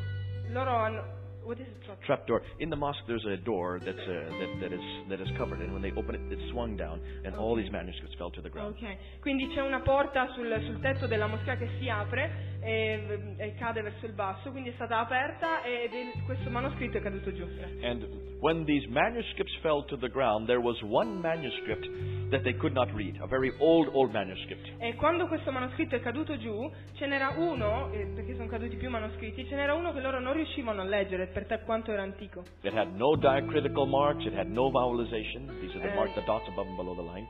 Loro hanno... What is it?
trapdoor. In the mosque, there's a door that's uh that, that is that is covered, and when they open it, it swung down, and all these manuscripts fell to the ground.
Ok, quindi c'è una porta sul, sul tetto della moschea che si apre e, e cade verso il basso, quindi è stata aperta ed il- questo manoscritto è caduto giù.
And when these manuscripts fell to the ground, there was one manuscript that they could not read, a very old, old manuscript.
E quando questo manoscritto è caduto giù, ce n'era uno, eh, perché sono caduti più manoscritti, ce n'era uno che loro non riuscivano a leggere per te- quanto era antico.
It had no diacritical marks, it had no vowelization. These are the
Uh,
mark, the dots above and below the line.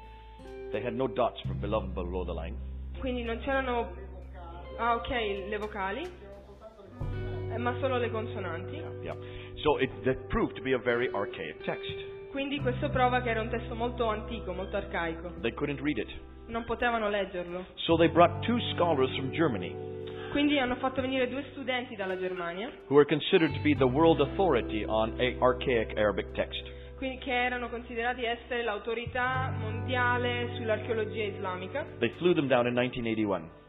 They had no dots from below and below the line.
Quindi non c'erano... Ah ok, le vocali, eh, ma solo le consonanti.
Yeah. So it that proved to be a very archaic text.
Quindi questo prova che era un testo molto antico, molto arcaico.
They couldn't read it.
Non potevano leggerlo.
So they brought two scholars from Germany
Quindi hanno fatto venire due studenti dalla Germania,
who are considered to be the world authority on a archaic Arabic text.
quindi- che erano considerati essere l'autorità mondiale sull'archeologia islamica.
They flew them down in 1981.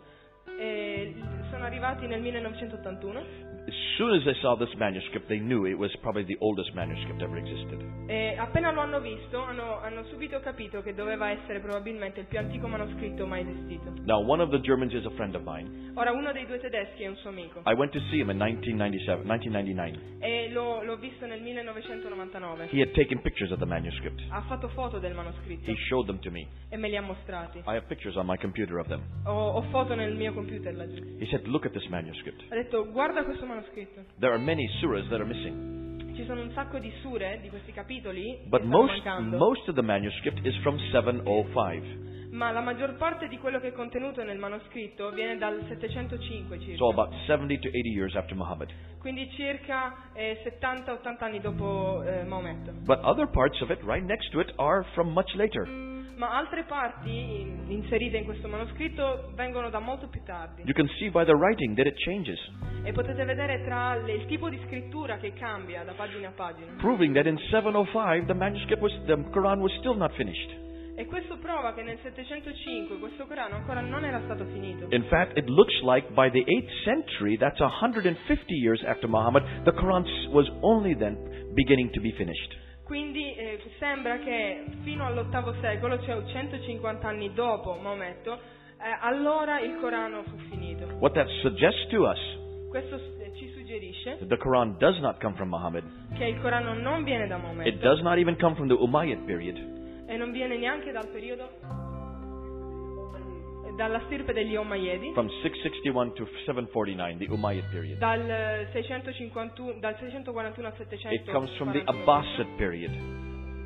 E sono arrivati nel 1981
As soon as they saw this manuscript, they knew it was probably the oldest manuscript ever existed.
e appena lo hanno visto hanno, hanno subito capito che doveva essere probabilmente il più antico manoscritto mai esistito.
Now, one of the Germans is a friend of mine.
Ora uno dei due tedeschi è un suo amico
I went to see him in 1997, 1999.
e lo- l'ho visto nel 1999.
He had taken pictures of the manuscript.
Ha fatto foto del manoscritto
He showed them to me.
e me li ha mostrati.
I have pictures on my computer of them.
Ho, ho foto nel mio computer laggiù.
He said, Look at this manuscript.
Ha detto guarda questo manoscritto.
There are many surahs that are missing,
Ci sono un sacco di sure di questi capitoli che
but
stanno
most,
mancando,
most of the manuscript is from 705.
ma la maggior parte di quello che è contenuto nel manoscritto viene dal 705 circa,
So, about 70 to 80 years after Muhammad.
quindi circa eh, 70-80 anni dopo eh, Maometto.
But other parts of it, right next to it, are from much later.
Ma altre parti in- inserite in questo manoscritto vengono da molto più tardi
You can see by the writing that it changes,
e potete vedere tra le- il tipo di scrittura che cambia da pagina a pagina
proving that in 705 the manuscript was the Quran was still not finished.
e questo prova che nel 705 questo Corano ancora non era stato finito.
In fact, it looks like by the 8th century, that's 150 years after Muhammad, the Quran s- was only then beginning to be finished.
Quindi eh, sembra che fino all'ottavo secolo, cioè 150 anni dopo Maometto, eh, allora il Corano fu finito.
What that suggests to us,
Questo eh, ci suggerisce
that the Quran does not come from Muhammad.
che il Corano non viene da
It
Maometto
does not even come from the Umayyad period.
e non viene neanche dal periodo dalla stirpe degli Omayyadi,
From 661 to 749, the Umayyad period.
dal, eh, 651 dal 641 al
It comes from the
700,
Abbasid period.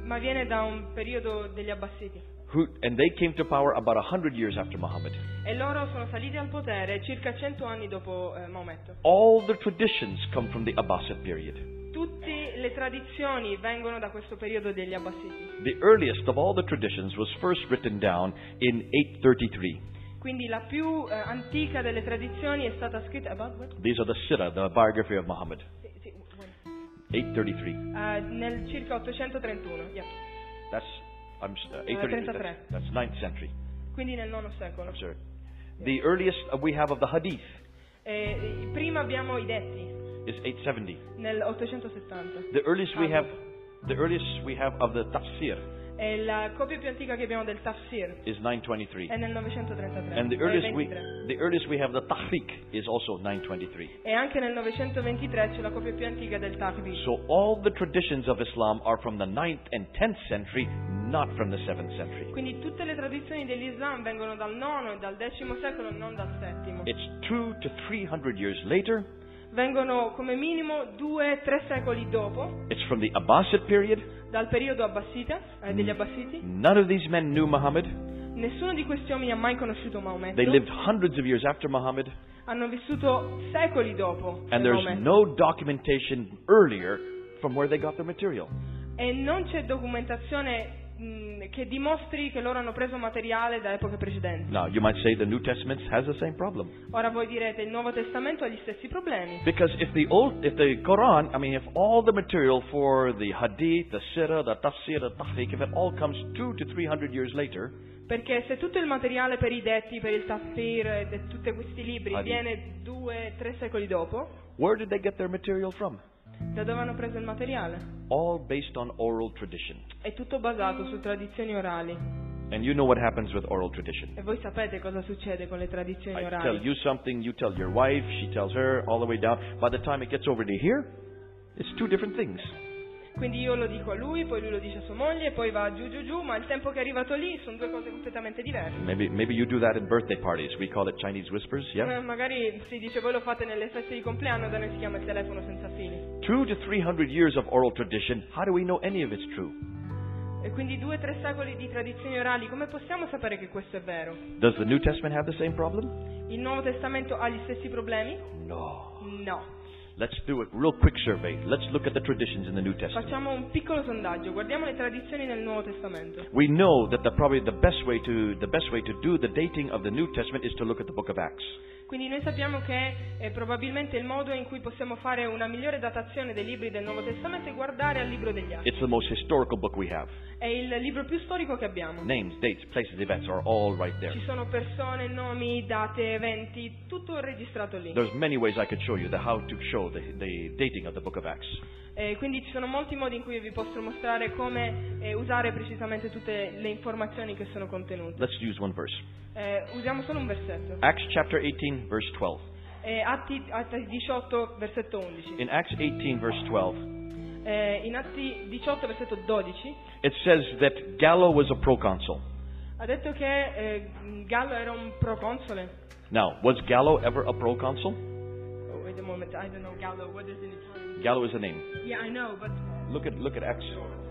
ma viene da un periodo degli Abbasidi.
Who, and they came to power about 100 years after Muhammad.
E loro sono saliti al potere circa 100 anni dopo eh, Maometto.
All the traditions come from the Abbasid period.
Tutte le tradizioni vengono da questo periodo degli Abbasidi.
The earliest of all the traditions was first written down in 833.
Quindi la più eh, antica delle tradizioni è stata scritta about what?
These are the Sirah, the biography of Muhammad.
Sì, sì, when?
833.
Eh, nel circa 831, yeah.
That's I'm s- uh, 833. That's, that's 9th century.
quindi nel IX secolo.
I'm sorry. The earliest uh, we have of the Hadith.
Eh, prima abbiamo i detti,
is 870.
nel 870.
The earliest we have, the earliest we have of the tafsir
E la copia più antica che abbiamo del Tafsir
is 923.
è nel 933.
And the
nel
earliest we,
23.
the earliest we have the tahriq is also 923.
E anche nel 923 c'è la copia più antica del Taqbi.
So all the traditions of Islam are from the 9th and 10th century, not from the 7th century.
Quindi tutte le tradizioni dell'Islam vengono dal IX e dal X secolo, non dal VII.
It's two to 300 years later.
Vengono come minimo due, tre secoli dopo,
It's from the Abbasid period.
dal periodo abbassita, eh,
Mm.
degli Abbasiti.
None of these men knew Muhammad.
Nessuno di questi uomini ha mai conosciuto Maometto.
They lived hundreds of years after Muhammad.
Hanno vissuto secoli dopo
And there's
Maometto.
no documentation earlier from where they got their material.
E non c'è documentazione mh, che dimostri che loro hanno preso materiale da epoche precedenti.
Now, you might say the New Testament has the same problem.
Ora voi direte il Nuovo Testamento ha gli stessi problemi.
Because if the old, if the Quran, I mean, if all the material for the Hadith, the Sirah, the Tafsir, the Tahriq, if it all comes two to three hundred years later,
Perché se tutto il materiale per i detti, per il Tafsir e de- tutti questi libri
Adi.
viene due, tre secoli dopo,
where did they get their material from?
da dove hanno preso il materiale?
All based on oral tradition.
È tutto basato su tradizioni orali.
And you know what happens with oral tradition.
E voi sapete cosa succede con le tradizioni
I tell
orali.
you something, you tell your wife, she tells her, all the way down. By the time it gets over to here, it's two different things.
Quindi io lo dico a lui, poi lui lo dice a sua moglie, poi va giù giù giù, ma il tempo che è arrivato lì sono due cose completamente diverse.
Maybe, maybe you do that in birthday parties. We call it Chinese whispers, yeah?
Eh, Magari si dice voi lo fate nelle feste di compleanno, da noi si chiama il telefono senza fili.
Two to three hundred years of oral tradition. How do we know any of it's true?
E quindi due o tre secoli di tradizioni orali, come possiamo sapere che questo è vero?
Does the New Testament have the same problem?
Il Nuovo Testamento ha gli stessi problemi?
No.
No.
Let's do a real quick survey. Let's look at the traditions in the New Testament.
Facciamo un piccolo sondaggio, guardiamo le tradizioni nel Nuovo Testamento.
We know that the, probably the best way to the best way to do the dating of the New Testament is to look at the Book of Acts.
Quindi noi sappiamo che eh, probabilmente il modo in cui possiamo fare una migliore datazione dei libri del Nuovo Testamento è guardare al libro degli Atti.
It's the most historical book we have.
È il libro più storico che abbiamo.
Names, dates, places, events are all right there.
Ci sono persone, nomi, date, eventi, tutto registrato lì.
There's many ways I could show you the how to show the, the dating of the Book of Acts.
Eh, quindi ci sono molti modi in cui vi posso mostrare come eh, usare precisamente tutte le informazioni che sono contenute.
Let's use one verse.
Eh, usiamo solo un versetto.
Acts chapter 18 verse 12.
Eh, Atti, Atti 18, versetto 11.
In Acts 18 verse 12,
Eh, in Atti 18, versetto 12,
it says that Gallo was a proconsul.
ha detto che eh, Gallo era un proconsole.
Now, was Gallo ever a proconsul?
Oh, wait a moment, I don't know Gallo, what is in Italian?
Gallo is a name.
Yeah, I know, but...
Look at look at Acts,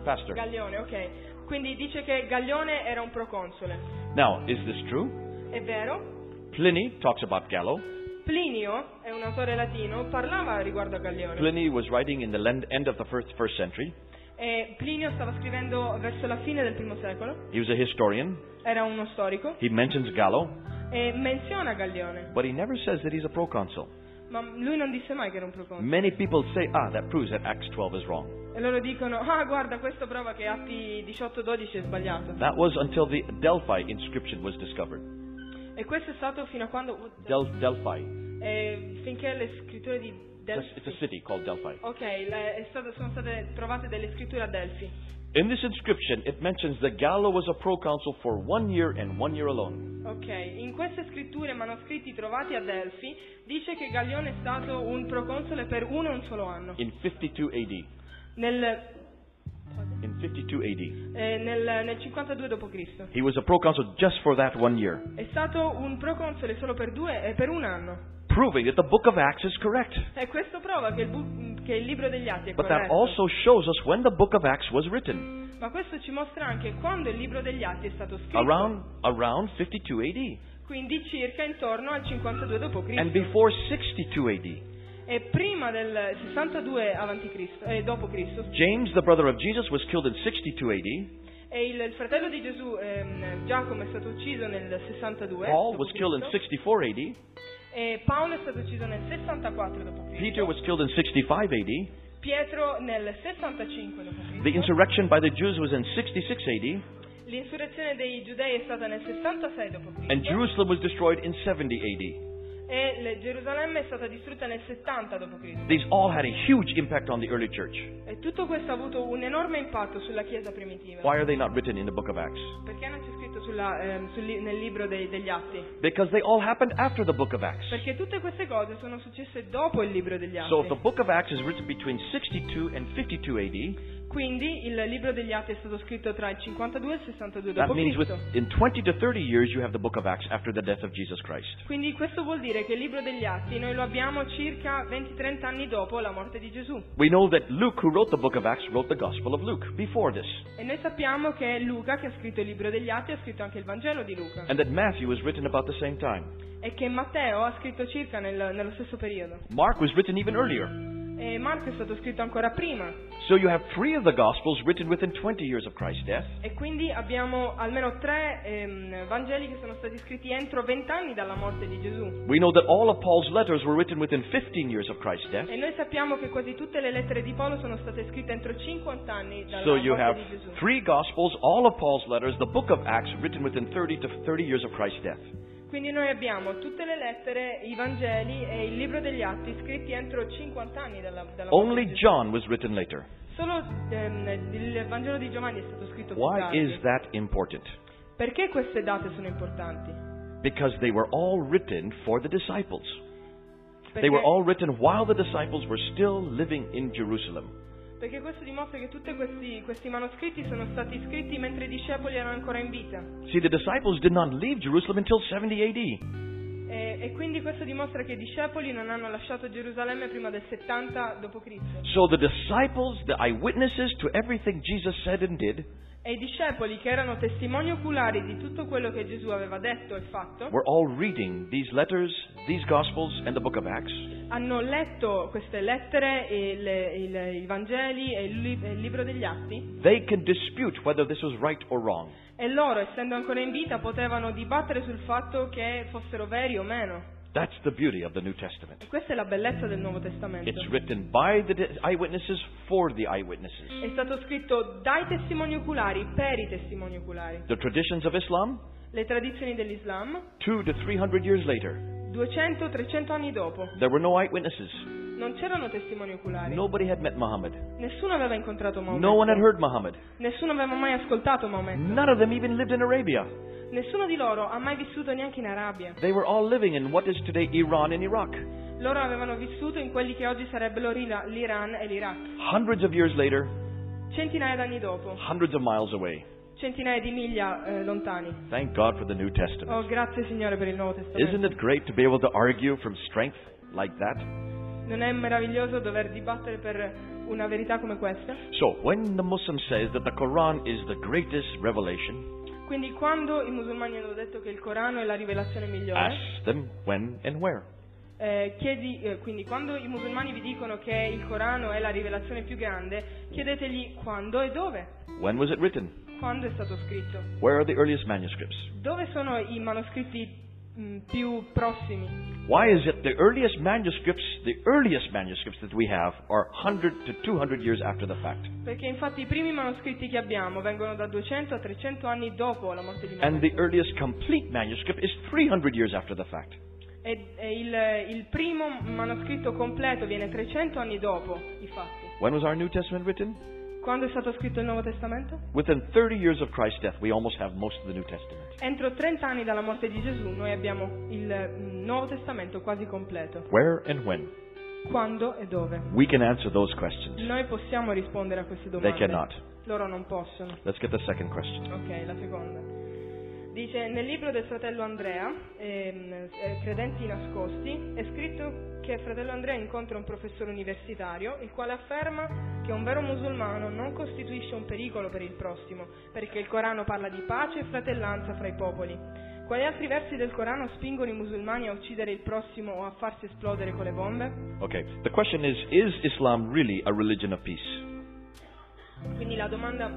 Pastor.
Gaglione, ok. Quindi dice che Gaglione era un proconsole.
Now, is this true?
È vero?
Pliny talks about Gallo.
Plinio, è un autore latino, parlava riguardo a Gaglione.
Pliny was writing in the len- end of the first first century.
E Plinio stava scrivendo verso la fine del primo secolo,
He was a historian.
era uno storico,
He mentions Gallo,
e menziona Gaglione,
but he never says that he's a proconsul.
ma lui non disse mai che era un proconsole.
Many people say, ah, that proves that Acts 12 is wrong.
E loro dicono, ah guarda, questo prova che Atti 18-12 è sbagliato.
That was until the Delphi inscription was discovered.
E questo è stato fino a quando...
Del- Delphi.
eh, finché le scritture di
It's a, it's a
Delphi...
city called Delphi.
Ok, le- è stato- sono state trovate delle scritture a Delphi.
In this inscription, it mentions that Gallo was a proconsul for one year and one year alone.
Ok, in queste scritture manoscritti trovati a Delphi dice che Gaglione è stato un proconsole per uno e un solo anno.
In 52 AD.
Nel,
In 52 AD.
eh, nel, nel 52 d.C.
He was a proconsul just for that one year.
È stato un proconsole solo per due e per un anno.
proving that the book of Acts is correct.
E questo prova che il, bu- che il libro degli Atti è
But that
corretto.
also shows us when the book of Acts was written.
Ma questo ci mostra anche quando il libro degli Atti è stato scritto,
Around around 52 AD
quindi circa intorno al 52 d.C.
and before 62 AD.
e prima del 62 a.C. eh, dopo Cristo.
James, the brother of Jesus, was killed in 62 AD.
E il, il fratello di Gesù, ehm, Giacomo, è stato ucciso nel 62
Paul
dopo
was killed in
Cristo,
64 AD.
e Paolo è stato ucciso nel 64 d.C.
Peter was killed in 65 AD.
Pietro nel 65
The
d.C.
insurrection by the Jews was in 66 AD.
L'insurrezione dei giudei è stata nel 66 d.C.
And Jerusalem was destroyed in 70 AD.
e le- Gerusalemme è stata distrutta nel 70 d.C.
These all had a huge impact on the early church.
E tutto questo ha avuto un enorme impatto sulla Chiesa primitiva.
Why are they not written in the book of Acts?
Perché non c'è scritto sulla, ehm, sul li- nel libro dei- degli Atti?
Because they all happened after the book of Acts.
Perché tutte queste cose sono successe dopo il libro degli Atti.
So the book of Acts is written between 62 and 52 AD.
Quindi il libro degli Atti è stato scritto tra il 52 e il 62
That means
d.C.
within 20 to 30 years you have the book of Acts after the death of Jesus Christ.
Quindi questo vuol dire che il libro degli Atti noi lo abbiamo circa 20-30 anni dopo la morte di Gesù.
We know that Luke, who wrote the book of Acts, wrote the Gospel of Luke before this,
E noi sappiamo che Luca, che ha scritto il libro degli Atti, ha scritto anche il Vangelo di Luca.
and that Matthew was written about the same time.
E che Matteo ha scritto circa nel- nello stesso periodo.
Mark was written even earlier.
E Marco è stato scritto ancora prima.
So you have three of the Gospels written within 20 years of Christ's death.
E quindi abbiamo almeno tre ehm, Vangeli che sono stati scritti entro 20 anni dalla morte di Gesù.
We know that all of Paul's letters were written within 15 years of Christ's death.
E noi sappiamo che quasi tutte le lettere di Paolo sono state scritte entro 50 anni dalla
So
morte
you have
di Gesù.
three Gospels, all of Paul's letters, the book of Acts written within 30 to 30 years of Christ's death.
Quindi noi abbiamo tutte le lettere, i Vangeli e il libro degli Atti scritti entro 50 anni dalla, dalla morte
Only
di Gesù.
John was written later.
Solo ehm, il Vangelo di Giovanni è stato scritto più
Why
tardi.
is that important?
Perché queste date sono importanti?
Because they were all written for the disciples. They
Perché,
were all written while the disciples were still living in Jerusalem.
perché questo dimostra che tutti questi, questi manoscritti sono stati scritti mentre i discepoli erano ancora in vita.
See, the disciples did not leave Jerusalem until 70 AD.
E, e quindi questo dimostra che i discepoli non hanno lasciato Gerusalemme prima del 70 d.C.
So the disciples, the eyewitnesses to everything Jesus said and did,
E i discepoli, che erano testimoni oculari di tutto quello che Gesù aveva detto e fatto,
were all reading these letters, these Gospels, and the book of Acts.
hanno letto queste lettere, e il- il- i Vangeli e il, li- e il libro degli Atti
They can dispute whether this was right or wrong.
e loro, essendo ancora in vita, potevano dibattere sul fatto che fossero veri o meno.
That's the beauty of the New Testament.
E questa è la bellezza del Nuovo Testamento.
It's written by the di- eyewitnesses for the eyewitnesses.
È stato scritto dai testimoni oculari per i testimoni oculari.
The traditions of Islam,
Le tradizioni dell'Islam,
two to three hundred years later,
200-300 anni dopo,
there were no eyewitnesses.
non c'erano testimoni oculari.
Nobody had met Muhammad.
Nessuno aveva incontrato
No one had
Maometto.
heard Muhammad.
Nessuno aveva mai ascoltato Maometto.
None of them even lived in Arabia.
Nessuno di loro ha mai vissuto neanche in Arabia.
They were all living in what is today Iran and Iraq.
Loro avevano vissuto in quelli che oggi sarebbero l'Ira- l'Iran e l'Iraq.
Hundreds of years later,
Centinaia d'anni dopo,
hundreds of miles away.
centinaia di miglia eh, lontani.
Thank God for the New Testament.
Oh, grazie Signore per il Nuovo Testamento.
Isn't it great to be able to argue from strength like that?
Non è meraviglioso dover dibattere per una verità come questa?
So, when the Muslim says that the Quran is the greatest revelation,
Quindi quando i musulmani hanno detto che il Corano è la rivelazione
ask
migliore,
them when and where.
eh, chiedi, eh, quindi quando i musulmani vi dicono che il Corano è la rivelazione più grande, chiedetegli quando e dove,
When was it written?
quando è stato scritto,
Where are the earliest manuscripts?
dove sono i manoscritti mh, più prossimi.
Why is it the earliest manuscripts, the earliest manuscripts that we have are 100 to 200 years after the fact?
Perché infatti i primi manoscritti che abbiamo vengono da 200 a 300 anni dopo la morte di
And the
Maometto.
earliest complete manuscript is 300 years after the fact.
E, e il, il primo manoscritto completo viene 300 anni dopo i fatti.
When was our New Testament written?
Quando è stato scritto il Nuovo Testamento?
Within 30 years of Christ's death, we almost have most of the New Testament.
Entro 30 anni dalla morte di Gesù noi abbiamo il mm, Nuovo Testamento quasi completo.
Where and when?
Quando e dove?
We can answer those questions.
Noi possiamo rispondere a queste
They
domande.
cannot.
Loro non possono.
Let's get the second question.
Ok, la seconda. Dice, nel libro del fratello Andrea, ehm, eh, Credenti nascosti, è scritto che fratello Andrea incontra un professore universitario, il quale afferma che un vero musulmano non costituisce un pericolo per il prossimo, perché il Corano parla di pace e fratellanza fra i popoli. Quali altri versi del Corano spingono i musulmani a uccidere il prossimo o a farsi esplodere con le bombe?
Okay, the question is Is Islam really a religion of peace?
Quindi la domanda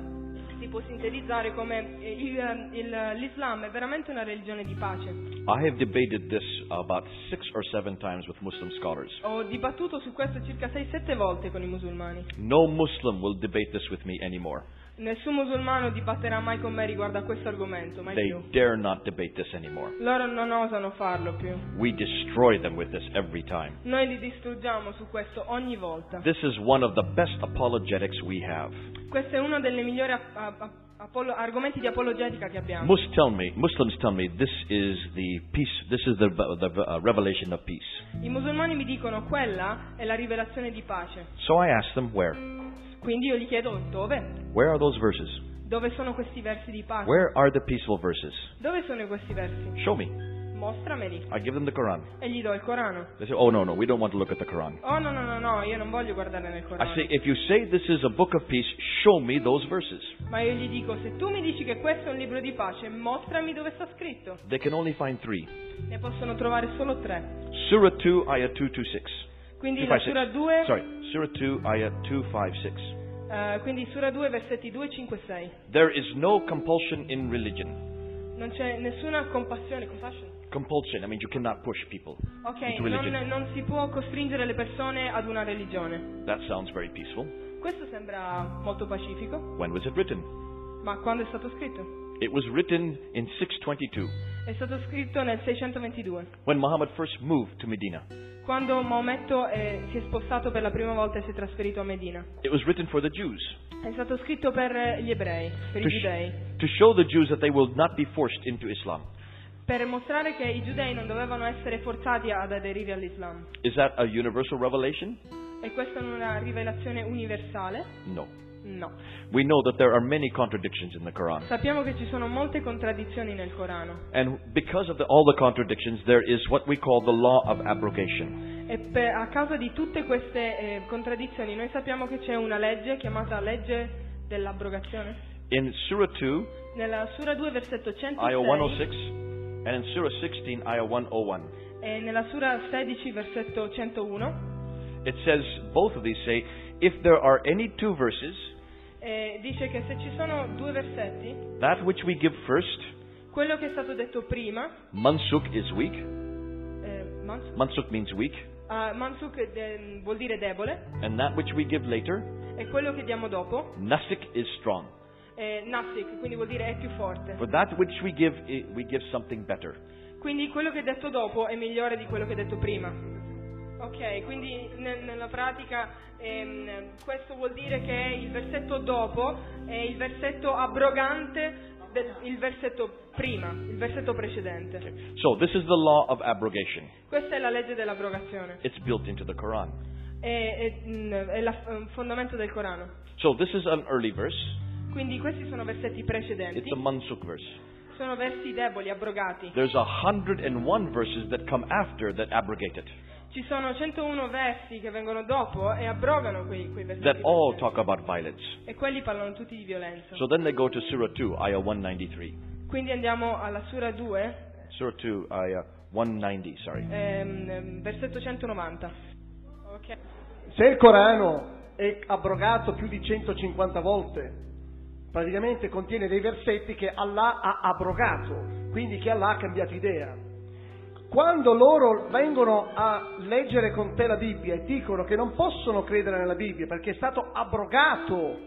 si può sintetizzare come eh, il- il- l'Islam è veramente una religione di pace.
I have debated this about six or seven times with Muslim scholars.
Ho dibattuto su questo circa 6-7 volte con i musulmani.
No Muslim will debate this with me anymore.
Nessun musulmano dibatterà mai con me riguardo a questo argomento, mai
They
più.
dare not debate this anymore.
Loro non osano farlo più.
We destroy them with this every time.
Noi li distruggiamo su questo ogni volta.
This is one of the best apologetics we have.
Questo è uno dei migliori ap- ap- ap- apolo- argomenti di apologetica che abbiamo.
Mus tell me, Muslims tell me this is the peace. This is the, the uh, revelation of peace.
I musulmani mi dicono quella è la rivelazione di pace.
So I ask them where.
Quindi io gli chiedo dove?
Where are those verses?
Dove sono questi versi di pace?
Where are the peaceful verses?
Dove sono questi versi?
Show me.
Mostrameli.
I give them the Quran.
E gli do il Corano.
They say, Oh no, no, we don't want to look at the Quran.
Oh no no no no, io non voglio guardare nel
I
Corano.
say, if you say this is a book of peace, show me those verses.
Ma io gli dico, se tu mi dici che questo è un libro di pace, mostrami dove sta scritto.
They can only find three.
Ne possono trovare solo tre.
Surah 2, Ayah 226.
Quindi la Sura 2,
Sorry, Surah 2, Ayah 256.
eh, quindi Sura 2 versetti 2, 5, 6.
There is no compulsion in religion.
Non c'è nessuna compassione, compassion.
Compulsion, I mean, you cannot push people.
Ok,
Into
non,
religion.
non si può costringere le persone ad una religione.
That sounds very peaceful.
Questo sembra molto pacifico,
When was it written?
ma quando è stato scritto?
It was written in 622
È stato scritto nel 622,
when Muhammad first moved to Medina.
quando Maometto eh, si è spostato per la prima volta e si è trasferito a Medina.
It was written for the Jews
È stato scritto per gli ebrei, per
to,
i
sh-
giudei.
to show the Jews that they will not be forced into Islam.
per mostrare che i giudei non dovevano essere forzati ad aderire all'Islam.
Is that a universal revelation?
E questa è una rivelazione universale?
No.
No.
We know that there are many contradictions in the Quran.
Sappiamo che ci sono molte contraddizioni nel Corano
And because of the, all the contradictions, there is what we call the law of abrogation.
e per- a causa di tutte queste eh, contraddizioni noi sappiamo che c'è una legge chiamata legge dell'abrogazione.
In Surah 2,
Nella Sura 2 versetto
Ayah
106
106, and in Surah 16, Ayah 101,
e nella Sura 16 versetto 101
it says, both of these say, if there are any two verses,
eh, dice che se ci sono due versetti,
that which we give first,
quello che è stato detto prima,
mansuk is weak.
eh, Mansuk,
Mansuk means weak.
ah, Mansuk eh, vuol dire debole,
And that which we give later,
E quello che diamo dopo
nasik is strong.
è nasik, quindi vuol dire è più forte.
For that which we give, i- we give something better.
Quindi quello che è detto dopo è migliore di quello che è detto prima. Ok, quindi ne- nella pratica ehm, questo vuol dire che il versetto dopo è il versetto abrogante del il versetto prima, il versetto precedente.
So this is the law of abrogation.
Questa è la legge dell'abrogazione,
It's built into the Quran.
è, è, mm, è la- è un fondamento del Corano.
So this is an early verse.
Quindi questi sono versetti
It's
precedenti,
a mansuk verse.
sono versi deboli, abrogati.
There's a hundred and one verses that come after that abrogate it,
Ci sono 101 versi che vengono dopo e abrogano quei, quei versi.
that all talk about violence.
E quelli parlano tutti di violenza.
So then they go to Surah 2, Ayah 193.
Quindi andiamo alla Sura 2,
Surah 2, Ayah 190, sorry.
ehm, ehm, versetto 190. Ok.
Se il Corano è abrogato più di 150 volte, praticamente contiene dei versetti che Allah ha abrogato, quindi che Allah ha cambiato idea. Quando loro vengono a leggere con te la Bibbia e dicono che non possono credere nella Bibbia perché è stato abrogato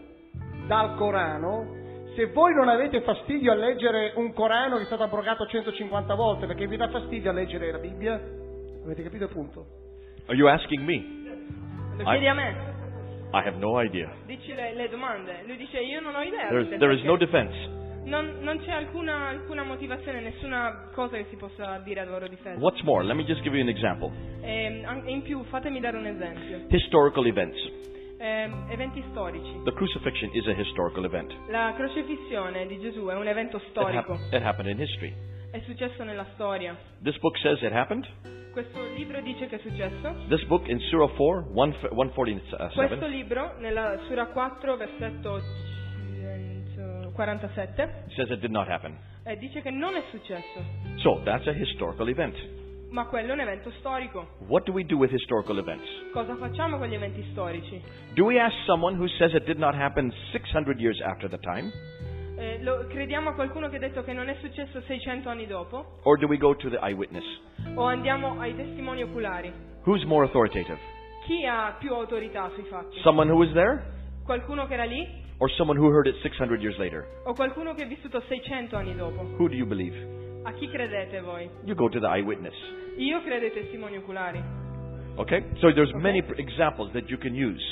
dal Corano, se voi non avete fastidio a leggere un Corano che è stato abrogato 150 volte perché vi dà fastidio a leggere la Bibbia, avete capito il punto?
Are you asking me?
Lo chiedi a me.
I have no idea.
Dici le, le domande. Lui dice io non ho idea.
There is,
del
there is no
perché.
defense.
non, non c'è alcuna, alcuna motivazione, nessuna cosa che si possa dire a loro difesa.
What's more, let me just give you an example.
Ehm, an- in più fatemi dare un esempio.
Historical events.
Ehm, eventi storici.
The crucifixion is a historical event.
La crocifissione di Gesù è un evento
It, hap-
storico.
it happened in history.
È successo nella storia.
This book says it happened.
Questo libro dice che è successo.
This book in Surah 4, 1,
Questo
147,
libro, nella Sura 4, versetto 147,
says it did not happen.
eh, dice che non è successo,
So that's a historical event.
ma quello è un evento storico.
What do we do with historical events?
Cosa facciamo con gli eventi storici?
Do we ask someone who says it did not happen 600 years after the time?
Eh, lo- crediamo a qualcuno che ha detto che non è successo 600 anni dopo?
Or do we go to the eyewitness?
O andiamo ai testimoni oculari?
Who's more authoritative?
Chi ha più autorità sui fatti?
Someone who was there?
Qualcuno che era lì?
or someone who heard it 600 years later?
o qualcuno che è vissuto 600 anni dopo.
Who do you believe?
A chi credete voi?
You go to the eyewitness.
Io credo ai testimoni oculari.
Okay? So there's
Okay.
many pr- examples that you can use.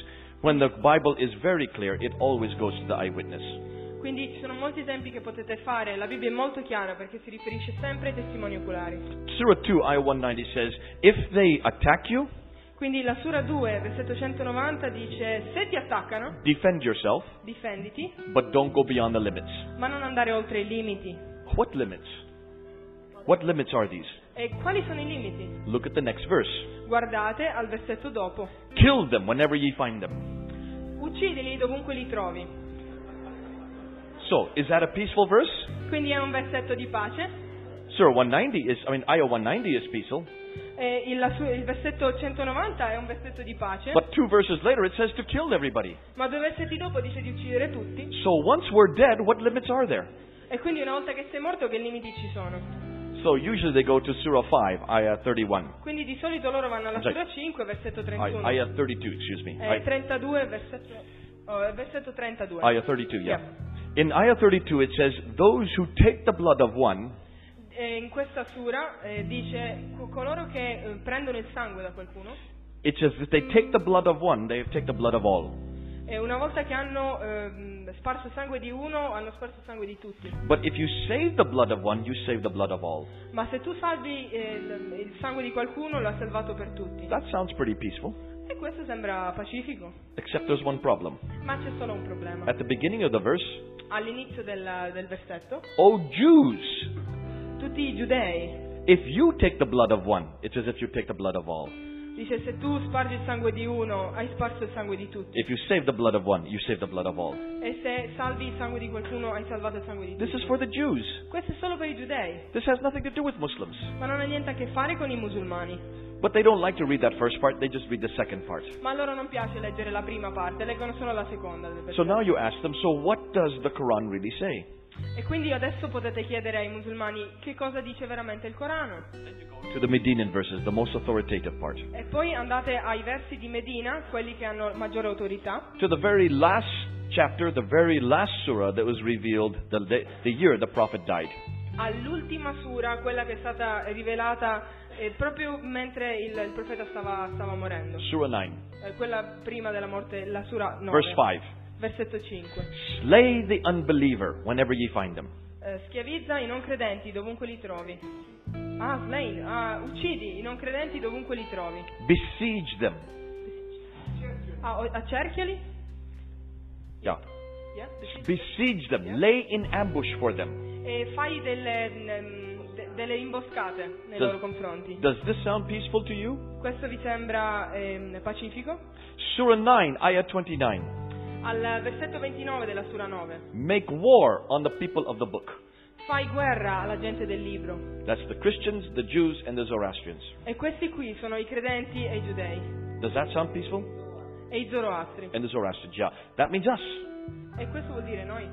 When the Bible is very clear, it always goes to the eyewitness.
Quindi ci sono molti esempi che potete fare, la Bibbia è molto chiara perché si riferisce sempre ai testimoni oculari.
Surah 2, Ayah 190 says, If they attack you,
Quindi la Sura 2, versetto 190 dice se ti attaccano,
defend yourself,
difenditi,
but don't go beyond the limits.
ma non andare oltre i limiti.
What limits? What limits are these?
E quali sono i limiti?
Look at the next verse.
Guardate al versetto dopo.
Kill them whenever ye find them.
Uccidili dovunque li trovi.
So, is that a peaceful verse?
Quindi è un versetto di pace.
Surah 190 is, I mean, Ayah 190 is peaceful.
E il, la su- il versetto 190 è un versetto di pace,
But two verses later, it says to kill everybody.
ma due versetti dopo dice di uccidere tutti.
So once we're dead, what limits are there?
E quindi una volta che sei morto che limiti ci sono?
So usually they go to Surah 5, Ayah 31.
Quindi di solito loro vanno alla
Esatto.
Sura 5, versetto
Ay-
31.
Ayah 32, excuse me.
Eh,
Ay-
32, versetto, oh, versetto 32.
Ayah 32, yeah.
Yeah.
In Ayah 32, it says, Those who take the blood of one,
Eh, in questa sura eh, dice co- coloro che eh, prendono il sangue da qualcuno
it says, if they take the blood of one, they take the blood of all.
e una volta che hanno ehm, sparso il sangue di uno hanno sparso il sangue di tutti.
But if you save the blood of one, you save the blood of all.
Ma se tu salvi eh, il, il sangue di qualcuno lo ha salvato per tutti.
That sounds pretty peaceful,
E questo sembra pacifico,
except there's one problem.
ma c'è solo un problema.
At the beginning of the verse,
All'inizio del, del versetto,
O Jews,
tutti i giudei
If you take the blood of one, it's as if you take the blood of all.
dice se tu spargi il sangue di uno hai sparso il sangue di tutti.
If you save the blood of one, you save the blood of all.
E se salvi il sangue di qualcuno hai salvato il sangue di
This
tutti.
is for the Jews.
Questo è solo per i giudei,
This has nothing to do with Muslims.
ma non ha niente a che fare con i musulmani.
But they don't like to read that first part, they just read the second part.
Ma a loro non piace leggere la prima parte, leggono solo la seconda. del
So
versetto.
now you ask them, so what does the Quran really say?
E quindi adesso potete chiedere ai musulmani che cosa dice veramente il Corano.
To the Medinan verses, the most authoritative part.
E poi andate ai versi di Medina, quelli che hanno maggiore autorità,
To the very last chapter, the very last surah that was revealed the, day, the year the Prophet died.
all'ultima sura, quella che è stata rivelata eh, proprio mentre il, il profeta stava, stava morendo.
Surah 9,
Eh, quella prima della morte, la sura 9,
verse 5.
versetto 5.
Slay the unbeliever whenever ye find him.
Eh, schiavizza i non credenti dovunque li trovi. Ah, slain, ah, uccidi i non credenti dovunque li trovi.
Besiege them.
Ah, o- accerchiali.
Yeah.
Yeah, sì.
Besiege them. Lay in ambush for them.
E fai delle, mm, de- delle imboscate nei
Does-
loro confronti.
Does this sound peaceful to you?
Questo vi sembra ehm, pacifico?
Surah 9, Ayah 29.
Al versetto 29 della Sura 9.
Make war on the people of the book.
Fai guerra alla gente del libro.
That's the Christians, the Jews, and the Zoroastrians.
E questi qui sono i credenti e i giudei.
Does that sound peaceful?
E i zoroastri.
And the Zoroastrians, yeah. That means us.
E questo vuol dire noi.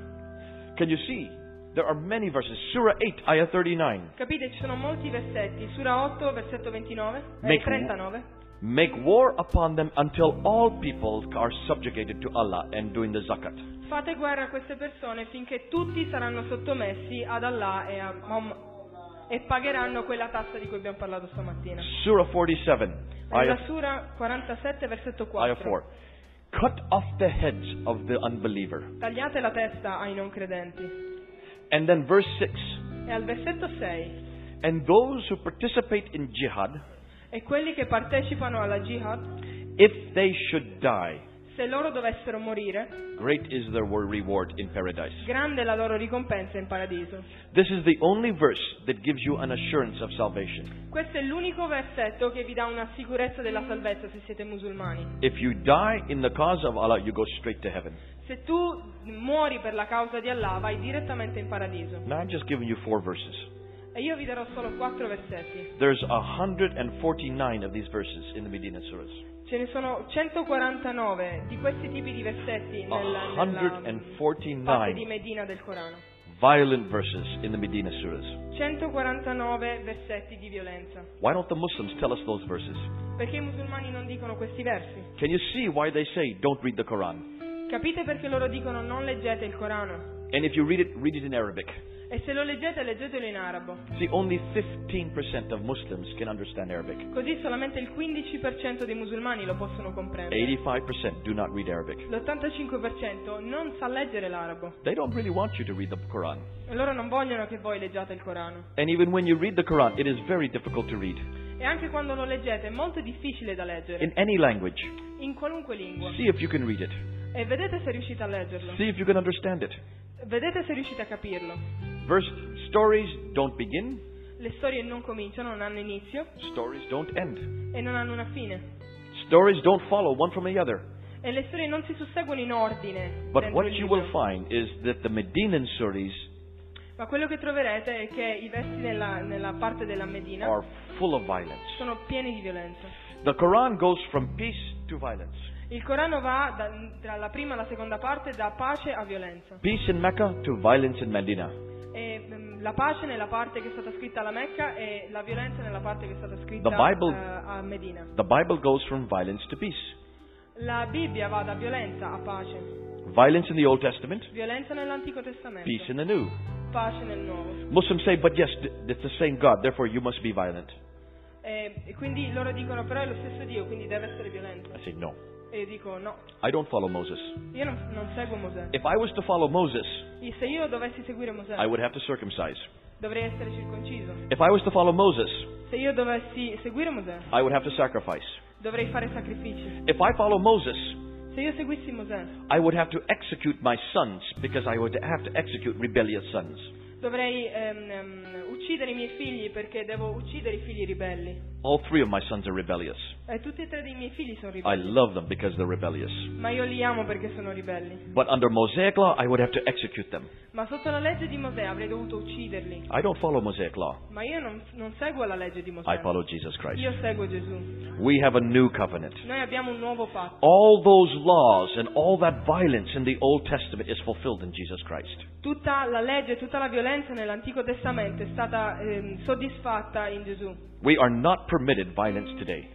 Can you see? There are many verses. Surah 8, Ayah 39.
Capite, ci sono molti versetti. Sura 8, versetto 29. Eh,
Make-
39.
Make war upon them until all people are subjugated to Allah and doing the zakat.
Fate guerra a queste persone finché tutti saranno sottomessi ad Allah e, a Mahom- e pagheranno quella tassa di cui abbiamo parlato stamattina.
Surah 47, Ayah,
Nella Sura 47, versetto
ayah 4.
4.
Cut off the heads of the unbeliever.
Tagliate la testa ai non credenti.
And then verse 6
E al versetto 6.
And those who participate in jihad,
E quelli che partecipano alla jihad,
if they should die,
se loro dovessero morire,
great is their reward in paradise.
grande è la loro ricompensa in paradiso.
This is the only verse that gives you an assurance of salvation.
Questo è l'unico versetto che vi dà una sicurezza della salvezza se siete musulmani.
If you die in the cause of Allah, you go straight to heaven.
Se tu muori per la causa di Allah, vai direttamente in paradiso.
Now I'm just giving you four verses.
E io vi darò solo quattro versetti.
There's 149 of these verses in the Medina Surahs.
Ce ne sono 149 di questi tipi di versetti nella, nella parte di
149
Medina del Corano.
violent verses in the Medina Surahs.
149 versetti di violenza.
Why don't the Muslims tell us those verses?
Perché i musulmani non dicono questi versi?
Can you see why they say don't read the Quran?
Capite perché loro dicono non leggete il Corano?
And if you read it, read it in Arabic.
E se lo leggete, leggetelo in arabo.
See, only 15% of Muslims can understand Arabic.
Così solamente il 15% dei musulmani lo possono comprendere.
85% do not read Arabic.
L'85% non sa leggere l'arabo.
They don't really want you to read the Quran.
E Loro non vogliono che voi leggiate il Corano.
And even when you read the Quran, it is very difficult to read.
E anche quando lo leggete è molto difficile da leggere,
In any language,
in qualunque lingua.
see if you can read it.
E vedete se riuscite a leggerlo.
See if you can understand it.
Vedete se riuscite a capirlo.
Verse stories don't begin,
Le storie non cominciano, non hanno inizio
stories don't end.
e non hanno una fine.
Stories don't follow one from the other.
E le storie non si susseguono in ordine.
But
dentro
what
il
you
libro.
will find is that the Medinan stories
Ma quello che troverete è che i versi nella, nella parte della Medina
are full of violence.
sono pieni di violenza.
The Quran goes from peace to violence.
Il Corano va da- tra la prima e la seconda parte da pace a violenza.
Peace in Mecca to violence in Medina.
E, mm, la pace nella parte che è stata scritta alla Mecca e la violenza nella parte che è stata scritta
The Bible-
eh, a Medina.
The Bible goes from violence to peace.
La Bibbia va da violenza a pace,
Violence in the Old Testament,
violenza nell'Antico Testamento,
peace in the New.
pace nel Nuovo.
Muslims say, but yes, th- it's the same God, therefore you must be violent.
Eh, E, e quindi loro dicono però è lo stesso Dio, quindi deve essere violenza.
I say, no,
E io dico no,
I don't follow Moses.
io non, non seguo Mosè.
If I was to follow Moses,
E se io dovessi seguire Mosè
I would have to circumcise.
dovrei essere circonciso.
If I was to follow Moses,
Se io dovessi seguire Mosè
I would have to sacrifice.
dovrei fare sacrifici.
If I follow Moses,
Se io seguissi Mosè
I would have to execute my sons because I would have to execute rebellious sons.
dovrei ehm, ehm, uccidere i miei figli perché devo uccidere i figli ribelli.
All three of my sons are rebellious.
E tutti e tre dei miei figli sono
I
ribelli.
love them because they're rebellious.
Ma io li amo perché sono ribelli.
But under Mosaic law, I would have to execute them.
Ma sotto la legge di Mosè avrei dovuto ucciderli.
I don't follow Mosaic law.
Ma io non, non seguo la legge di Mosè.
I follow Jesus Christ.
Io seguo Gesù.
We have a new covenant.
Noi abbiamo un nuovo patto.
All those laws and all that violence in the Old Testament is fulfilled in Jesus Christ.
Tutta la legge, tutta la violenza nell'Antico Testamento è stata ehm, soddisfatta in Gesù.
We are not permitted violence today.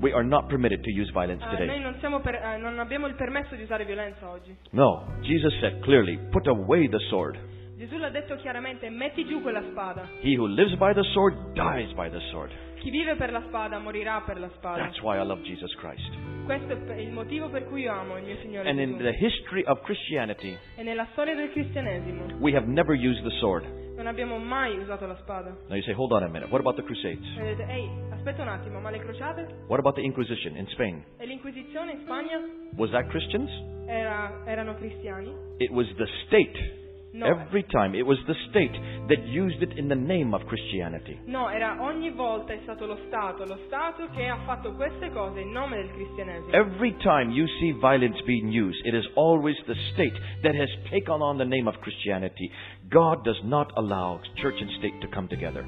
We are not permitted to use violence
Eh, noi
today.
non, siamo per- eh, non abbiamo il permesso di usare violenza oggi.
No, Jesus said clearly, put away the sword.
Gesù l'ha detto chiaramente, metti giù quella spada.
He who lives by the sword dies by the sword.
Chi vive per la spada morirà per la spada.
That's why I love Jesus Christ.
Questo è pe- il motivo per cui io amo il mio Signore
And in
Gesù.
the history of Christianity,
E nella storia del cristianesimo
we have never used the sword.
non abbiamo mai usato la spada.
Now you say, hold on a minute. What about the Crusades?
E vedete, ehi, aspetta un attimo, ma le crociate
What about the Inquisition in Spain?
e l'Inquisizione in Spagna
Was that Christians?
era- erano cristiani?
It was the state.
No.
Every time, it was the state that used it in the name of Christianity.
No, era ogni volta è stato lo Stato, lo Stato che ha fatto queste cose in nome del cristianesimo.
Every time you see violence being used, it is always the state that has taken on the name of Christianity. God does not allow church and state to come together.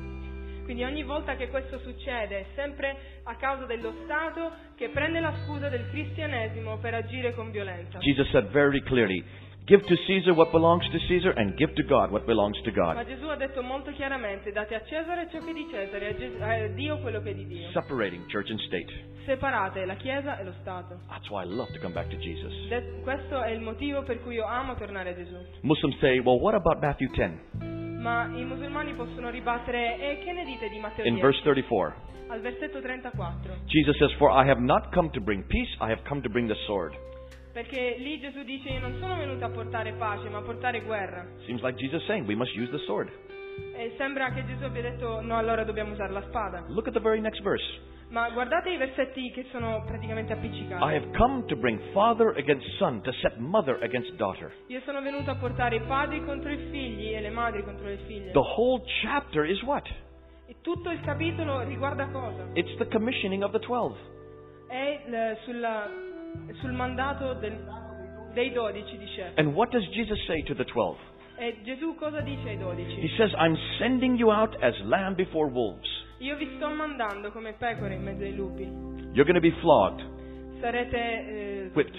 Quindi ogni volta che questo succede è sempre a causa dello Stato che prende la scusa del cristianesimo per agire con violenza.
Jesus said very clearly, Give to Caesar what belongs to Caesar, and give to God what belongs to
Ma
God.
Gesù ha detto molto chiaramente, date a Cesare ciò che è di Cesare, e a, Ges- a Dio quello che è di Dio.
Separating church and state.
Separate la Chiesa e lo Stato.
That's why I love to come back to Jesus.
De- questo è il motivo per cui io amo tornare a Gesù.
Muslims say, well, what about Matthew 10?
Ma i musulmani possono ribattere, e che ne dite di Matteo
In
10?
verse 34,
Al versetto 34.
Jesus says, For I have not come to bring peace, I have come to bring the sword.
Perché lì Gesù dice, io non sono venuto a portare pace, ma a portare guerra.
Seems like Jesus saying we must use the sword.
E sembra che Gesù abbia detto, no, allora dobbiamo usare la spada.
Look at the very next verse.
Ma guardate i versetti che sono praticamente appiccicati.
I have come to bring father against son, to set mother against daughter.
Io sono venuto a portare i padri contro i figli e le madri contro le figlie.
The whole chapter is what?
E tutto il capitolo riguarda cosa?
It's the commissioning of the twelve.
È il- sulla- sul mandato del- dei dodici, dice.
And what does Jesus say to the twelve?
E Gesù cosa dice ai
He
dodici?
says, I'm sending you out as lamb before wolves.
Io vi sto mandando come pecore in mezzo ai lupi.
You're going to be flogged,
Sarete eh,
whipped,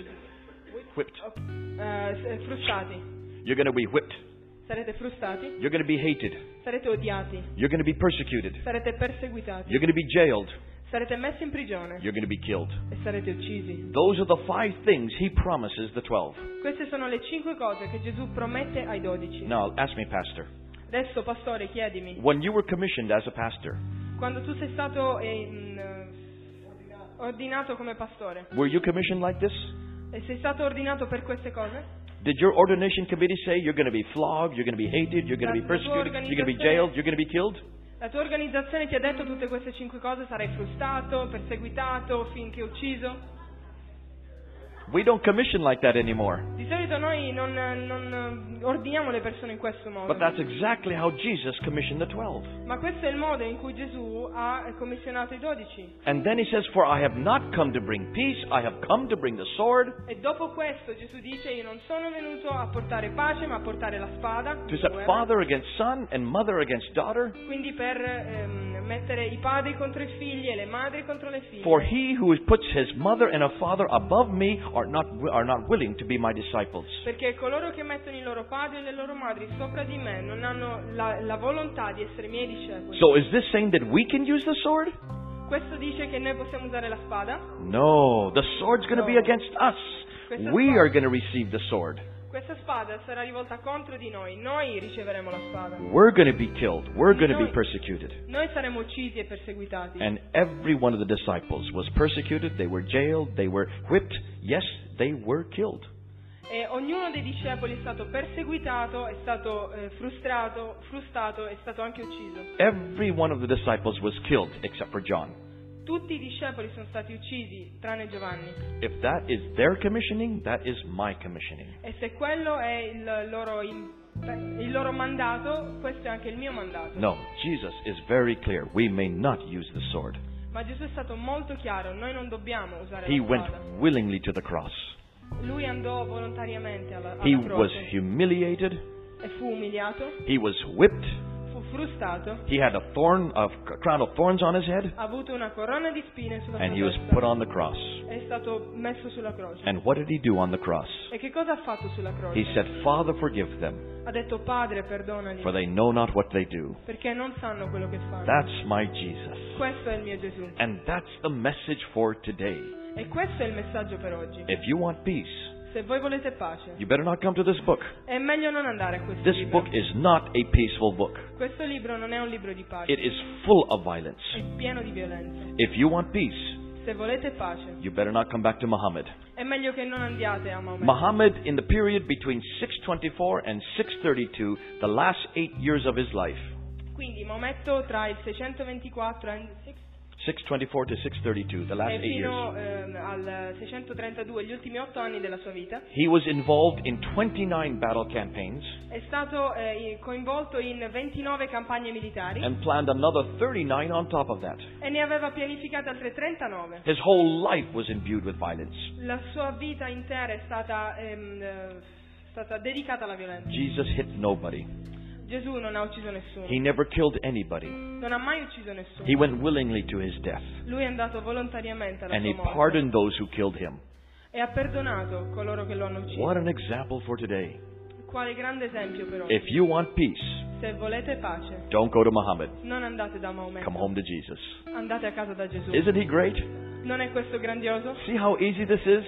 whipped.
oh, eh, s- frustati.
You're going to be whipped.
Sarete frustati,
You're going to be hated.
sarete odiati,
You're going to be persecuted.
sarete perseguitati,
You're going to be jailed.
sarete messi in prigione
You're going to be killed.
e sarete uccisi.
Those are the five things he promises the 12.
Queste sono le cinque cose che Gesù promette ai dodici.
Now, ask me, Pastor,
Adesso, pastore, chiedimi,
when you were commissioned as a pastor,
quando tu sei stato eh, in, eh, ordinato come pastore
were you commissioned like this?
e sei stato ordinato per queste cose?
Did your ordination committee say you're going to be flogged, you're going to be hated, you're going to be
La tua
persecuted, you're going to be
organizzazione-
jailed, you're going to be killed?
La tua organizzazione ti ha detto tutte queste cinque cose, sarai frustato, perseguitato, finché ucciso?
We don't commission like that anymore.
Di solito noi non, non ordiniamo le persone in questo modo,
But that's exactly how Jesus commissioned the 12.
ma questo è il modo in cui Gesù ha commissionato i dodici.
And then he says, For I have not come to bring peace, I have come to bring the sword.
E dopo questo Gesù dice io non sono venuto a portare pace ma a portare la spada,
To set
guerra.
father against son and mother against daughter.
quindi per ehm, mettere i padri contro i figli e le madri contro le figlie.
For he who puts his mother and a father above me are not, are not willing to be my disciples.
Perché coloro che mettono i loro padri e le loro madri sopra di me non hanno la, la volontà di essere miei discepoli.
So is this saying that we can use the sword?
Questo dice che noi possiamo usare la spada.
No, the sword's going to be
No.
against us. We are going to receive the sword.
Questa spada sarà rivolta contro di noi, noi riceveremo la spada.
We're going to be killed. We're going to be persecuted.
Noi saremo uccisi e perseguitati.
And every one of the disciples was persecuted, they were jailed, they were whipped, yes, they were killed.
E ognuno dei discepoli è stato perseguitato, è stato eh, frustrato, frustato, è stato anche ucciso.
Every one of the disciples was killed except for John.
Tutti i discepoli sono stati uccisi, tranne Giovanni.
If that is their commissioning, that is my commissioning.
E se quello è il loro, im- il loro mandato, questo è anche il mio mandato.
No, Jesus is very clear. We may not use the sword.
Ma Gesù è stato molto chiaro, noi non dobbiamo usare
He
la
went
spada.
willingly to the cross.
Lui andò volontariamente alla, alla
He was
croce
humiliated.
e fu umiliato,
He was whipped.
fu frustato,
He had a thorn, a crown of thorns on his head,
ha avuto una corona di spine sulla
and he
sua
was
testa.
put on the cross.
È stato messo sulla croce.
And what did he do on the cross?
E che cosa ha fatto sulla
He
croce?
said, "Father, forgive them,
Ha detto Padre, perdonali,
for they know not what they do."
perché non sanno quello che fanno.
That's my Jesus.
Questo è il mio Gesù.
And that's the message for today.
E questo è il messaggio per oggi.
If you want peace,
Se voi volete pace,
You better not come to this book.
è meglio non andare a questo
This
libro.
book is not a peaceful book.
Questo libro non è un libro di pace,
It is full of violence.
è pieno di violenza.
If you want peace,
Se volete pace,
you better not come back to Muhammad.
è meglio che non andiate a Maometto.
Muhammad, in the period between 624 and 632, the last eight years of his life,
Quindi Maometto tra il 624 e
624 to 632, the last
e
eight years,
fino ehm, al 632, gli ultimi otto anni della sua vita,
he was involved in 29 battle campaigns
è stato eh, coinvolto in 29 campagne militari
and planned another 39 on top of that.
e ne aveva pianificate altre 39.
His whole life was imbued with violence.
La sua vita intera è stata, ehm, eh, stata dedicata alla violenza.
Jesus hit nobody.
Gesù non ha ucciso nessuno,
He never killed anybody.
non ha mai ucciso nessuno.
He went willingly to his death,
Lui è andato volontariamente alla
and he
sua morte
pardoned those who killed him.
e ha perdonato coloro che lo hanno ucciso.
What an example for today.
Quale grande esempio però.
If you want peace,
Se volete pace,
don't go to Muhammad.
non andate da Maometto,
Come home to Jesus.
andate a casa da Gesù.
Isn't he great?
Non è questo grandioso?
See how easy this is?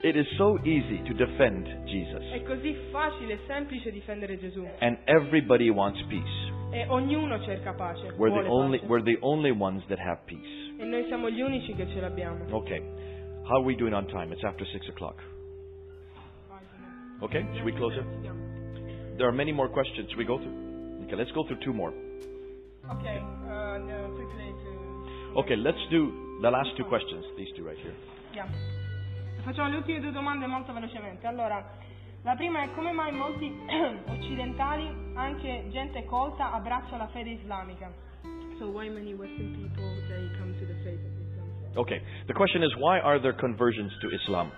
it is so easy to defend Jesus.
È così facile e semplice difendere Gesù
And everybody wants peace.
e ognuno cerca pace.
We're
vuole
the only,
pace.
we're the only ones that have peace.
E noi siamo gli unici che ce l'abbiamo.
Okay. How are we doing on time? It's after 6 o'clock. Okay, should we close it? There are many more questions. Should we go through? Okay, let's go through two more.
Ok, uh, no, quickly to-
Okay, let's do the last two questions, these two right here.
Yeah. Facciamo le ultime due domande molto velocemente. Allora, la prima è come mai molti *clears throat* occidentali, anche gente colta, abbracciano la fede islamica? So why many Western people they come to the faith of Islam?
Okay, the question is why are there conversions to Islam?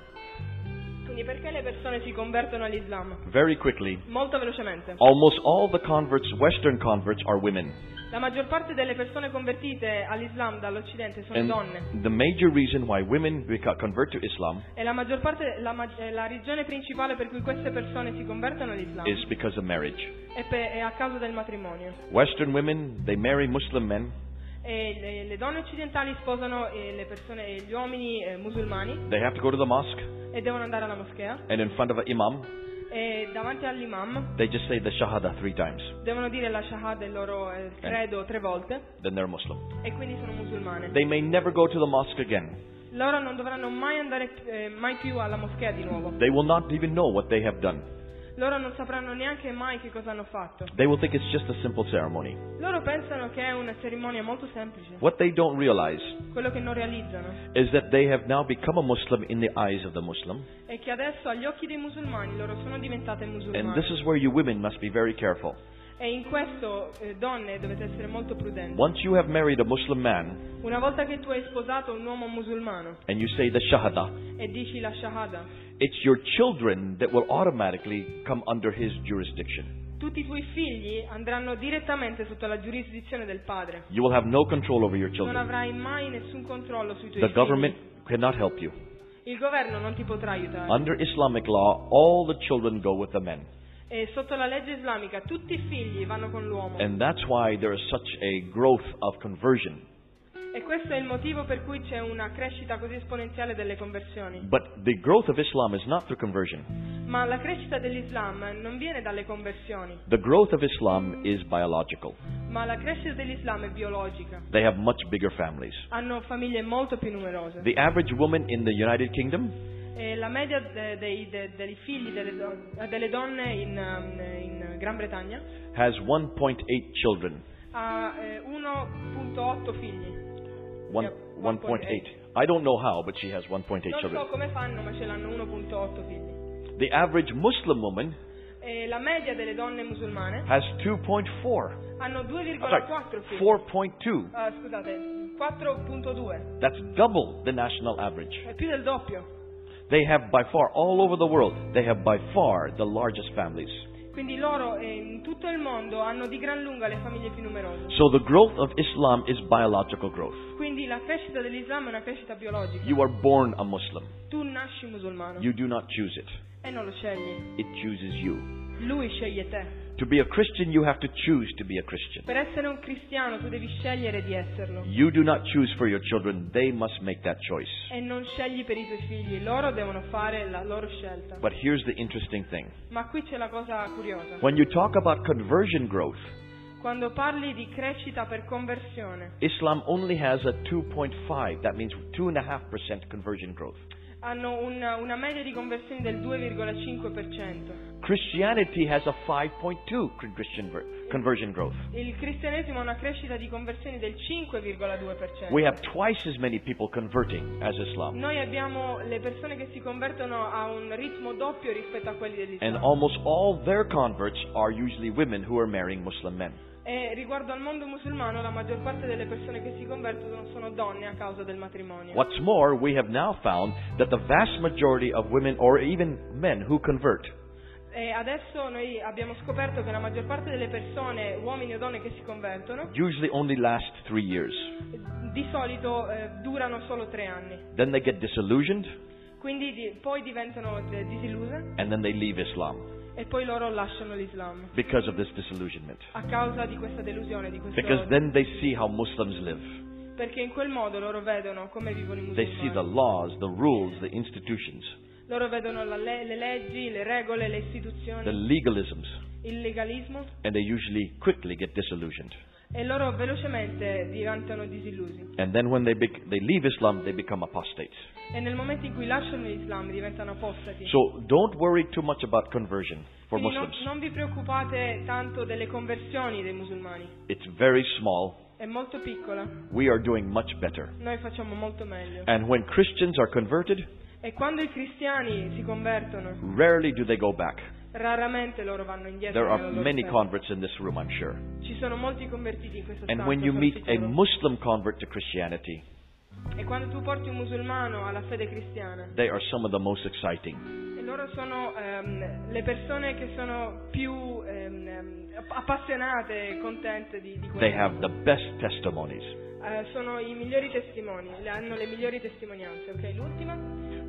Quindi perché le persone si convertono all'Islam?
Very quickly,
Molto velocemente.
almost all the converts, Western converts, are women.
La maggior parte delle persone convertite all'Islam dall'Occidente sono donne
And the major reason why women beca- convert to Islam
e la maggior parte, la, ma- eh, la ragione principale per cui queste persone si convertono all'Islam
is because of marriage.
è, pe- è a causa del matrimonio.
Western women, they marry Muslim men,
E le, le donne occidentali sposano eh, le persone, eh, gli uomini eh, musulmani
They have to go to the mosque,
e devono andare alla moschea
and in front of an imam,
e davanti all'imam
they just say the shahada three times.
devono dire la shahada, il loro eh, credo tre volte
Then they're Muslim.
e quindi sono musulmane.
They may never go to the mosque again.
Loro non dovranno mai andare eh, mai più alla moschea di nuovo.
They will not even know what they have done.
Loro non sapranno neanche mai che cosa hanno fatto.
They will think it's just a simple ceremony.
Loro pensano che è una cerimonia molto semplice.
What they don't realize
Quello che non realizzano
is that they have now become a Muslim in the eyes of the Muslim.
è che adesso agli occhi dei musulmani loro sono diventate
And this
musulmane.
is where you women must be very careful.
E in questo, eh, donne, dovete essere molto prudenti.
Once you have married a Muslim man
Una volta che tu hai sposato un uomo musulmano
and you say the Shahada,
e dici la shahada,
it's your children that will automatically come under his jurisdiction.
tutti i tuoi figli andranno direttamente sotto la giurisdizione del padre.
You will have no control over your
Non
children.
avrai mai nessun controllo sui tuoi
The
figli.
government cannot help you.
Il governo non ti potrà aiutare.
Under Islamic law, all the children go with the men.
E sotto la legge islamica tutti i figli vanno con l'uomo.
And that's why there is such a growth of conversion.
E questo è il motivo per cui c'è una crescita così esponenziale delle conversioni.
But the growth of Islam is not through conversion.
Ma la crescita dell'Islam non viene dalle conversioni,
The growth of Islam is biological.
ma la crescita dell'Islam è biologica.
They have much bigger families.
Hanno famiglie molto più numerose.
The average woman in the United Kingdom
E la media de- dei, de- dei figli delle, don- eh, delle donne in, um, in Gran Bretagna
has 1.8 children.
ha eh, 1.8 figli.
One,
Yep,
1.8. I don't know how, but she has 1.8
Non so
children.
come fanno, ma ce l'hanno 1.8 figli.
The average Muslim woman
E la media delle donne musulmane
has 2.4.
hanno
I'm
2,4
sorry,
figli.
4.2.
Ah, scusate, 4.2,
That's double the national average.
è più del doppio.
They have by far, all over the world, they have by far the largest families.
Quindi loro eh, in tutto il mondo hanno di gran lunga le famiglie più numerose.
So the growth of Islam is biological growth.
Quindi la crescita dell'Islam è una crescita biologica.
You are born a Muslim.
Tu nasci musulmano
You do not choose it.
e non lo scegli.
It chooses you.
Lui sceglie te.
To be a Christian, you have to choose to be a Christian.
Per essere un cristiano tu devi scegliere di esserlo.
You do not choose for your children. They must make that choice.
E non scegli per i tuoi figli, loro devono fare la loro scelta.
But here's the interesting thing.
Ma qui c'è la cosa curiosa.
When you talk about conversion growth,
Quando parli di crescita per conversione,
Islam only has a 2.5. That means 2.5% conversion growth.
hanno una, una media di conversioni del 2,5%.
Christianity has a 5.2 con- Christian ver- conversion growth.
Il cristianesimo ha una crescita di conversioni del 5,2%.
We have twice as many people converting as Islam.
Noi abbiamo le persone che si convertono a un ritmo doppio rispetto a quelli
And
dell'Islam.
almost all their converts are usually women who are marrying Muslim men.
E riguardo al mondo musulmano, la maggior parte delle persone che si convertono sono donne a causa del matrimonio.
What's more, we have now found that the vast majority of women or even men who convert
E adesso noi abbiamo scoperto che la maggior parte delle persone, uomini o donne che si convertono,
usually only last three years.
di solito eh, durano solo tre anni.
Then they get disillusioned
Quindi di- poi diventano eh, disilluse
and then they leave Islam
e poi loro lasciano l'Islam.
because of this disillusionment.
A causa di questa delusione, di questo
Because then they see how Muslims live.
Perché in quel modo loro vedono come vivono i
They see the
musulmani.
laws, the rules, the institutions,
Loro vedono la le, le leggi, le regole, le
the
istituzioni,
legalisms,
il legalismo
and they usually quickly get disillusioned.
e loro velocemente diventano disillusi.
And then when they, bec- they leave Islam, they become apostates.
E nel momento in cui lasciano l'Islam diventano apostati.
So don't worry too much about conversion for
Quindi non,
Muslims.
non vi preoccupate tanto delle conversioni dei musulmani.
It's very small.
È molto piccola,
We are doing much better.
noi facciamo molto meglio.
And when Christians are converted,
E quando i cristiani si convertono,
rarely do they go back.
raramente loro vanno indietro.
There
nella
are
loro
many
fede.
converts in this room, I'm sure.
Ci sono molti convertiti in questa stanza.
And when you
sono
meet a
sicuro.
Muslim convert to Christianity,
E quando tu porti un musulmano alla fede cristiana,
they are some of the most exciting.
e loro sono ehm, le persone che sono più ehm, ehm, app- appassionate e contente di, di
They
questo.
have the best testimonies.
Eh, sono i migliori testimoni, le- hanno le migliori testimonianze, ok? L'ultima?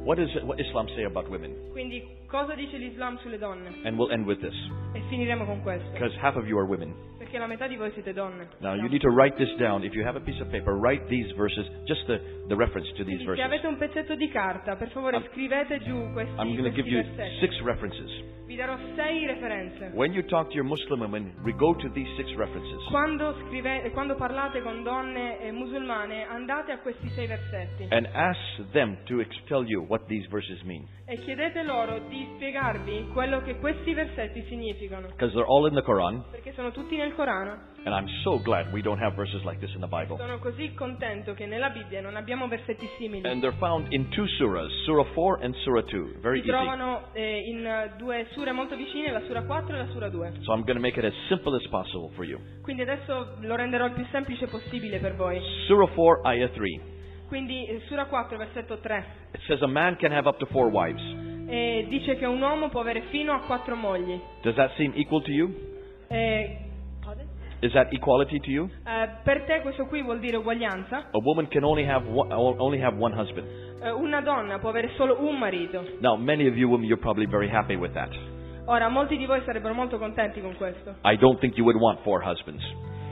What does what Islam say about women?
Quindi cosa dice l'Islam sulle donne?
And we'll end with this
E finiremo con questo,
because half of you are women.
perché la metà di voi siete donne.
Now you need to write this down. If you have a piece of paper, write these verses, just the, the reference to these
Quindi, se
verses.
avete un pezzetto di carta, per favore
I'm-
scrivete giù questi,
I'm going to
questi
give you
versetti.
six references.
Vi darò sei referenze.
When you talk to your Muslim women, we go to these six references.
Quando, scrive- eh, quando parlate con donne eh, musulmane andate a questi sei versetti
and ask them to ex- tell you what these verses mean
e chiedete loro di spiegarvi quello che questi versetti significano,
because they're all in the Quran
perché sono tutti nel Corano.
and I'm so glad we don't have verses like this in the Bible
Sono così contento che nella Bibbia non abbiamo versetti simili.
and they're found in two surahs surah 4 and surah 2 very
si
easy
trovano eh, in eh, due sure molto vicine, la sura 4 e la sura 2.
so I'm going to make it as simple as possible for you
Quindi adesso lo renderò il più semplice possibile per voi.
surah 4 ayah 3
Quindi eh, sura 4, versetto 3,
it says a man can have up to four wives
eh, dice che un uomo può avere fino a quattro mogli.
does that seem equal to you
Eh,
is that equality to you
Eh, per te questo qui vuol dire uguaglianza.
a woman can only have one, only have one husband
Eh, una donna può avere solo un marito.
now many of you women you're probably very happy with that
Ora, molti di voi sarebbero molto contenti con questo.
I don't think you would want four husbands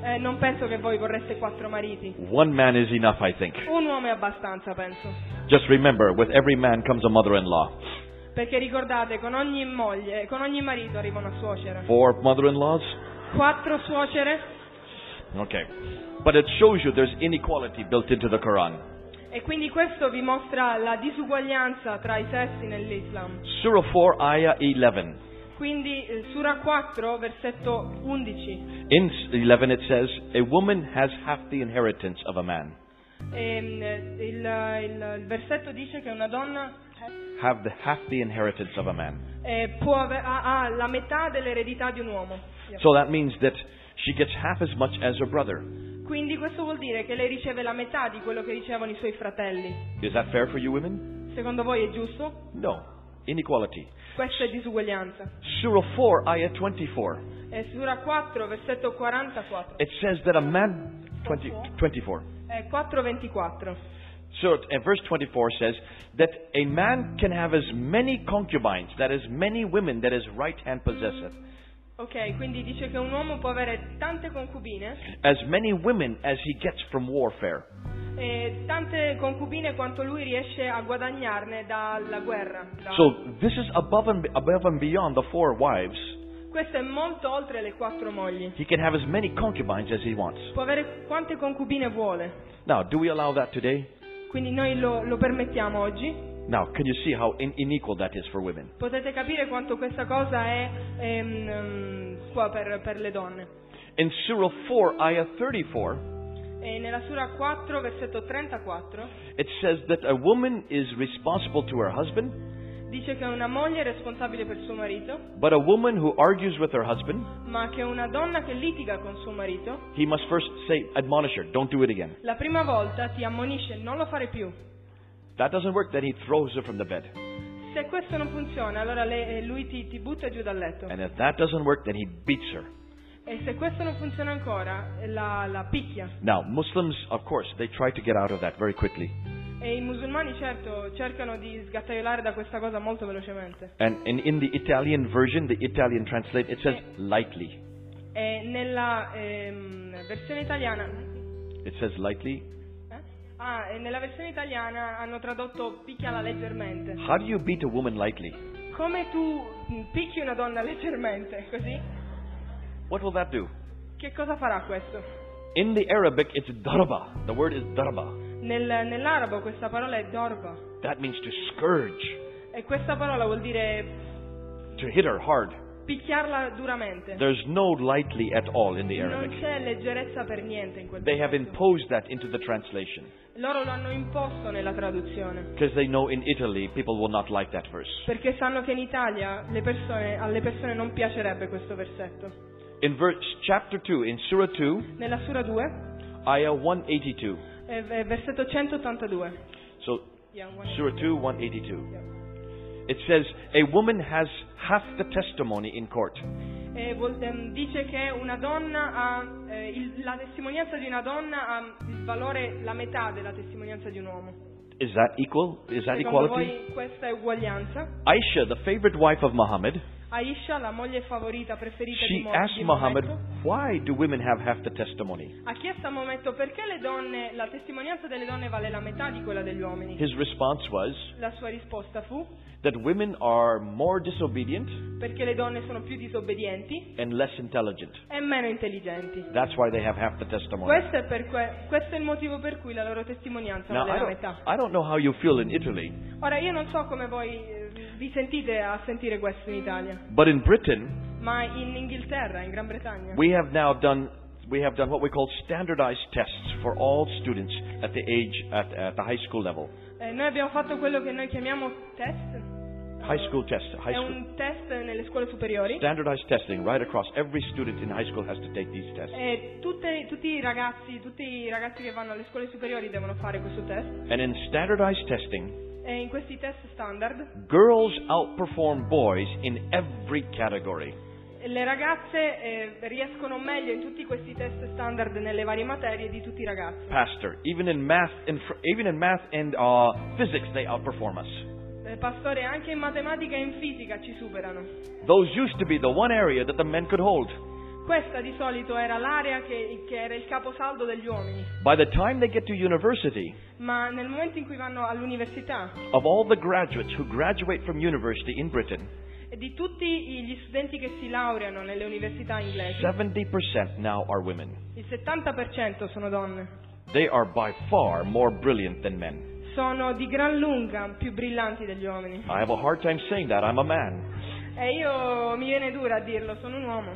Eh, non penso che voi vorreste quattro mariti.
one man is enough I think
Un uomo è abbastanza, penso.
Just remember, with every man comes a mother-in-law.
Perché ricordate, con ogni moglie, con ogni marito arriva una suocera.
Four mother-in-laws?
Quattro suocere.
Okay. But it shows you there's inequality built into the Quran.
E quindi questo vi mostra la disuguaglianza tra i sessi nell'Islam.
Surah 4, Ayah 11.
Quindi, eh, Sura 4, versetto 11.
In s- 11 it says, A woman has half the inheritance of a man.
Ehm, eh, il, il- il versetto dice che una donna
Have the half the inheritance of a man.
eh, può ave- ha, ha la metà dell'eredità di un uomo.
So that means that she gets half as much as her brother.
Quindi questo vuol dire che lei riceve la metà di quello che ricevono i suoi fratelli.
Is that fair for you women?
Secondo voi è giusto?
No. Inequality.
Questa è disuguaglianza.
Surah 4, Ayah 24.
È Sura 4, versetto 44.
It says that a man... 20, 24.
È 4:24.
So, and verse 24 says that a man can have as many concubines, that is, many women that his right hand possesseth,
Ok, quindi dice che un uomo può avere tante concubine,
as many women as he gets from warfare.
eh, tante concubine quanto lui riesce a guadagnarne dalla guerra. da-
So, this is above and, above and beyond the four wives.
Questo è molto oltre le quattro mogli.
He can have as many concubines as he wants.
Può avere quante concubine vuole.
Now, do we allow that today?
Quindi noi lo- lo permettiamo oggi.
Now, can you see how in- unequal that is for women?
Potete capire quanto questa cosa è ehm, ehm, qua per, per le donne.
In Surah 4, Ayah 34,
E nella Sura 4, versetto 34,
it says that a woman is responsible to her husband,
dice che una moglie è responsabile per suo marito,
but a woman who argues with her husband,
ma che una donna che litiga con suo marito,
he must first say, admonish her, don't do it again.
la prima volta ti ammonisce non lo fare più.
That doesn't work, then he throws her from the bed.
Se questo non funziona, allora le- eh, lui ti, ti butta giù dal letto.
And if that doesn't work, then he beats her.
E se questo non funziona ancora, eh, la, la picchia.
Now, Muslims, of course, they try to get out of that very quickly.
E i musulmani certo cercano di sgattaiolare da questa cosa molto velocemente.
And, and in the Italian version, the Italian translate, it says lightly.
E Eh, nella ehm, versione italiana...
It says lightly.
Eh? Ah, e nella versione italiana hanno tradotto picchiala leggermente.
How do you beat a woman lightly?
Come tu mm, picchi una donna *laughs* leggermente, così?
What will that do?
Che cosa farà questo?
In the Arabic, it's darba. The word is darba.
Nel- nell'arabo questa parola è dorba
That means to scourge,
e questa parola vuol dire
to hit her hard.
picchiarla duramente.
There's no lightly at all in the
Non
Arabic.
c'è leggerezza per niente in quel
They have
testo.
imposed that into the translation
Loro lo hanno imposto nella traduzione.
because they know in Italy people will not like that verse.
Perché sanno che in Italia le persone- alle persone non piacerebbe questo versetto.
In verse chapter 2, in Surah 2,
Nella Sura 2,
Ayah 182.
eh, eh, versetto 182.
So,
Yeah, one-
Surah 2, 182.
yeah.
It says, A woman has half the testimony in court.
Eh, vol- ehm, dice che una donna ha, eh, il- la testimonianza di una donna ha il valore la metà della testimonianza di un uomo.
Is that equal? Is that
Secondo
equality?
voi questa è uguaglianza?
Aisha, the favorite wife of Muhammad,
Aisha, la moglie favorita preferita di,
she
Mo-
asked
di
Muhammad,
Maometto,
why do women have half the testimony?
ha chiesto a Maometto perché le donne, la testimonianza delle donne vale la metà di quella degli uomini.
His response was
La sua risposta fu
that women are more disobedient
perché le donne sono più disobbedienti
and less intelligent.
e meno intelligenti.
That's why they have half the testimony.
Questo è, per que- questo è il motivo per cui la loro testimonianza
Now,
vale
I
la
don't,
metà.
I don't know how you feel in Italy,
Ora, io non so come voi eh, vi sentite a sentire questo in Italia,
but in Britain,
ma in Inghilterra, in Gran Bretagna,
we have now done we have done what we call standardized tests for all students at the age at, at the high school level.
eh, noi abbiamo fatto quello che noi chiamiamo test.
High school test, high
È
school
un test nelle scuole superiori.
standardized testing right across every student in high school has to take these tests.
E tutte- tutti i ragazzi, tutti i ragazzi che vanno alle scuole superiori devono fare questo test.
And in standardized testing,
E in questi test standard
girls outperform boys in every category.
le ragazze eh, riescono meglio in tutti questi test standard nelle varie materie di tutti i ragazzi.
Pastor, even in math and fr- even in math and uh, physics they outperform us.
Eh, pastore, anche in matematica e in fisica ci superano.
Those used to be the one area that the men could hold.
Questa di solito era l'area che, che era il caposaldo degli uomini,
By the time they get to university,
ma nel momento in cui vanno all'università
of all the graduates who graduate from university in Britain,
e di tutti i- gli studenti che si laureano nelle università inglesi,
70% now are women.
il 70% sono donne.
They are by far more brilliant than men.
Sono di gran lunga più brillanti degli uomini.
I have a hard time saying that. I'm a man.
E io mi viene dura a dirlo, sono un uomo.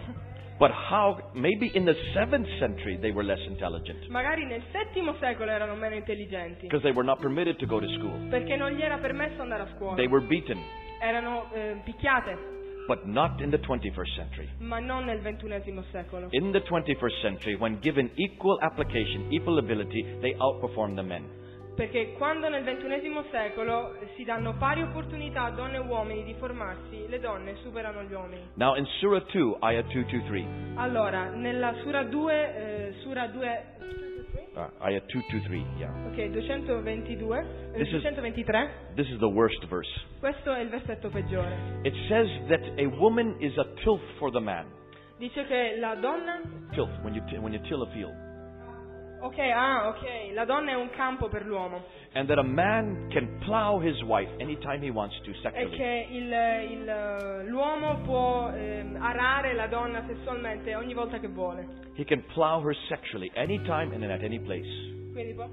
But how, maybe in the 7th century they were less intelligent.
Magari nel VII secolo erano meno intelligenti,
because they were not permitted to go to school.
perché non gli era permesso andare a scuola.
They were beaten,
Erano eh, picchiate,
but not in the 21st century.
ma non nel XXI secolo.
In the 21st century, when given equal application, equal ability, they outperform the men.
Perché quando nel XXI secolo si danno pari opportunità a donne e uomini di formarsi, le donne superano gli uomini.
Now in Surah 2, Ayah 223,
Allora, nella Sura 2, eh, Sura 2,
uh, Ayah 223, yeah.
ok, 222, eh,
This is-
223,
This is the worst verse.
questo è il versetto peggiore.
It says that a woman is a tilth for the man.
Dice che la donna,
Tilth, when you, t- when you till a field.
ok, ah, ok, la donna è un campo per l'uomo
And that a man can plow his wife anytime he wants to
e
sexually.
che il- il- l'uomo può ehm, arare la donna sessualmente ogni volta che vuole.
He can plow her sexually anytime and at any place.
Quindi può...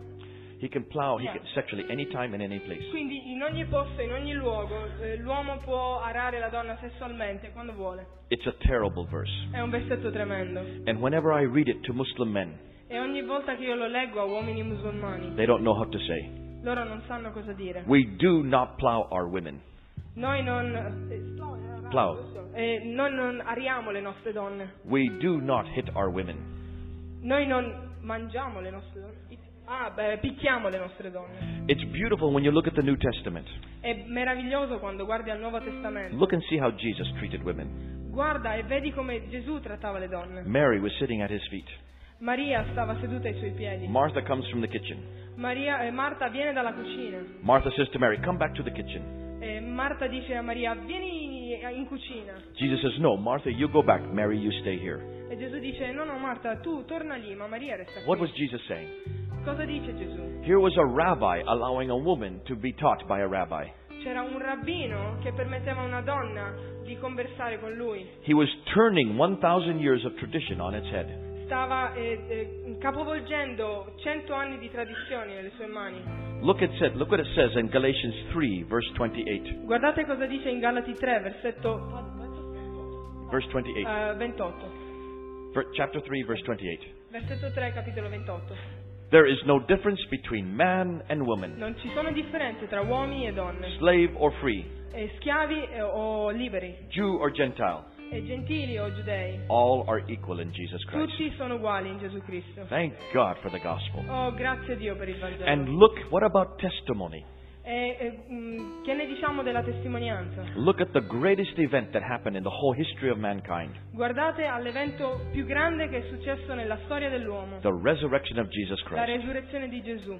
He can plow he
Yeah.
can, sexually anytime and any place.
Quindi in ogni posto, in ogni luogo, eh, l'uomo può arare la donna sessualmente quando vuole.
It's a terrible verse.
È un versetto tremendo.
And whenever I read it to Muslim men,
E ogni volta che io lo leggo a uomini musulmani,
they don't know how to say.
loro non sanno cosa dire.
We do not plow our women.
Noi non... eh,
Plow.
eh, noi non ariamo le nostre donne.
We do not hit our women.
Noi non mangiamo le nostre donne. Ah, beh, picchiamo le nostre donne.
It's beautiful when you look at the New Testament.
È meraviglioso quando guardi al Nuovo Testamento.
Look and see how Jesus treated women.
Guarda e vedi come Gesù trattava le donne.
Mary was sitting at his feet.
Maria stava seduta ai suoi piedi.
Martha comes from the kitchen.
Maria, eh, Marta viene dalla cucina.
Martha says to Mary, Come back to the kitchen.
E Eh, Marta dice a Maria, vieni in cucina.
Jesus says, No, Martha, you go back. Mary, you stay here.
E Gesù dice, no, no, Marta, tu torna lì, ma Maria resta
What
qui.
was Jesus saying?
Cosa dice Gesù?
Here was a rabbi allowing a woman to be taught by a rabbi.
C'era un rabbino che permetteva a una donna di conversare con lui.
He was turning 1,000 years of tradition on its head.
Stava eh, eh, capovolgendo cento anni di tradizioni nelle sue mani.
Look, at said, look what it says in Galatians 3, verse 28.
Guardate cosa dice in Galati 3, versetto
Verse 28.
eh, 28.
Ver- chapter 3, verse 28.
Versetto 3, capitolo 28.
There is no difference between man and woman,
Non ci sono differenze tra uomini e donne,
slave or free,
eh, schiavi eh, o liberi,
Jew or Gentile.
e gentili o giudei.
All are equal in Jesus Christ.
Tutti sono uguali in Gesù Cristo.
Thank God for the gospel.
Oh, grazie Dio per il Vangelo.
And look, what about testimony?
E, e, mm, che ne diciamo della testimonianza?
Look at the greatest event that happened in the whole history of mankind
Guardate all'evento più grande che è successo nella storia dell'uomo,
the resurrection of Jesus
la
Christ.
resurrezione di Gesù.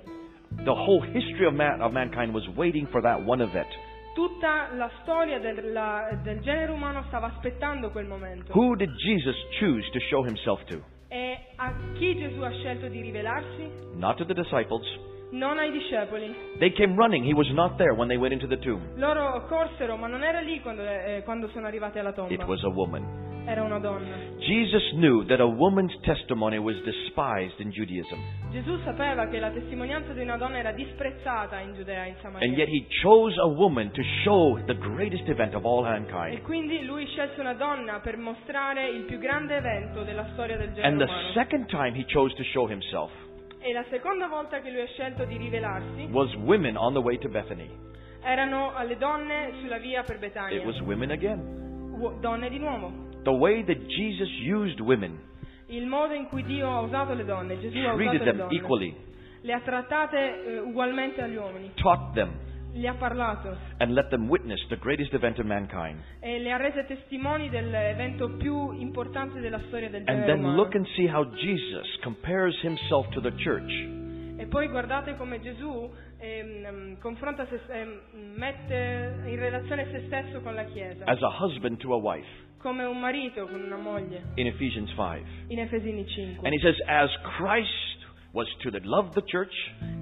The whole history of, man, of mankind was waiting for that one event.
Tutta la storia della- del genere umano stava aspettando quel momento.
Who did Jesus choose to show himself to?
E a chi Gesù ha scelto di rivelarsi?
Not to the disciples.
Non ai discepoli.
They came running. He was not there when they went into the tomb.
Loro corsero, ma non era lì quando, eh, quando sono arrivati alla
It
tomba.
was a woman.
Era una donna.
Jesus knew that a woman's testimony was despised in Judaism.
Gesù sapeva che la testimonianza di una donna era disprezzata in Giudea, in
And
Samaria.
yet he chose a woman to show the greatest event of all
E
mankind.
quindi lui scelse una donna per mostrare il più grande evento della storia del genere
And the
umano.
second time he chose to show himself
E la seconda volta che lui ha scelto di rivelarsi
was women on the way to Bethany.
erano alle donne sulla via per Betania.
It was women again.
Uo- donne di nuovo.
The way that Jesus used women,
Il modo in cui Dio ha usato le donne, Gesù ha usato
treated
le
them
donne.
equally,
Le ha trattate eh, ugualmente agli uomini,
taught them,
le ha parlato
and let them witness the greatest event of mankind.
e le ha rese testimoni dell'evento più importante della storia del
And
genere
then
umano.
look and see how Jesus compares himself to the church.
E poi guardate come Gesù ehm, ehm, confronta se- ehm, mette in relazione se stesso con la Chiesa,
as a husband to a wife
come un marito con una moglie,
in Ephesians 5.
in Efesini 5.
And he says, As Christ was to the love the church,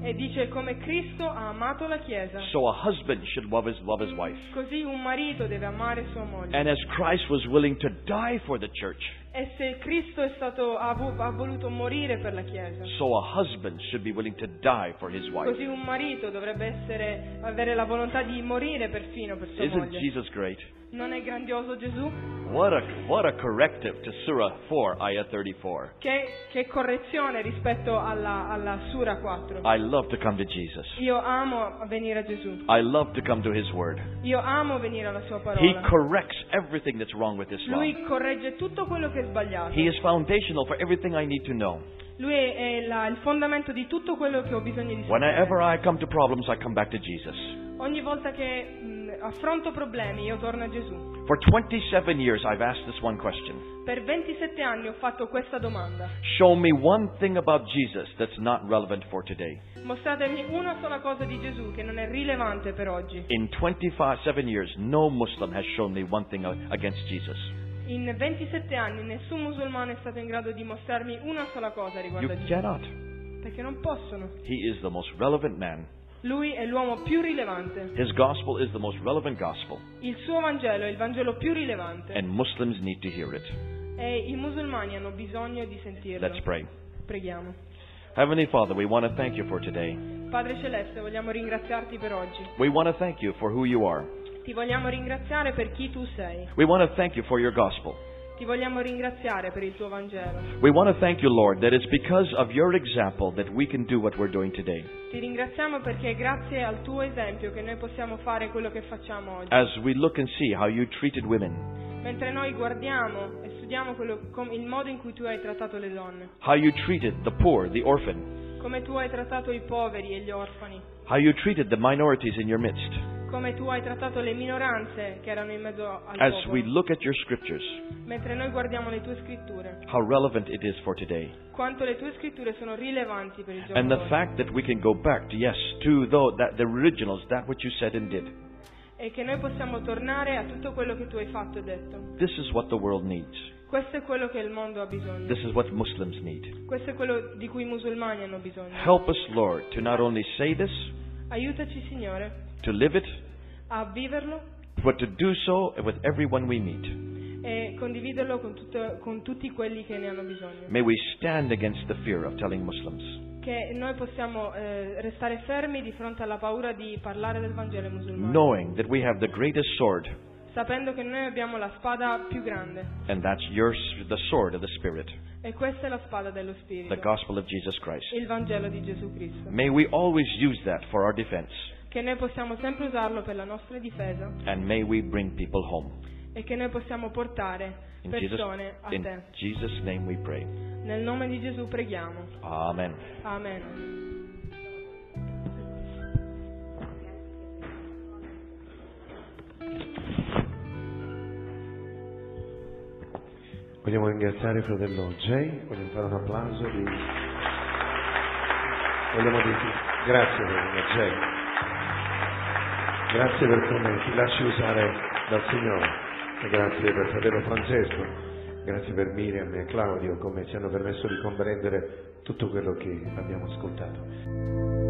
E dice come Cristo ha amato la Chiesa,
so a husband should love his, love his wife.
così un marito deve amare sua moglie.
And as Christ was willing to die for the church,
E se Cristo è stato, ha, vo- ha voluto morire per la Chiesa,
so a husband should be willing to die for his wife.
così un marito dovrebbe essere, avere la volontà di morire perfino per sua
Isn't
moglie.
Jesus great?
Non è grandioso Gesù?
What a, what a corrective to Surah 4, Ayah 34.
Che, che correzione rispetto alla, alla Sura 4.
I love to come to Jesus.
Io amo venire a Gesù,
I love to come to his word.
io amo venire alla sua
He
parola.
corrects everything that's wrong with Islam.
Lui corregge tutto quello che è sbagliato.
He is foundational for everything I need to know.
Lui è, è la- il fondamento di tutto quello che ho bisogno di
Whenever
sapere.
I come to problems, I come back to Jesus.
Ogni volta che mh, affronto problemi io torno a Gesù.
For 27 years, I've asked this one question
Per 27 anni ho fatto questa domanda.
Show me one thing about Jesus that's not relevant for today.
Mostratemi una sola cosa di Gesù che non è rilevante per oggi.
In 27 years, no Muslim has shown me one thing a- against Jesus.
In 27 anni nessun musulmano è stato in grado di mostrarmi una sola cosa
You
riguardo a Gesù.
cannot.
Perché non possono.
He is the most relevant man.
Lui è l'uomo più rilevante.
His gospel is the most relevant gospel,
Il suo Vangelo è il Vangelo più rilevante.
and Muslims need to hear it.
E i musulmani hanno bisogno di sentirlo.
Let's pray.
Preghiamo.
Heavenly Father, we want to thank you for today.
Padre Celeste, vogliamo ringraziarti per oggi.
We want to thank you for who you are.
Ti vogliamo ringraziare per chi tu sei.
We want to thank you for your gospel.
Ti vogliamo ringraziare per il tuo Vangelo.
We want to thank you, Lord, that it's because of your example that we can do what we're doing today.
Ti ringraziamo perché è grazie al tuo esempio che noi possiamo fare quello che facciamo oggi.
As we look and see how you treated women,
Mentre noi guardiamo e studiamo quello- com- il modo in cui tu hai trattato le donne,
how you treated the poor, the orphan,
come tu hai trattato i poveri e gli orfani,
how you treated the minorities in your midst.
come tu hai trattato le minoranze che erano in mezzo al
As we
popolo.
look at your scriptures,
Mentre noi guardiamo le tue scritture,
how relevant it is for today.
quanto le tue scritture sono rilevanti per il giorno
And the
d'oggi.
fact that we can go back to, yes, to though, that the originals, that which you said and did.
e che noi possiamo tornare a tutto quello che tu hai fatto e detto.
This is what the world needs.
Questo è quello che il mondo ha bisogno,
This is what Muslims need.
questo è quello di cui i musulmani hanno bisogno.
Help us, Lord, to not only say this,
Aiutaci Signore
to live it,
a viverlo
but to do so with everyone we meet.
e condividerlo con, tutto- con tutti quelli che ne hanno bisogno.
May we stand against the fear of telling Muslims.
Che noi possiamo eh, restare fermi di fronte alla paura di parlare del Vangelo ai musulmani,
knowing that we have the greatest sword,
sapendo che noi abbiamo la spada più grande
and that's your, the sword of the Spirit,
e questa è la spada dello Spirito,
the gospel of Jesus Christ.
il Vangelo di Gesù Cristo.
May we always use that for our defense,
Che noi possiamo sempre usarlo per la nostra difesa
and may we bring people home.
e che noi possiamo portare
In Jesus,
persone a
in
te.
Jesus' name we pray.
Nel nome di Gesù preghiamo.
Amen.
Amen.
Vogliamo ringraziare il fratello Jay, vogliamo fare un applauso di... vogliamo dirti grazie per l'evangelio, grazie per come ti lasci usare dal Signore e grazie per fratello Francesco, grazie per Miriam e Claudio come ci hanno permesso di comprendere tutto quello che abbiamo ascoltato.